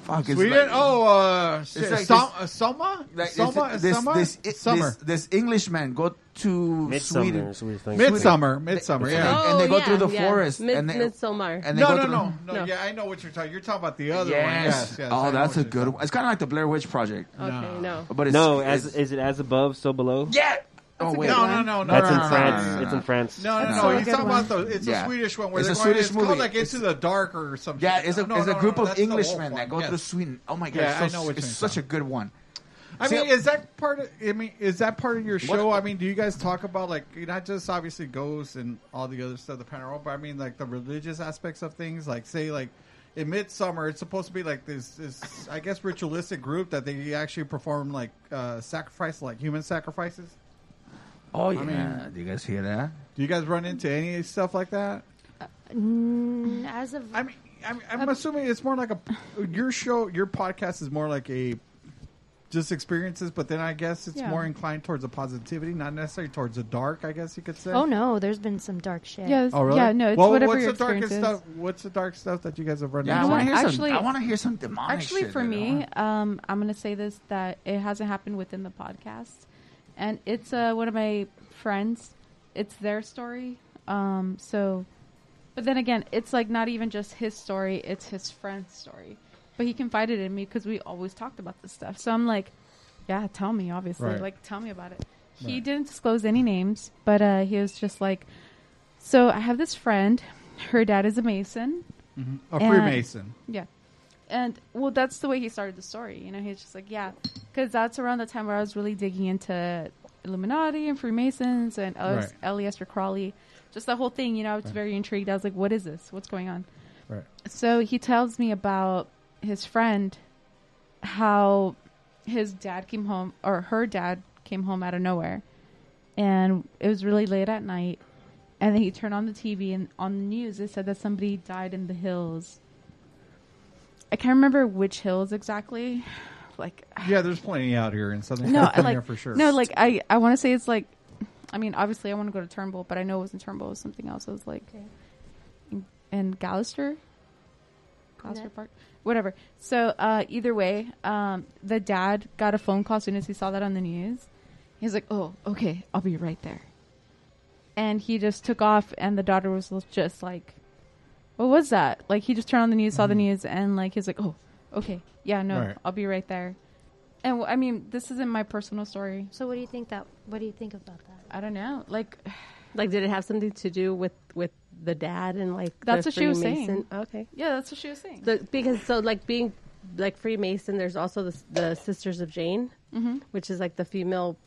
fuck, it's like-
Sweden? oh, uh,
It's
shit.
like
Som-
this-
uh, Soma?
like, it's-
Soma?
this,
Summer?
This, this,
Summer.
This, Englishman go to
Midsummer
Sweden.
is what you think. Midsummer,
They-
midsummer,
and-
yeah.
And, they go
Oh,
through the
yeah, yeah.
forest.
Mid-
and they,
Midsummer.
and they
no,
go
no,
through-
no, no, Yeah, I know what you're talking. You're talking about the other one. Yes, yes.
oh,
I know
that's
what
a good one. It's kind of like the Blair Witch Project.
Okay, no.
But it's,
no,
it's-
as is it as above, so below?
Yeah. oh, wait.
No, no, no, no.
That's
no,
in
no, no,
France.
no, no,
It's in France.
No, no,
That's
no.
a
He's
good
talking
one.
about the. It's
Yeah.
a Swedish one where
It's
they're
a
going.
Swedish
it's called
movie.
like Into the Dark or some.
Yeah,
shit.
it's a,
No,
it's
no,
a
no,
group
no,
of
that's the old
Englishmen
one.
that go
Yes.
through Sweden. Oh my god,
Yeah,
so,
I know what
it's
you're
such a good one.
I
See,
mean, is that part? Of, I mean, is that part of your show? I mean, do you guys talk about like not just obviously ghosts and all the other stuff, the paranormal, but I mean like the religious aspects of things? Like, say, like in Midsummer, it's supposed to be like this, this I guess, ritualistic group that they actually perform like uh, sacrifice, like human sacrifices.
Oh
I
yeah,
mean-
do you guys hear that?
Do you guys run into any stuff like that?
Mm, as of
I mean, I mean I'm assuming it's more like a your show, your podcast is more like a just experiences, but then I guess it's
Yeah.
more inclined towards the positivity, not necessarily towards the dark. I guess you could say.
oh no, there's been some dark shit.
Yeah,
Oh really? well, what's the darkest
experience
stuff? What's the dark stuff that you guys have run
Yeah, I
into?
wanna hear some- Actually- I wanna
hear some demonic
Actually, for me, um, I'm gonna say this that it hasn't happened within the podcast, and it's uh, one of my friends. It's their story. Um, so, but then again, it's like not even just his story; it's his friend's story. But he confided in me because we always talked about this stuff. So I'm like, yeah, tell me, obviously,
Right.
like tell me about it. He
Right.
didn't disclose any names, but uh, he was just like, so I have this friend. Her dad is a Mason.
Mm-hmm.
Mhm.
Oh,
A
And-
Freemason.
Yeah. And well, that's the way he started the story. You know, he's just like, yeah, because that's around the time where I was really digging into Illuminati and Freemasons and
Right.
Elis- Aleister Crowley, just the whole thing. You know, I was very intrigued. I was like, what is this? What's going on?
Right.
So he tells me about his friend, how his dad came home, or her dad came home out of nowhere. And it was really late at night. And then he turned on the TV, and on the news, it said that somebody died in the hills. I can't remember which hills exactly. Like,
yeah, there's plenty out here in Southern
no, I
California
like
for sure.
No, like I, I want to say it's like, I mean, obviously I want to go to Turnbull, but I know it wasn't Turnbull. It was something else. It was like, in and Gallister, Gallister
Cornet.
Park, whatever. So uh, either way, um, the dad got a phone call as soon as he saw that on the news. He was like, "Oh, okay, I'll be right there," and he just took off. And the daughter was just like, "What was that?" Like he just turned on the news, saw
Mm-hmm.
the news, and like he's like, "Oh, okay, yeah, no,
Right.
I'll be right there." And w- I mean, this isn't my personal story.
So what do you think that? What do you think about that?
I don't know. Like,
Like, did it have something to do with with the dad and like
That's
the
what she was
Freemason?
saying.
Okay,
yeah, that's what she was saying.
The, because so like being like Freemason, there's also the, the Sisters of Jane,
Mhm.
which is like the female.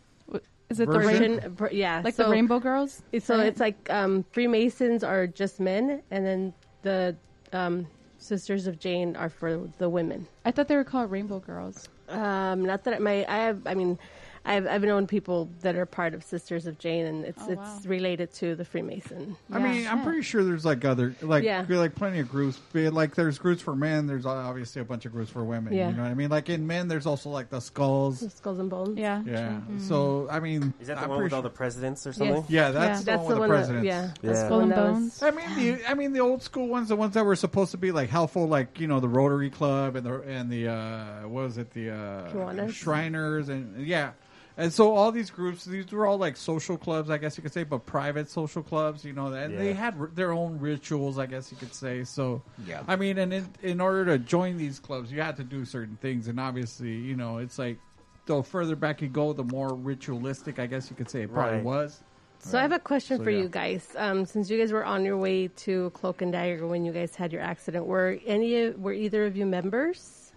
Is it the
version?
rain-
ver- yeah,
like the Rainbow Girls?
it's- So
right?
it's like um, Freemasons are just men, and then the um, Sisters of Jane are for the women.
I thought they were called Rainbow Girls.
Um, not that my I have. I mean, I've I've known people that are part of Sisters of Jane, and it's
Oh,
it's
wow.
related to the Freemason.
I mean, I'm pretty sure there's like other like
Yeah.
there are, like plenty of groups. Be it, Like there's groups for men. There's obviously a bunch of groups for women.
Yeah.
You know what I mean? Like in men, there's also like the skulls.
Skulls and Bones.
Yeah. Mm-hmm.
Yeah. So I mean,
Is that the
I'm
one with
pretty
all the
sure-
presidents or something?
Yeah, that's the one with the presidents.
bones.
I mean, the I mean the old school ones, the ones that were supposed to be like helpful, like you know the Rotary Club and the and the uh, what was it the uh,
Kiwanis.
Shriners and yeah, and so all these groups, these were all like social clubs, I guess you could say, but private social clubs, you know, and they
Yeah.
had r- their own rituals, I guess you could say. So
Yeah.
I mean, and in, in order to join these clubs, you had to do certain things, and obviously, you know, it's like the further back you go, the more ritualistic, I guess you could say, it probably
Right.
was.
So I have a question
So,
for
yeah.
you guys. Um, since you guys were on your way to Cloak and Dagger when you guys had your accident, were any were either of you members?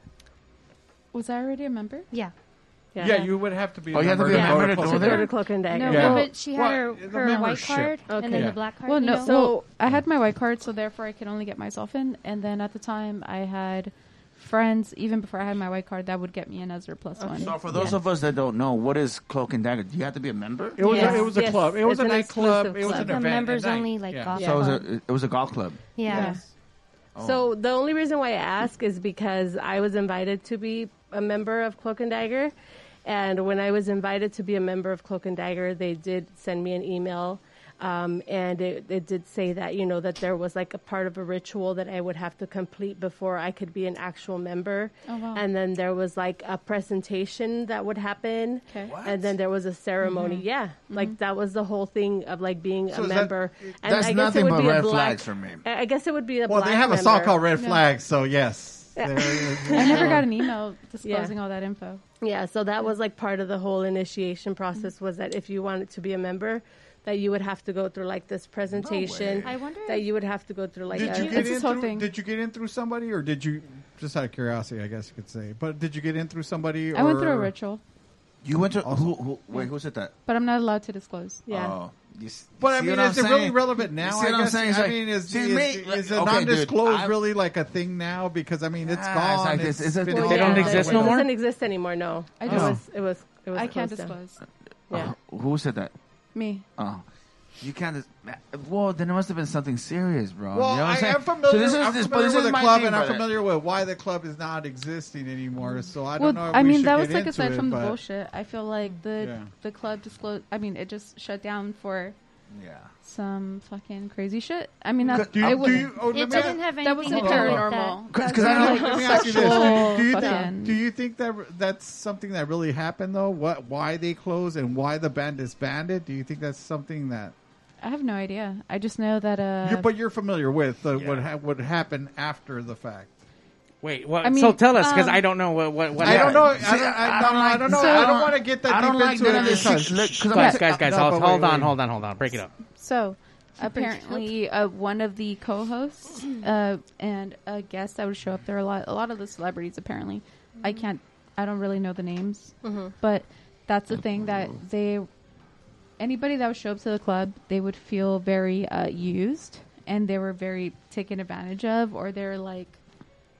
Was I already a member?
Yeah.
Yeah, you would have to be.
Oh, you have to be a member to go there?
Cloak and Dagger.
No,
Yeah.
well,
But she had her, her white card and then the black card.
Well,
you
no.
know?
So I had my white card, so therefore I could only get myself in. And then at the time, I had friends even before I had my white card that would get me in as their plus one.
So for those of us that don't know, what is Cloak and Dagger? Do you have to be a member?
It was a- Yes. it was a Yes. club. It was It's a an nightclub.
exclusive It was club. an
event at members night. only, like, golf
So it was,
club.
a, it was a golf club. Oh.
yeah.
Oh.
So the only reason why I ask is because I was invited to be a member of Cloak and Dagger, and when I was invited to be a member of Cloak and Dagger, they did send me an email Um, and it, it did say that, you know, that there was like a part of a ritual that I would have to complete before I could be an actual member.
Oh, wow.
And then there was like a presentation that would happen.
Okay. What?
And then there was a ceremony.
Mhm.
Yeah. Like that was the whole thing of like being
So
a
is that-
member. and
That's
I guess
nothing
it would
but
be a
red
black-
flags for me.
I I guess it would be a
Well,
black
they have a song
member.
called Red
Yeah.
Flags, so yes.
Yeah.
There-
I never got an email disclosing
Yeah.
all that info.
Yeah, so that was like part of the whole initiation process was that if you wanted to be a member, that you would have to go through like this presentation.
I wonder
that you would have to go through like
Did
a,
you get in through, Did you get in through somebody, or did you just out of curiosity? I guess you could say. But did you get in through somebody? Or
I went through a ritual,
You went to who, who? Wait, who said that?
but I'm not allowed to disclose.
Oh, you s-
But I
see
mean,
what
is
I'm
it really
saying?
relevant
You
now?
see
I,
what I'm
guess,
saying? It's
I
like,
mean, is,
to
is,
me, like,
is, a
okay, dude,
non-disclosed
I-
really like a thing now? Because I mean, it's
Ah,
gone.
it's like this- is it-
been
They
all
don't
out the
exist no
window.
more?
doesn't exist anymore. No,
I
it
just-
was it was it was.
I can't
closed down.
disclose.
Yeah.
Who said that?
Me.
Oh. You can't. Well, then it must have been something serious, bro.
Well,
you know what I'm
I
saying?
am familiar.
So this is
I'm
this, but
familiar
this
with
is
the
my
club,
thing,
and I'm
brother.
familiar with why the club is not existing anymore. So I don't
well,
know. If
I
we
mean,
should
that was
get
like
into
aside
it,
from the
but-
bullshit. I feel like the
Yeah.
the club disclosed. I mean, it just shut down for
yeah
some fucking crazy shit. I mean, that's
Do you-
I
do
wouldn't-
you- oh, let It me- doesn't have
that wasn't
anything to do with
paranormal.
that. 'Cause-
'cause I
Let
don't like
me ask you this: Do
sexual
you- do you,
fucking-
think, do you think that that's something that really happened though? What, why they closed and why the band disbanded? Do you think that's something that?
I have no idea. I just know that. Uh,
you're, but you're familiar with uh, what ha- what happened after the fact.
Wait, well,
I mean,
so tell us because
um,
I don't know what what. what
I don't know. I
happened.
don't, I, no, I don't know.
so-
I don't want to get that.
I don't
deep
like
into
none
it
of this
because-
shit. Look, 'cause I'm
guys,
not-
guys, guys,
no,
hold,
but wait,
hold on,
wait.
hold on, hold on. Break it up.
So apparently, uh, one of the co-hosts uh, and a guest that would show up there a lot. A lot of the celebrities, apparently, I
Mm-hmm.
can't. I don't really know the names, but that's the thing that they. Anybody that would show up to the club, they would feel very uh, used, and they were very taken advantage of, or they're like,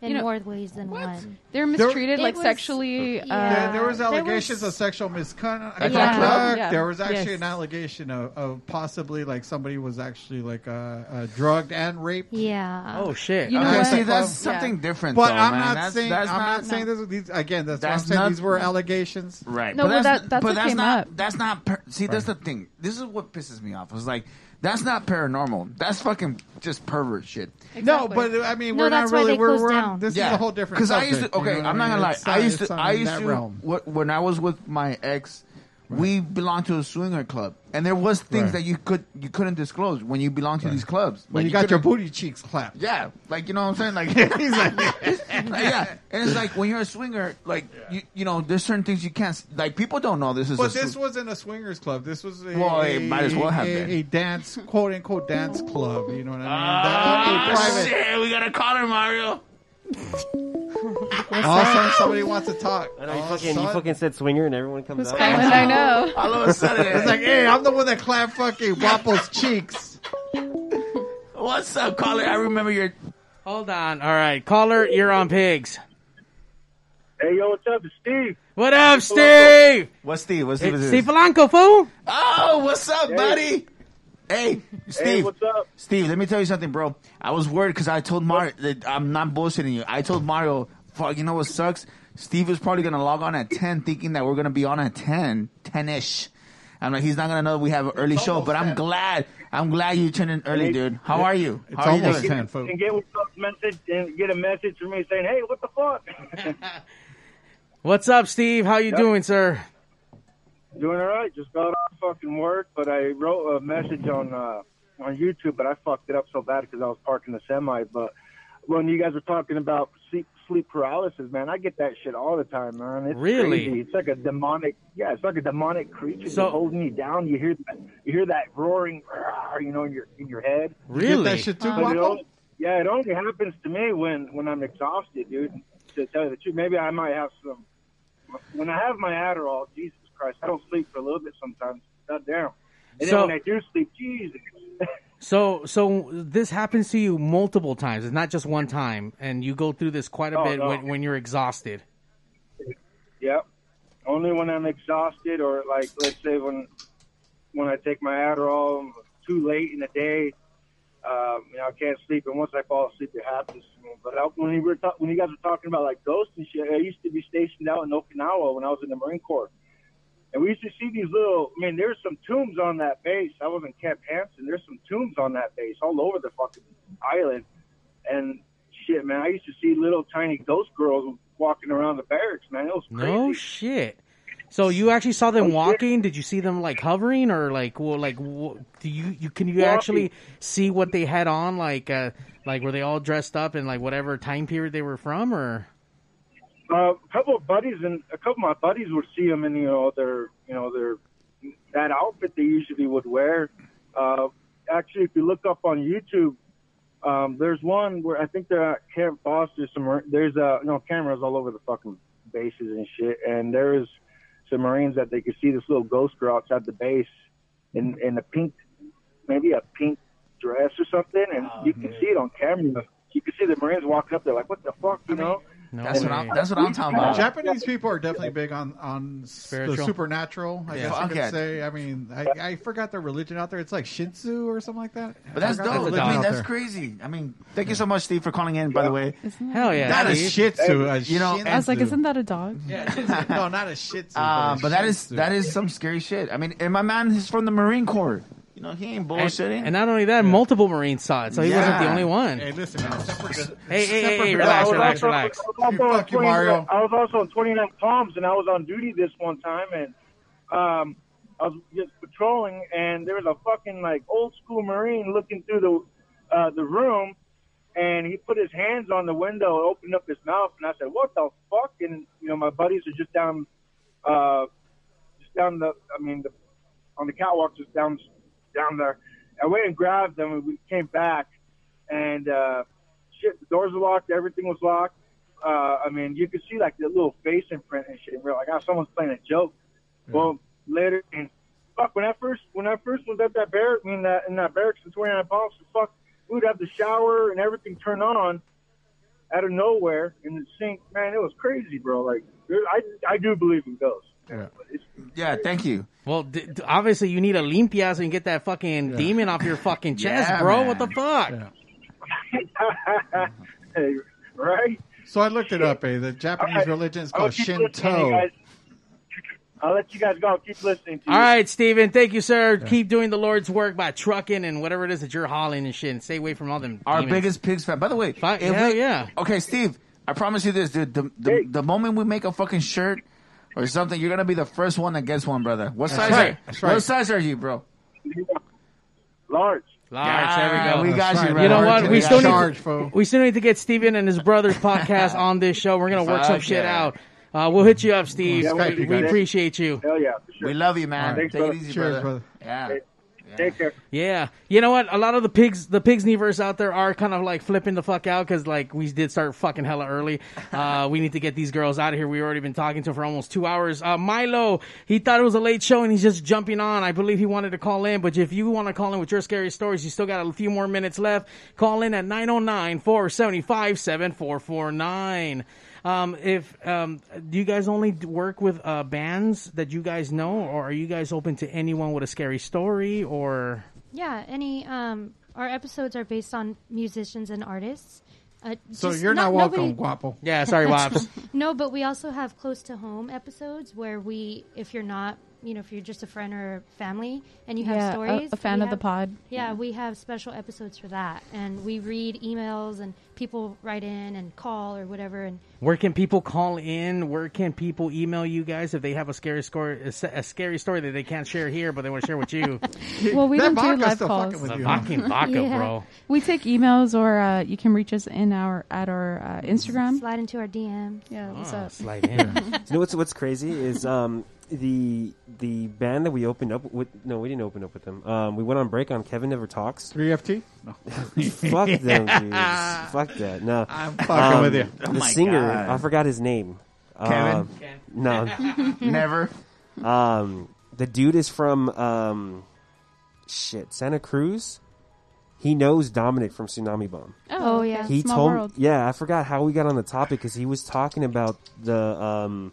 in
you know,
more ways than one.
they're
There-
mistreated,
It
like
was-
sexually.
yeah.
Uh,
There, there was
there
allegations of
was-
sexual misconduct.
At the Yeah. club? Yeah.
There was actually
Yes.
an allegation of, of possibly like somebody was actually like uh, uh, drugged and raped.
Yeah.
Oh shit!
You know
Okay,
what?
see, that's
Yeah.
something different.
But
though,
I'm
man.
not
That's-
saying
that's
I'm not,
not
saying this. These, again, that's,
That's
what I'm saying.
not-
These were allegations.
Right.
No, well, that- that's
but
what
that's
came
not,
up.
That's not. Per- see, that's the thing. This is what pisses me off. It's like that's not paranormal. That's fucking just pervert shit.
No,
Exactly.
but uh, I mean,
No,
we're not
that's why
really.
they
We're,
closed
we're on,
down.
this is a whole different.
Because I used
subject,
to. Okay,
you know
I'm not
what
gonna
mean?
lie.
It's
I
not-
used
it's
to.
not
I
in
used
that
to.
realm.
What, when I was with my ex, we belonged to a swinger club, and there was things
Right.
that you could you couldn't disclose when you belonged to these clubs. Like,
When you got your
couldn't-
booty cheeks clapped.
Yeah, like you know what I'm saying. Like he's like, like, yeah, and it's like when you're a swinger, like you, you know, there's certain things you can't. s- Like people don't know this is.
But
a
this
sw-
wasn't a swingers club. This was a,
Well,
a
it might as well have
a,
been.
a dance, quote unquote, dance club. You know what I mean?
Ah,
That- a private.
shit, we gotta call her Mario.
Awesome. Somebody wants to talk.
I know you
Oh,
fucking, you
son.
fucking said swinger and everyone comes out.
and I know.
All of a sudden,
It's like, hey, I'm the one that clapped fucking Wapo's cheeks.
what's up, caller? I remember your.
Hold on. All right, caller, you're on pigs.
Hey, yo, what's up? It's Steve.
What up, Steve?
What's Steve? What's
It's Steve Blanco, fool.
Oh, what's up, buddy? Hey, Steve.
Hey, what's up?
Steve, let me tell you something, bro. I was worried because I told Mario. That I'm not bullshitting you. I told Mario, "Fuck, you know what sucks? Steve is probably gonna log on at 10, thinking that we're gonna be on at 10, 10 ish. I'm like, he's not gonna know we have an early show, but I'm glad. I'm glad you tuned in early, dude. How are you?
It's
How are you
almost
doing?
ten, folks.
And get what's up message and get a message from me saying, "Hey, what the fuck?"
What's up, Steve? How you doing, sir?
Doing all right. Just got off fucking work, but I wrote a message on uh, on YouTube, but I fucked it up so bad because I was parking the semi. But when you guys were talking about sleep sleep paralysis, man, I get that shit all the time, man. It's
Really?
crazy. It's like a demonic. Yeah, it's like a demonic creature
So-
just holding you down. You hear that, you hear that roaring, you know, in your in your head.
Get
Really?
that shit too,
But it
Wapo?
only, yeah, it only happens to me when when I'm exhausted, dude. To tell you the truth, maybe I might have some. When I have my Adderall, Jesus Christ, I don't sleep for a little bit sometimes. God damn. And
So-
then when I do sleep, Jesus.
So, so this happens to you multiple times. It's not just one time, and you go through this quite a
No,
bit
no.
when, when you're exhausted.
yep. Only when I'm exhausted, or like let's say when when I take my Adderall too late in the day. Um, you know, I can't sleep, and once I fall asleep, it happens to me. But I, when you were ta- when you guys were talking about like ghosts and shit, I used to be stationed out in Okinawa when I was in the Marine Corps. And we used to see these little. I mean, there's some tombs on that base. I was in Camp Hampton. There's some tombs on that base all over the fucking island. And shit, man, I used to see little tiny ghost girls walking around the barracks. Man, it was crazy.
No shit. So you actually saw them walking? Did you see them like hovering or like well, like wh- do you you can you actually see what they had on? Like uh, like were they all dressed up in like whatever time period they were from? Or
Uh, a couple of buddies and a couple of my buddies would see them in you know their you know their that outfit they usually would wear. Uh, actually, if you look up on YouTube, um, there's one where I think they're at Camp Foster. Some there's uh, you know cameras all over the fucking bases and shit, and there is some Marines that they could see this little ghost girl outside the base in in a pink maybe a pink dress or something, and you can see it on camera. You can see the Marines walking up there like, what the fuck, you know?
That's what I'm- that's what I'm talking about.
Japanese people are definitely big on on s- the
Spiritual.
supernatural. I
Yeah.
guess
Fuck
you could
yeah.
say. I mean, I, I forgot their religion out there. It's like Shinzu or something like that.
But that's
I
dope.
forgot their
I
religion
mean,
out
that's
there.
crazy. I mean, thank you so much, Steve, for calling in. By the way,
Hell yeah,
that is
Steve. Shih Tzu, a
You know,
Shih
I was like,
and-
isn't that a dog?
no, not a shit.
Uh, but that is
Shih Tzu.
that is some scary shit. I mean, and my man is from the Marine Corps. You know, he ain't bullshitting.
and not only that, multiple Marines saw it, so he wasn't the only one.
Hey, listen, man. Separate,
Hey, hey, hey,
Separate-
hey, relax,
I was
relax,
also-
relax.
I was also on
Fuck you,
29
Mario.
I was also on 29 Palms, and I was on duty this one time, and um, I was just patrolling, and there was a fucking like old school Marine looking through the uh, the room, and he put his hands on the window, opened up his mouth, and I said, "What the fuck?" And you know, my buddies are just down, uh, just down the, I mean, the, on the catwalk, just down down there. I went and grabbed them, and we came back, and. uh shit, the doors were locked, everything was locked. Uh, I mean, you could see like the little face imprint and shit. And we're like, oh, someone's playing a joke.
Mm.
Well, later, and fuck, when I first when I first was at that barrack, I mean, that, in that barracks in 29 Palms, fuck, we would have the shower and everything turned on out of nowhere in the sink. Man, it was crazy, bro. Like, dude, I I do believe in ghosts.
yeah, thank you.
Well, d- d- obviously you need a limpia so you can get that fucking demon off your fucking chest,
Yeah,
bro.
man.
What the fuck?
right?
So I looked it up. Eh? The Japanese
Alright.
religion is
I'll
called
keep listening to you
Shinto.
guys. I'll let you guys go. I'll keep listening. To
All
you.
right, Steven. Thank you, sir. Keep doing the Lord's work by trucking and whatever it is that you're hauling and shit. And stay away from all them.
Our
demons.
biggest pigs fan. By the way,
Fine.
if
Hell
we-
yeah.
Okay, Steve, I promise you this, dude. The the, the moment we make a fucking shirt or something, you're gonna be the first one that gets one, brother. What
That's
size?
right.
Are,
That's right.
What size are you, bro?
Large.
Large.
Yeah,
there we go.
Ah, we got That's you, right. bro.
You know
Large,
what? We
we
still
got you.
need.
Large, fool.
we still need to get Steven and his brother's podcast on this show. We're gonna work some
Fuck
shit
yeah.
out. Uh, we'll hit you up, Steve.
Yeah, we'll
we,
do
we
that.
appreciate you.
Hell yeah. for sure.
We love you,
All
man.
right.
Take it
Thanks,
easy,
brother.
brother.
Cheers, brother.
Yeah.
Take care.
Yeah, you know what? A lot of the pigs, the pigsniverse out there are kind of like flipping the fuck out because like we did start fucking hella early. Uh, we need to get these girls out of here. We've already been talking to them for almost two hours. Uh, Milo, he thought it was a late show and he's just jumping on. I believe he wanted to call in, but if you want to call in with your scary stories, you still got a few more minutes left. Call in at 909-475-7449. Um, if um, do you guys only work with uh, bands that you guys know, or are you guys open to anyone with a scary story, or?
Yeah, any um, our episodes are based on musicians and artists. Uh,
So
just
you're not, welcome,
nobody-
Guapo.
Yeah, sorry, Wops.
No, but we also have close to home episodes where we, if you're not, you know, if you're just a friend or family and you have
Yeah, a-
stories,
a fan
we
of the
have-
pod.
Yeah, we have special episodes for that, and we read emails and people write in and call or whatever, and
Where can people call in? Where can people email you guys if they have a scary story, a, s- a scary story that they can't share here, but they want to share with you?
Well, we don't
That
do
vodka's
live
still
calls.
fucking with The you, huh? fucking vodka, bro.
We take emails, or uh, you can reach us in our at our uh, Instagram.
Slide into our DMs.
Yeah, what's
Ah,
up?
you know what's what's crazy is um, the the band that we opened up with. No, we didn't open up with them. Um, we went on break on Kevin Never Talks.
Three FT. No.
Fuck them, dudes. Fuck that. No, um,
I'm fucking with you.
The
Oh my
singer,
God.
I forgot his name.
Kevin?
Um,
Ken.
No,
Never.
Um, the dude is from um, shit, Santa Cruz. He knows Dominic from Tsunami Bomb.
Oh, Oh, yeah. okay.
he
Small
told.
world.
Yeah, I forgot how we got on the topic because he was talking about the um,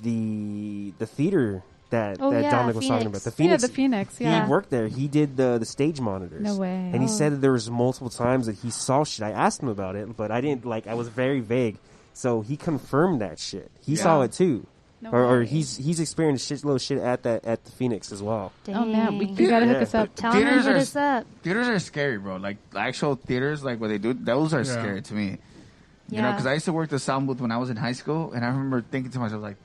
the the theater that
Oh,
that
yeah,
Dominic was talking
Phoenix.
about. The
Yeah,
Phoenix.
the Phoenix, yeah.
He worked there. He did the the stage monitors.
No way.
And he
Oh.
said that there was multiple times that he saw shit. I asked him about it, but I didn't like. I was very vague. So he confirmed that shit. He
Yeah.
saw it too.
No
or, or he's he's experienced shitload of shit at that at the Phoenix as well.
Oh, man, we- you gotta hook us up. Tell 'em to hit us
up.
Theaters are scary, bro. Like the actual theaters, like what they do, those are
Yeah.
scary to me. You know,
Yeah.
because I used to work the sound booth when I was in high school, and I remember thinking to myself, like,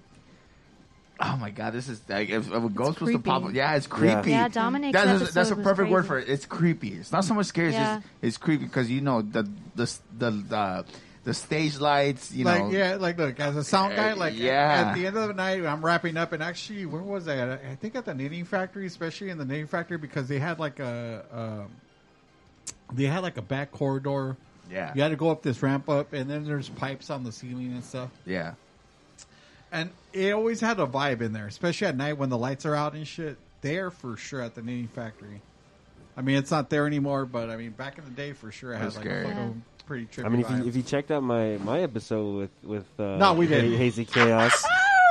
"Oh my god, this is like if, if a ghost was to pop up,
creepy.
yeah, it's
Yeah.
creepy."
Yeah, Dominic's
That's, that's, that's a
episode was
perfect word
crazy.
for it. It's creepy. It's not so much scary.
Yeah.
It's, just, it's creepy because you know the the s- the the, the stage lights. You
like
know,
yeah, like look as a sound guy,
Uh,
like
yeah.
at the end of the night, I'm wrapping up, and actually, where was I? at? I think at the knitting factory, especially in the knitting factory, because they had like a um, they had like a back corridor.
Yeah.
you had to go up this ramp up, and then there's pipes on the ceiling and stuff,
yeah.
and it always had a vibe in there, especially at night when the lights are out and shit. There for sure at the knitting factory. I mean, it's not there anymore, but I mean, back in the day, for sure, it had
That's
like
scary.
a fucking pretty trippy.
I mean, if
vibe.
you, if you checked out my my episode with with uh,
No, we
Ha-
didn't.
Hazy Chaos,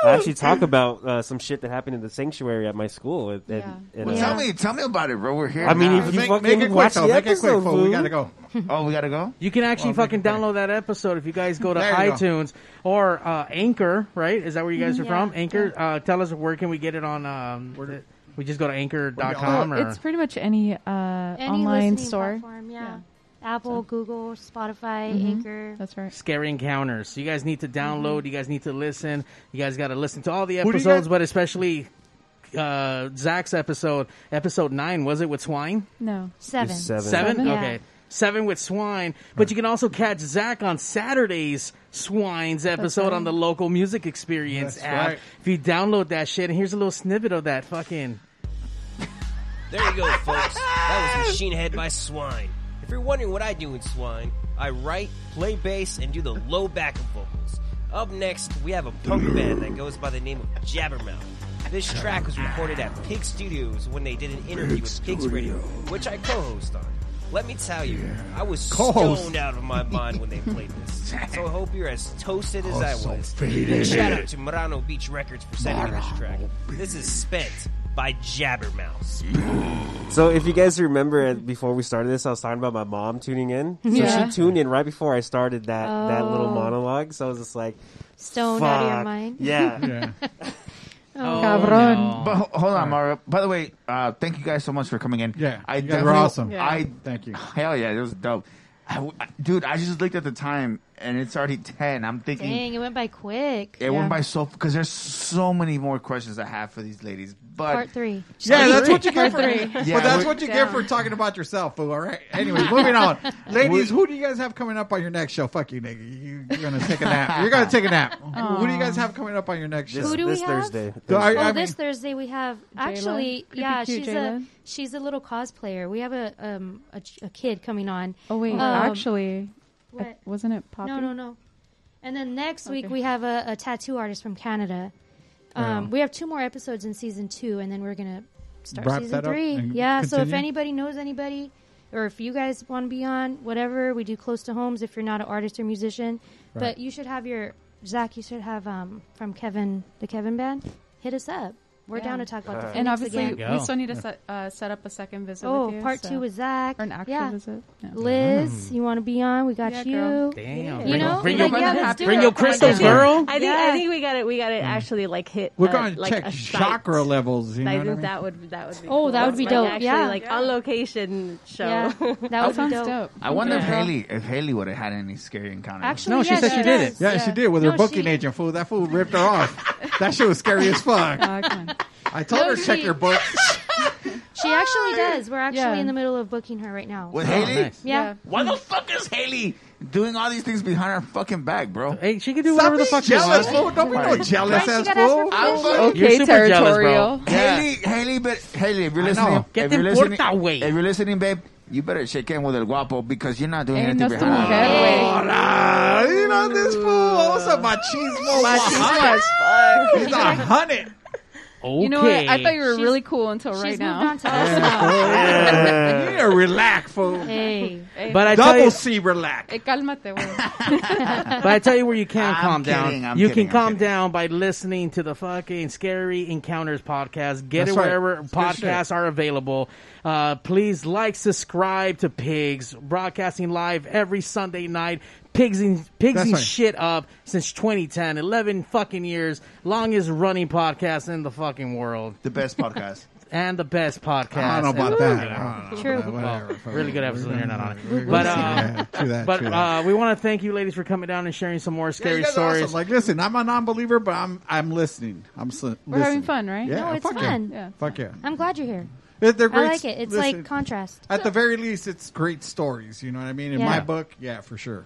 I actually talk about uh, some shit that happened in the sanctuary at my school. At, at, at,
Well,
uh,
Tell me, tell me about it, bro. We're here.
I mean,
now.
if you Make- fucking make it quick, watch the though. Make it quick, episode, fool. We fool. gotta go.
Oh, we gotta go.
You can actually fucking download that episode if you guys go to
There you go.
iTunes or uh, Anchor, right? Is that where you guys
Mm,
are
yeah.
from? Anchor, uh, tell us where can we get it on. Um, th- we just go to anchor.com or
It's pretty much any uh,
Any
online
listening
store.
platform, yeah. Apple, Google, Spotify,
Mhm.
Anchor.
That's right.
Scary Encounters. You guys need to download. You guys need to listen. You guys got to listen to all the
Who do you
episodes,
guys-
but especially uh, Zach's episode, episode nine, was it with Swine?
No.
Seven.
Seven?
Yeah.
Okay. Seven with Swine. But you can also catch Zach on Saturday's Swine's episode
right.
on the local music experience
That's
app.
right.
If you download that shit, and here's a little snippet of that fucking.
There you go, folks. That was Machine Head by Swine. If you're wondering what I do in Swine, I write, play bass, and do the low backup vocals. Up next, we have a punk band that goes by the name of Jabbermouth. This track was recorded at Pig Studios when they did an interview with Pigs Radio, which I co-host on. Let me tell you, I was
Co-host.
stoned out of my mind when they played this. So I hope you're as toasted as I
Also
was.
faded.
Shout out to Murano Beach Records for sending me this track. This is Spent by Jabbermouth.
So if you guys remember uh, before we started this, I was talking about my mom tuning in. So
Yeah.
she tuned in right before I started that that little
Oh.
monologue. So I was just like,
Stoned out of your
fuck.
mind.
Yeah.
Oh,
no. But ho- hold on, Mario. By the way, uh, thank you guys so much for coming in. Yeah, I
guys were
definitely-
awesome. Yeah.
I
thank you.
Hell yeah, it was dope. I w I dude, I just looked at the time and it's already ten. I'm thinking
Dang, it went by quick.
it went by so because there's so many more questions I have for these ladies. But
Part three.
Yeah, that's what you get for.
Part
But
Yeah,
that's
we-
what you get for talking about yourself. Fool. Oh, All right. Anyway, moving on, ladies. who do you guys have coming up on your next show? Fuck you, nigga. You, you're gonna take a nap. You're gonna take a nap. Who- Who do you guys have coming up on your next show?
Oh. Who do we have?
So
oh,
I- I
this
mean-
Thursday we have
Jayla?
actually,
Creepy
yeah,
cute
she's
Jayla?
a she's a little cosplayer. We have a um a, ch- a kid coming on.
Oh wait,
Um,
actually,
what?
I- wasn't it Poppy?
No, no, no. And then next week
Okay.
we have a, a tattoo artist from Canada. Um,
Oh.
We have two more episodes in season two, and then we're gonna start
Wrap
season
that up
three.
and
Yeah. So if
continue?
anybody knows anybody, or if you guys want to be on, whatever we do, close to homes. If you're not an artist or musician,
Right.
but you should have your Zach. You should have um, from Kevin the Kevin Band. Hit us up. We're
Yeah.
down to talk about the
And
Phoenix
obviously,
again.
we still need to set, uh, set up a second visit.
Oh,
with you,
part
so-
two with Zach.
Or an actual
Yeah.
visit. Yeah. Mm.
Liz, you want to be on? We got
Yeah,
you.
girl.
Damn.
You
Bring-
know,
bring
like,
your-
yeah, let's do
bring
it.
your
Come on,
crystals,
let's do it.
girl.
I think I think we got it. We got to actually like hit.
We're
uh,
gonna
like
check
a site.
chakra levels. You know
I
what I
think
mean?
that would that would be.
Oh,
cool.
that would be
Like,
dope.
Actually,
Yeah.
like on location show.
Yeah. That would be Sounds dope. dope.
I wonder if
Yeah.
Haley if Haley would have had any scary encounters.
Actually, No, she yeah, said she she did does. it.
Yeah,
Yeah.
she did with her
No,
booking
she-
agent. Fool, that fool ripped her off. that shit was scary as fuck. I told
No,
her check
she-
your book.
She actually does. We're actually
Ah, Yeah.
in the middle of booking her right now.
With
Oh,
Haley?
Yeah.
Why the fuck is Haley doing all these things behind her fucking back, bro?
Hey, she can do
Stop
whatever the
being
fuck she
jealous,
wants.
Fool. Don't be no
Right.
jealous
Right,
ass
she gotta ask
fool.
for I'm permission. fucking- You're super jealous, bro. Yeah.
Haley, Haley, but Haley, if you're
I know.
listening,
Que
if
te
you're
importa,
listening, if you're listening, babe, you better shake in with el guapo because you're not doing
Ain't
anything
no
behind her.
stupid
Oh,
Hola. You know this fool. Also
Oh,
machismo. Machismo. He's a hundred.
You know what? I thought you were really cool until right now.
you need to Oh, relax, fool.
Hey.
But I
double
tell you-
C relax.
Eh, cálmate, güey.
but I tell you where you can
I'm
calm
kidding,
down.
I'm
you
kidding,
can calm down by listening to the fucking Scary Encounters podcast. Get
That's
it
right.
wherever
It's good
podcasts
shit.
are available. Uh, please like, subscribe to Pigs, broadcasting live every Sunday night. pigs and pigs
That's
and
fine.
shit up since 2010, 11 fucking years, longest running podcast in the fucking world.
The best podcast.
and the best podcast.
I don't know about
And-
that. I don't know about that.
Well,
Whatever.
really good episode you're not on
We're
it.
good.
But
Yeah,
uh,
true that,
but
true
uh, we want to thank you ladies for coming down and sharing some more
Yeah,
scary
you guys are
stories.
awesome. Like, listen, I'm a non-believer, but I'm I'm listening. I'm s-
We're
listening.
having fun, right?
Yeah,
No, it's
fuck yeah.
fun. Yeah.
Fuck yeah.
I'm glad you're here.
They're- they're
I
great
like it. It's
listen.
like contrast.
At the very least, it's great stories. You know what I mean? In
Yeah.
my book, yeah, for sure.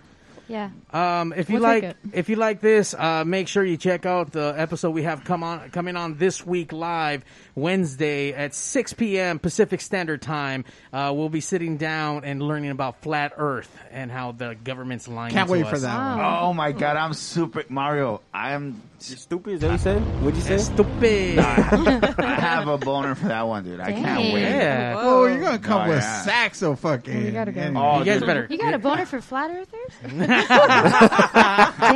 Yeah.
Um, if you
We'll take
like,
it.
if you like this, uh, make sure you check out the episode we have come on coming on this week live Wednesday at 6 p.m. Pacific Standard Time. Uh, we'll be sitting down and learning about flat Earth and how the government's lying.
Can't
to
wait for
us.
that one. Wow. Oh my god, I'm super Mario. I'm
stupid. Is that what you said? What'd you say?
Stupid.
I have a boner for that one, dude. I can't
Dang.
wait.
Yeah.
Oh, you're gonna come
Oh,
with
yeah.
saxo fucking.
You gotta go.
and-
Oh, You guys dude. better-
You got a boner for flat earthers?
Yes,
Damn.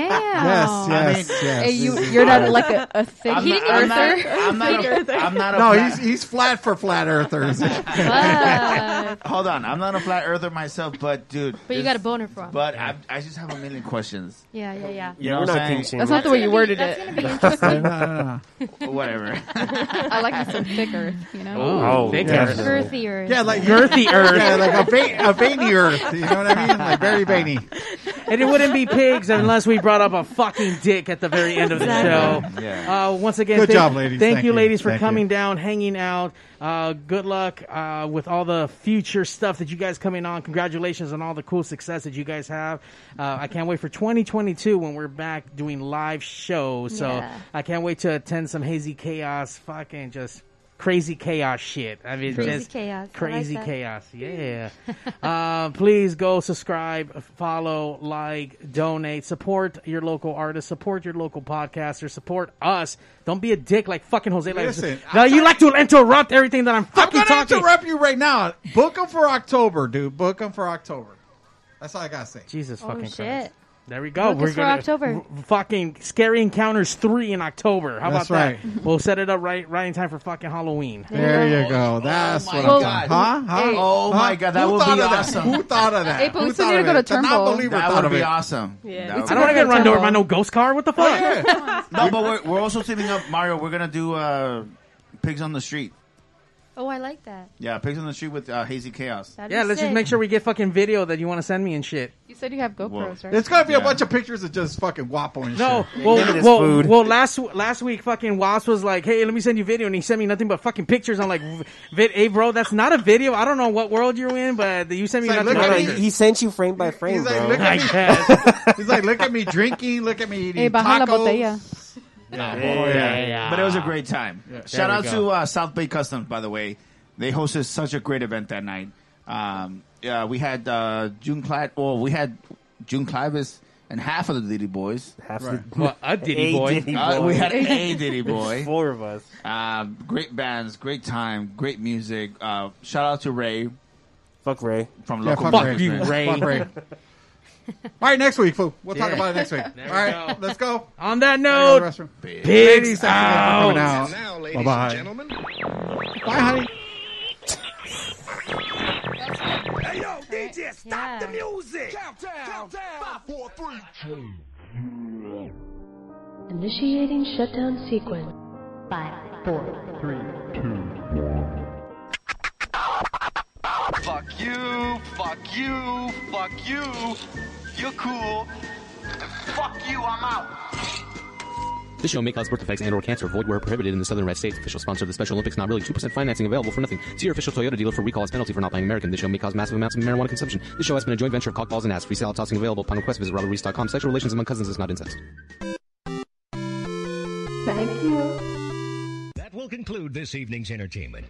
yes, yes.
Hey, you, you're not like a, a thick
I'm not-
earther.
I'm not-
I'm not
Thick
a-
earther.
I'm not a
no,
flat-
he's he's flat for flat earthers.
Hold on, I'm not a flat earther myself, but dude,
But you
this-
got a boner for 'em.
But I, I just have a million questions.
Yeah, yeah, yeah.
You know
We're
what I'm
not
saying?
king-shaming. That's not the way you
worded that's it. gonna be interesting.
Whatever.
I like me some thicker, you know.
Oh,
Thick
yeah.
Earth.
Girthy earth.
Yeah, like
Girthy earth.
Yeah, like a, va- a veiny earth. You know what I mean? Like very veiny.
and it wouldn't be pigs unless we brought up a fucking dick at the very end of the show.
Exactly.
Uh, once again,
Good
thank,
job, ladies.
Thank,
Thank
you,
you.
ladies, for
Thank
coming down, hanging out. Uh, good luck uh, with all the future stuff that you guys coming on. Congratulations on all the cool success that you guys have. Uh, I can't wait for 2022 when we're back doing live shows. So
Yeah.
I can't wait to attend some hazy chaos, fucking just crazy chaos shit. I mean,
Crazy
just
chaos. I like
crazy
that.
chaos. Yeah. uh, please go subscribe, follow, like, donate, support your local artist, support your local podcaster, support us. Don't be a dick like fucking Jose. Like,
Listen,
now you like to interrupt everything that I'm fucking
I'm gonna
talking.
interrupt you right now. Book them for October, dude. Book them for October. That's all I gotta say.
Jesus
Oh,
fucking Christ.
shit.
There we go.
Book
We're
us for
gonna
October.
r- fucking scary encounters three in October. How
That's
about
right.
that? we'll set it up right right in time for fucking Halloween. Oh
There you go. That's what I'm talking. Huh? Huh?
Oh
Huh?
my god, that
Who
would be
thought of that?
awesome.
Who thought of that?
Hey, but
Who
we still
thought
need
of
to go to
it? The
Turnbull.
non-believer
That
thought
would
of
be
it.
awesome. That
Yeah. It's
would
I
be
don't want to get
awesome.
run over by no ghost car. What the fuck?
No, but we're, we're also teaming up Mario. We're gonna do uh, pigs on the street.
Oh, I like that.
Yeah, pigs on the street with uh, hazy chaos.
That'd
Yeah,
be
let's just
sick.
make sure we get fucking video that you want to send me and shit.
You said you have GoPros, right?
It's gonna be a
Yeah.
bunch of pictures of just fucking Wapo and
No,
shit.
well,
give me this
well,
food.
well, last last week, fucking Wasp was like, "Hey, let me send you video," and he sent me nothing but fucking pictures. I'm like, "Vid, hey, bro, that's not a video. I don't know what world you're in, but you sent me
It's like,
nothing
look
but
at
He,
pictures."
he sent you frame by frame,
He's like,
bro.
look
I
at me.
guess.
He's like, look at me drinking. Look at me eating
Hey, baja la
tacos.
botella.
Yeah,
yeah, yeah.
But it was a great time. Shout
There
out
we
to
go.
uh, South Bay Customs, by the way. They hosted such a great event that night. Um, yeah, we had uh, June Clive. Well, we had June Clivis and half of the Diddy Boys.
Half the-
Well, a Diddy
A
boy.
Diddy
Uh,
boy.
we had a Diddy
There's
Boy.
four of us.
Uh, great bands, great time, great music. Uh, shout out to Ray
Fuck Ray.
from
Yeah,
local.
fuck
Breakers,
you,
man.
Ray.
Fuck Ray. All right, next week, fool. We'll talk
Yeah.
about it next week.
we
All right,
go.
let's go.
On
Gotta
that
go
note,
to the restroom.
pigs
Thank you
out.
guys for coming
Now,
out.
ladies
Bye-bye.
and gentlemen,
Bye, honey.
hey yo, DJ, stop the music. Countdown. Countdown. Five, four, three, two.
Initiating shutdown sequence. Five, four,
Fuck you. Fuck you. Fuck you. You're cool. Fuck you. I'm out.
This show may cause birth defects and/or cancer. Void where prohibited in the Southern Red States. Official sponsor of the Special Olympics. Not really. Two percent financing available for nothing. See your official Toyota dealer for recall as penalty for not buying American. This show may cause massive amounts of marijuana consumption. This show has been a joint venture of cockballs and ass. Free salad tossing available upon request. Visit robertreese.com. Sexual relations among cousins is not incest.
Thank you.
That will conclude this evening's entertainment.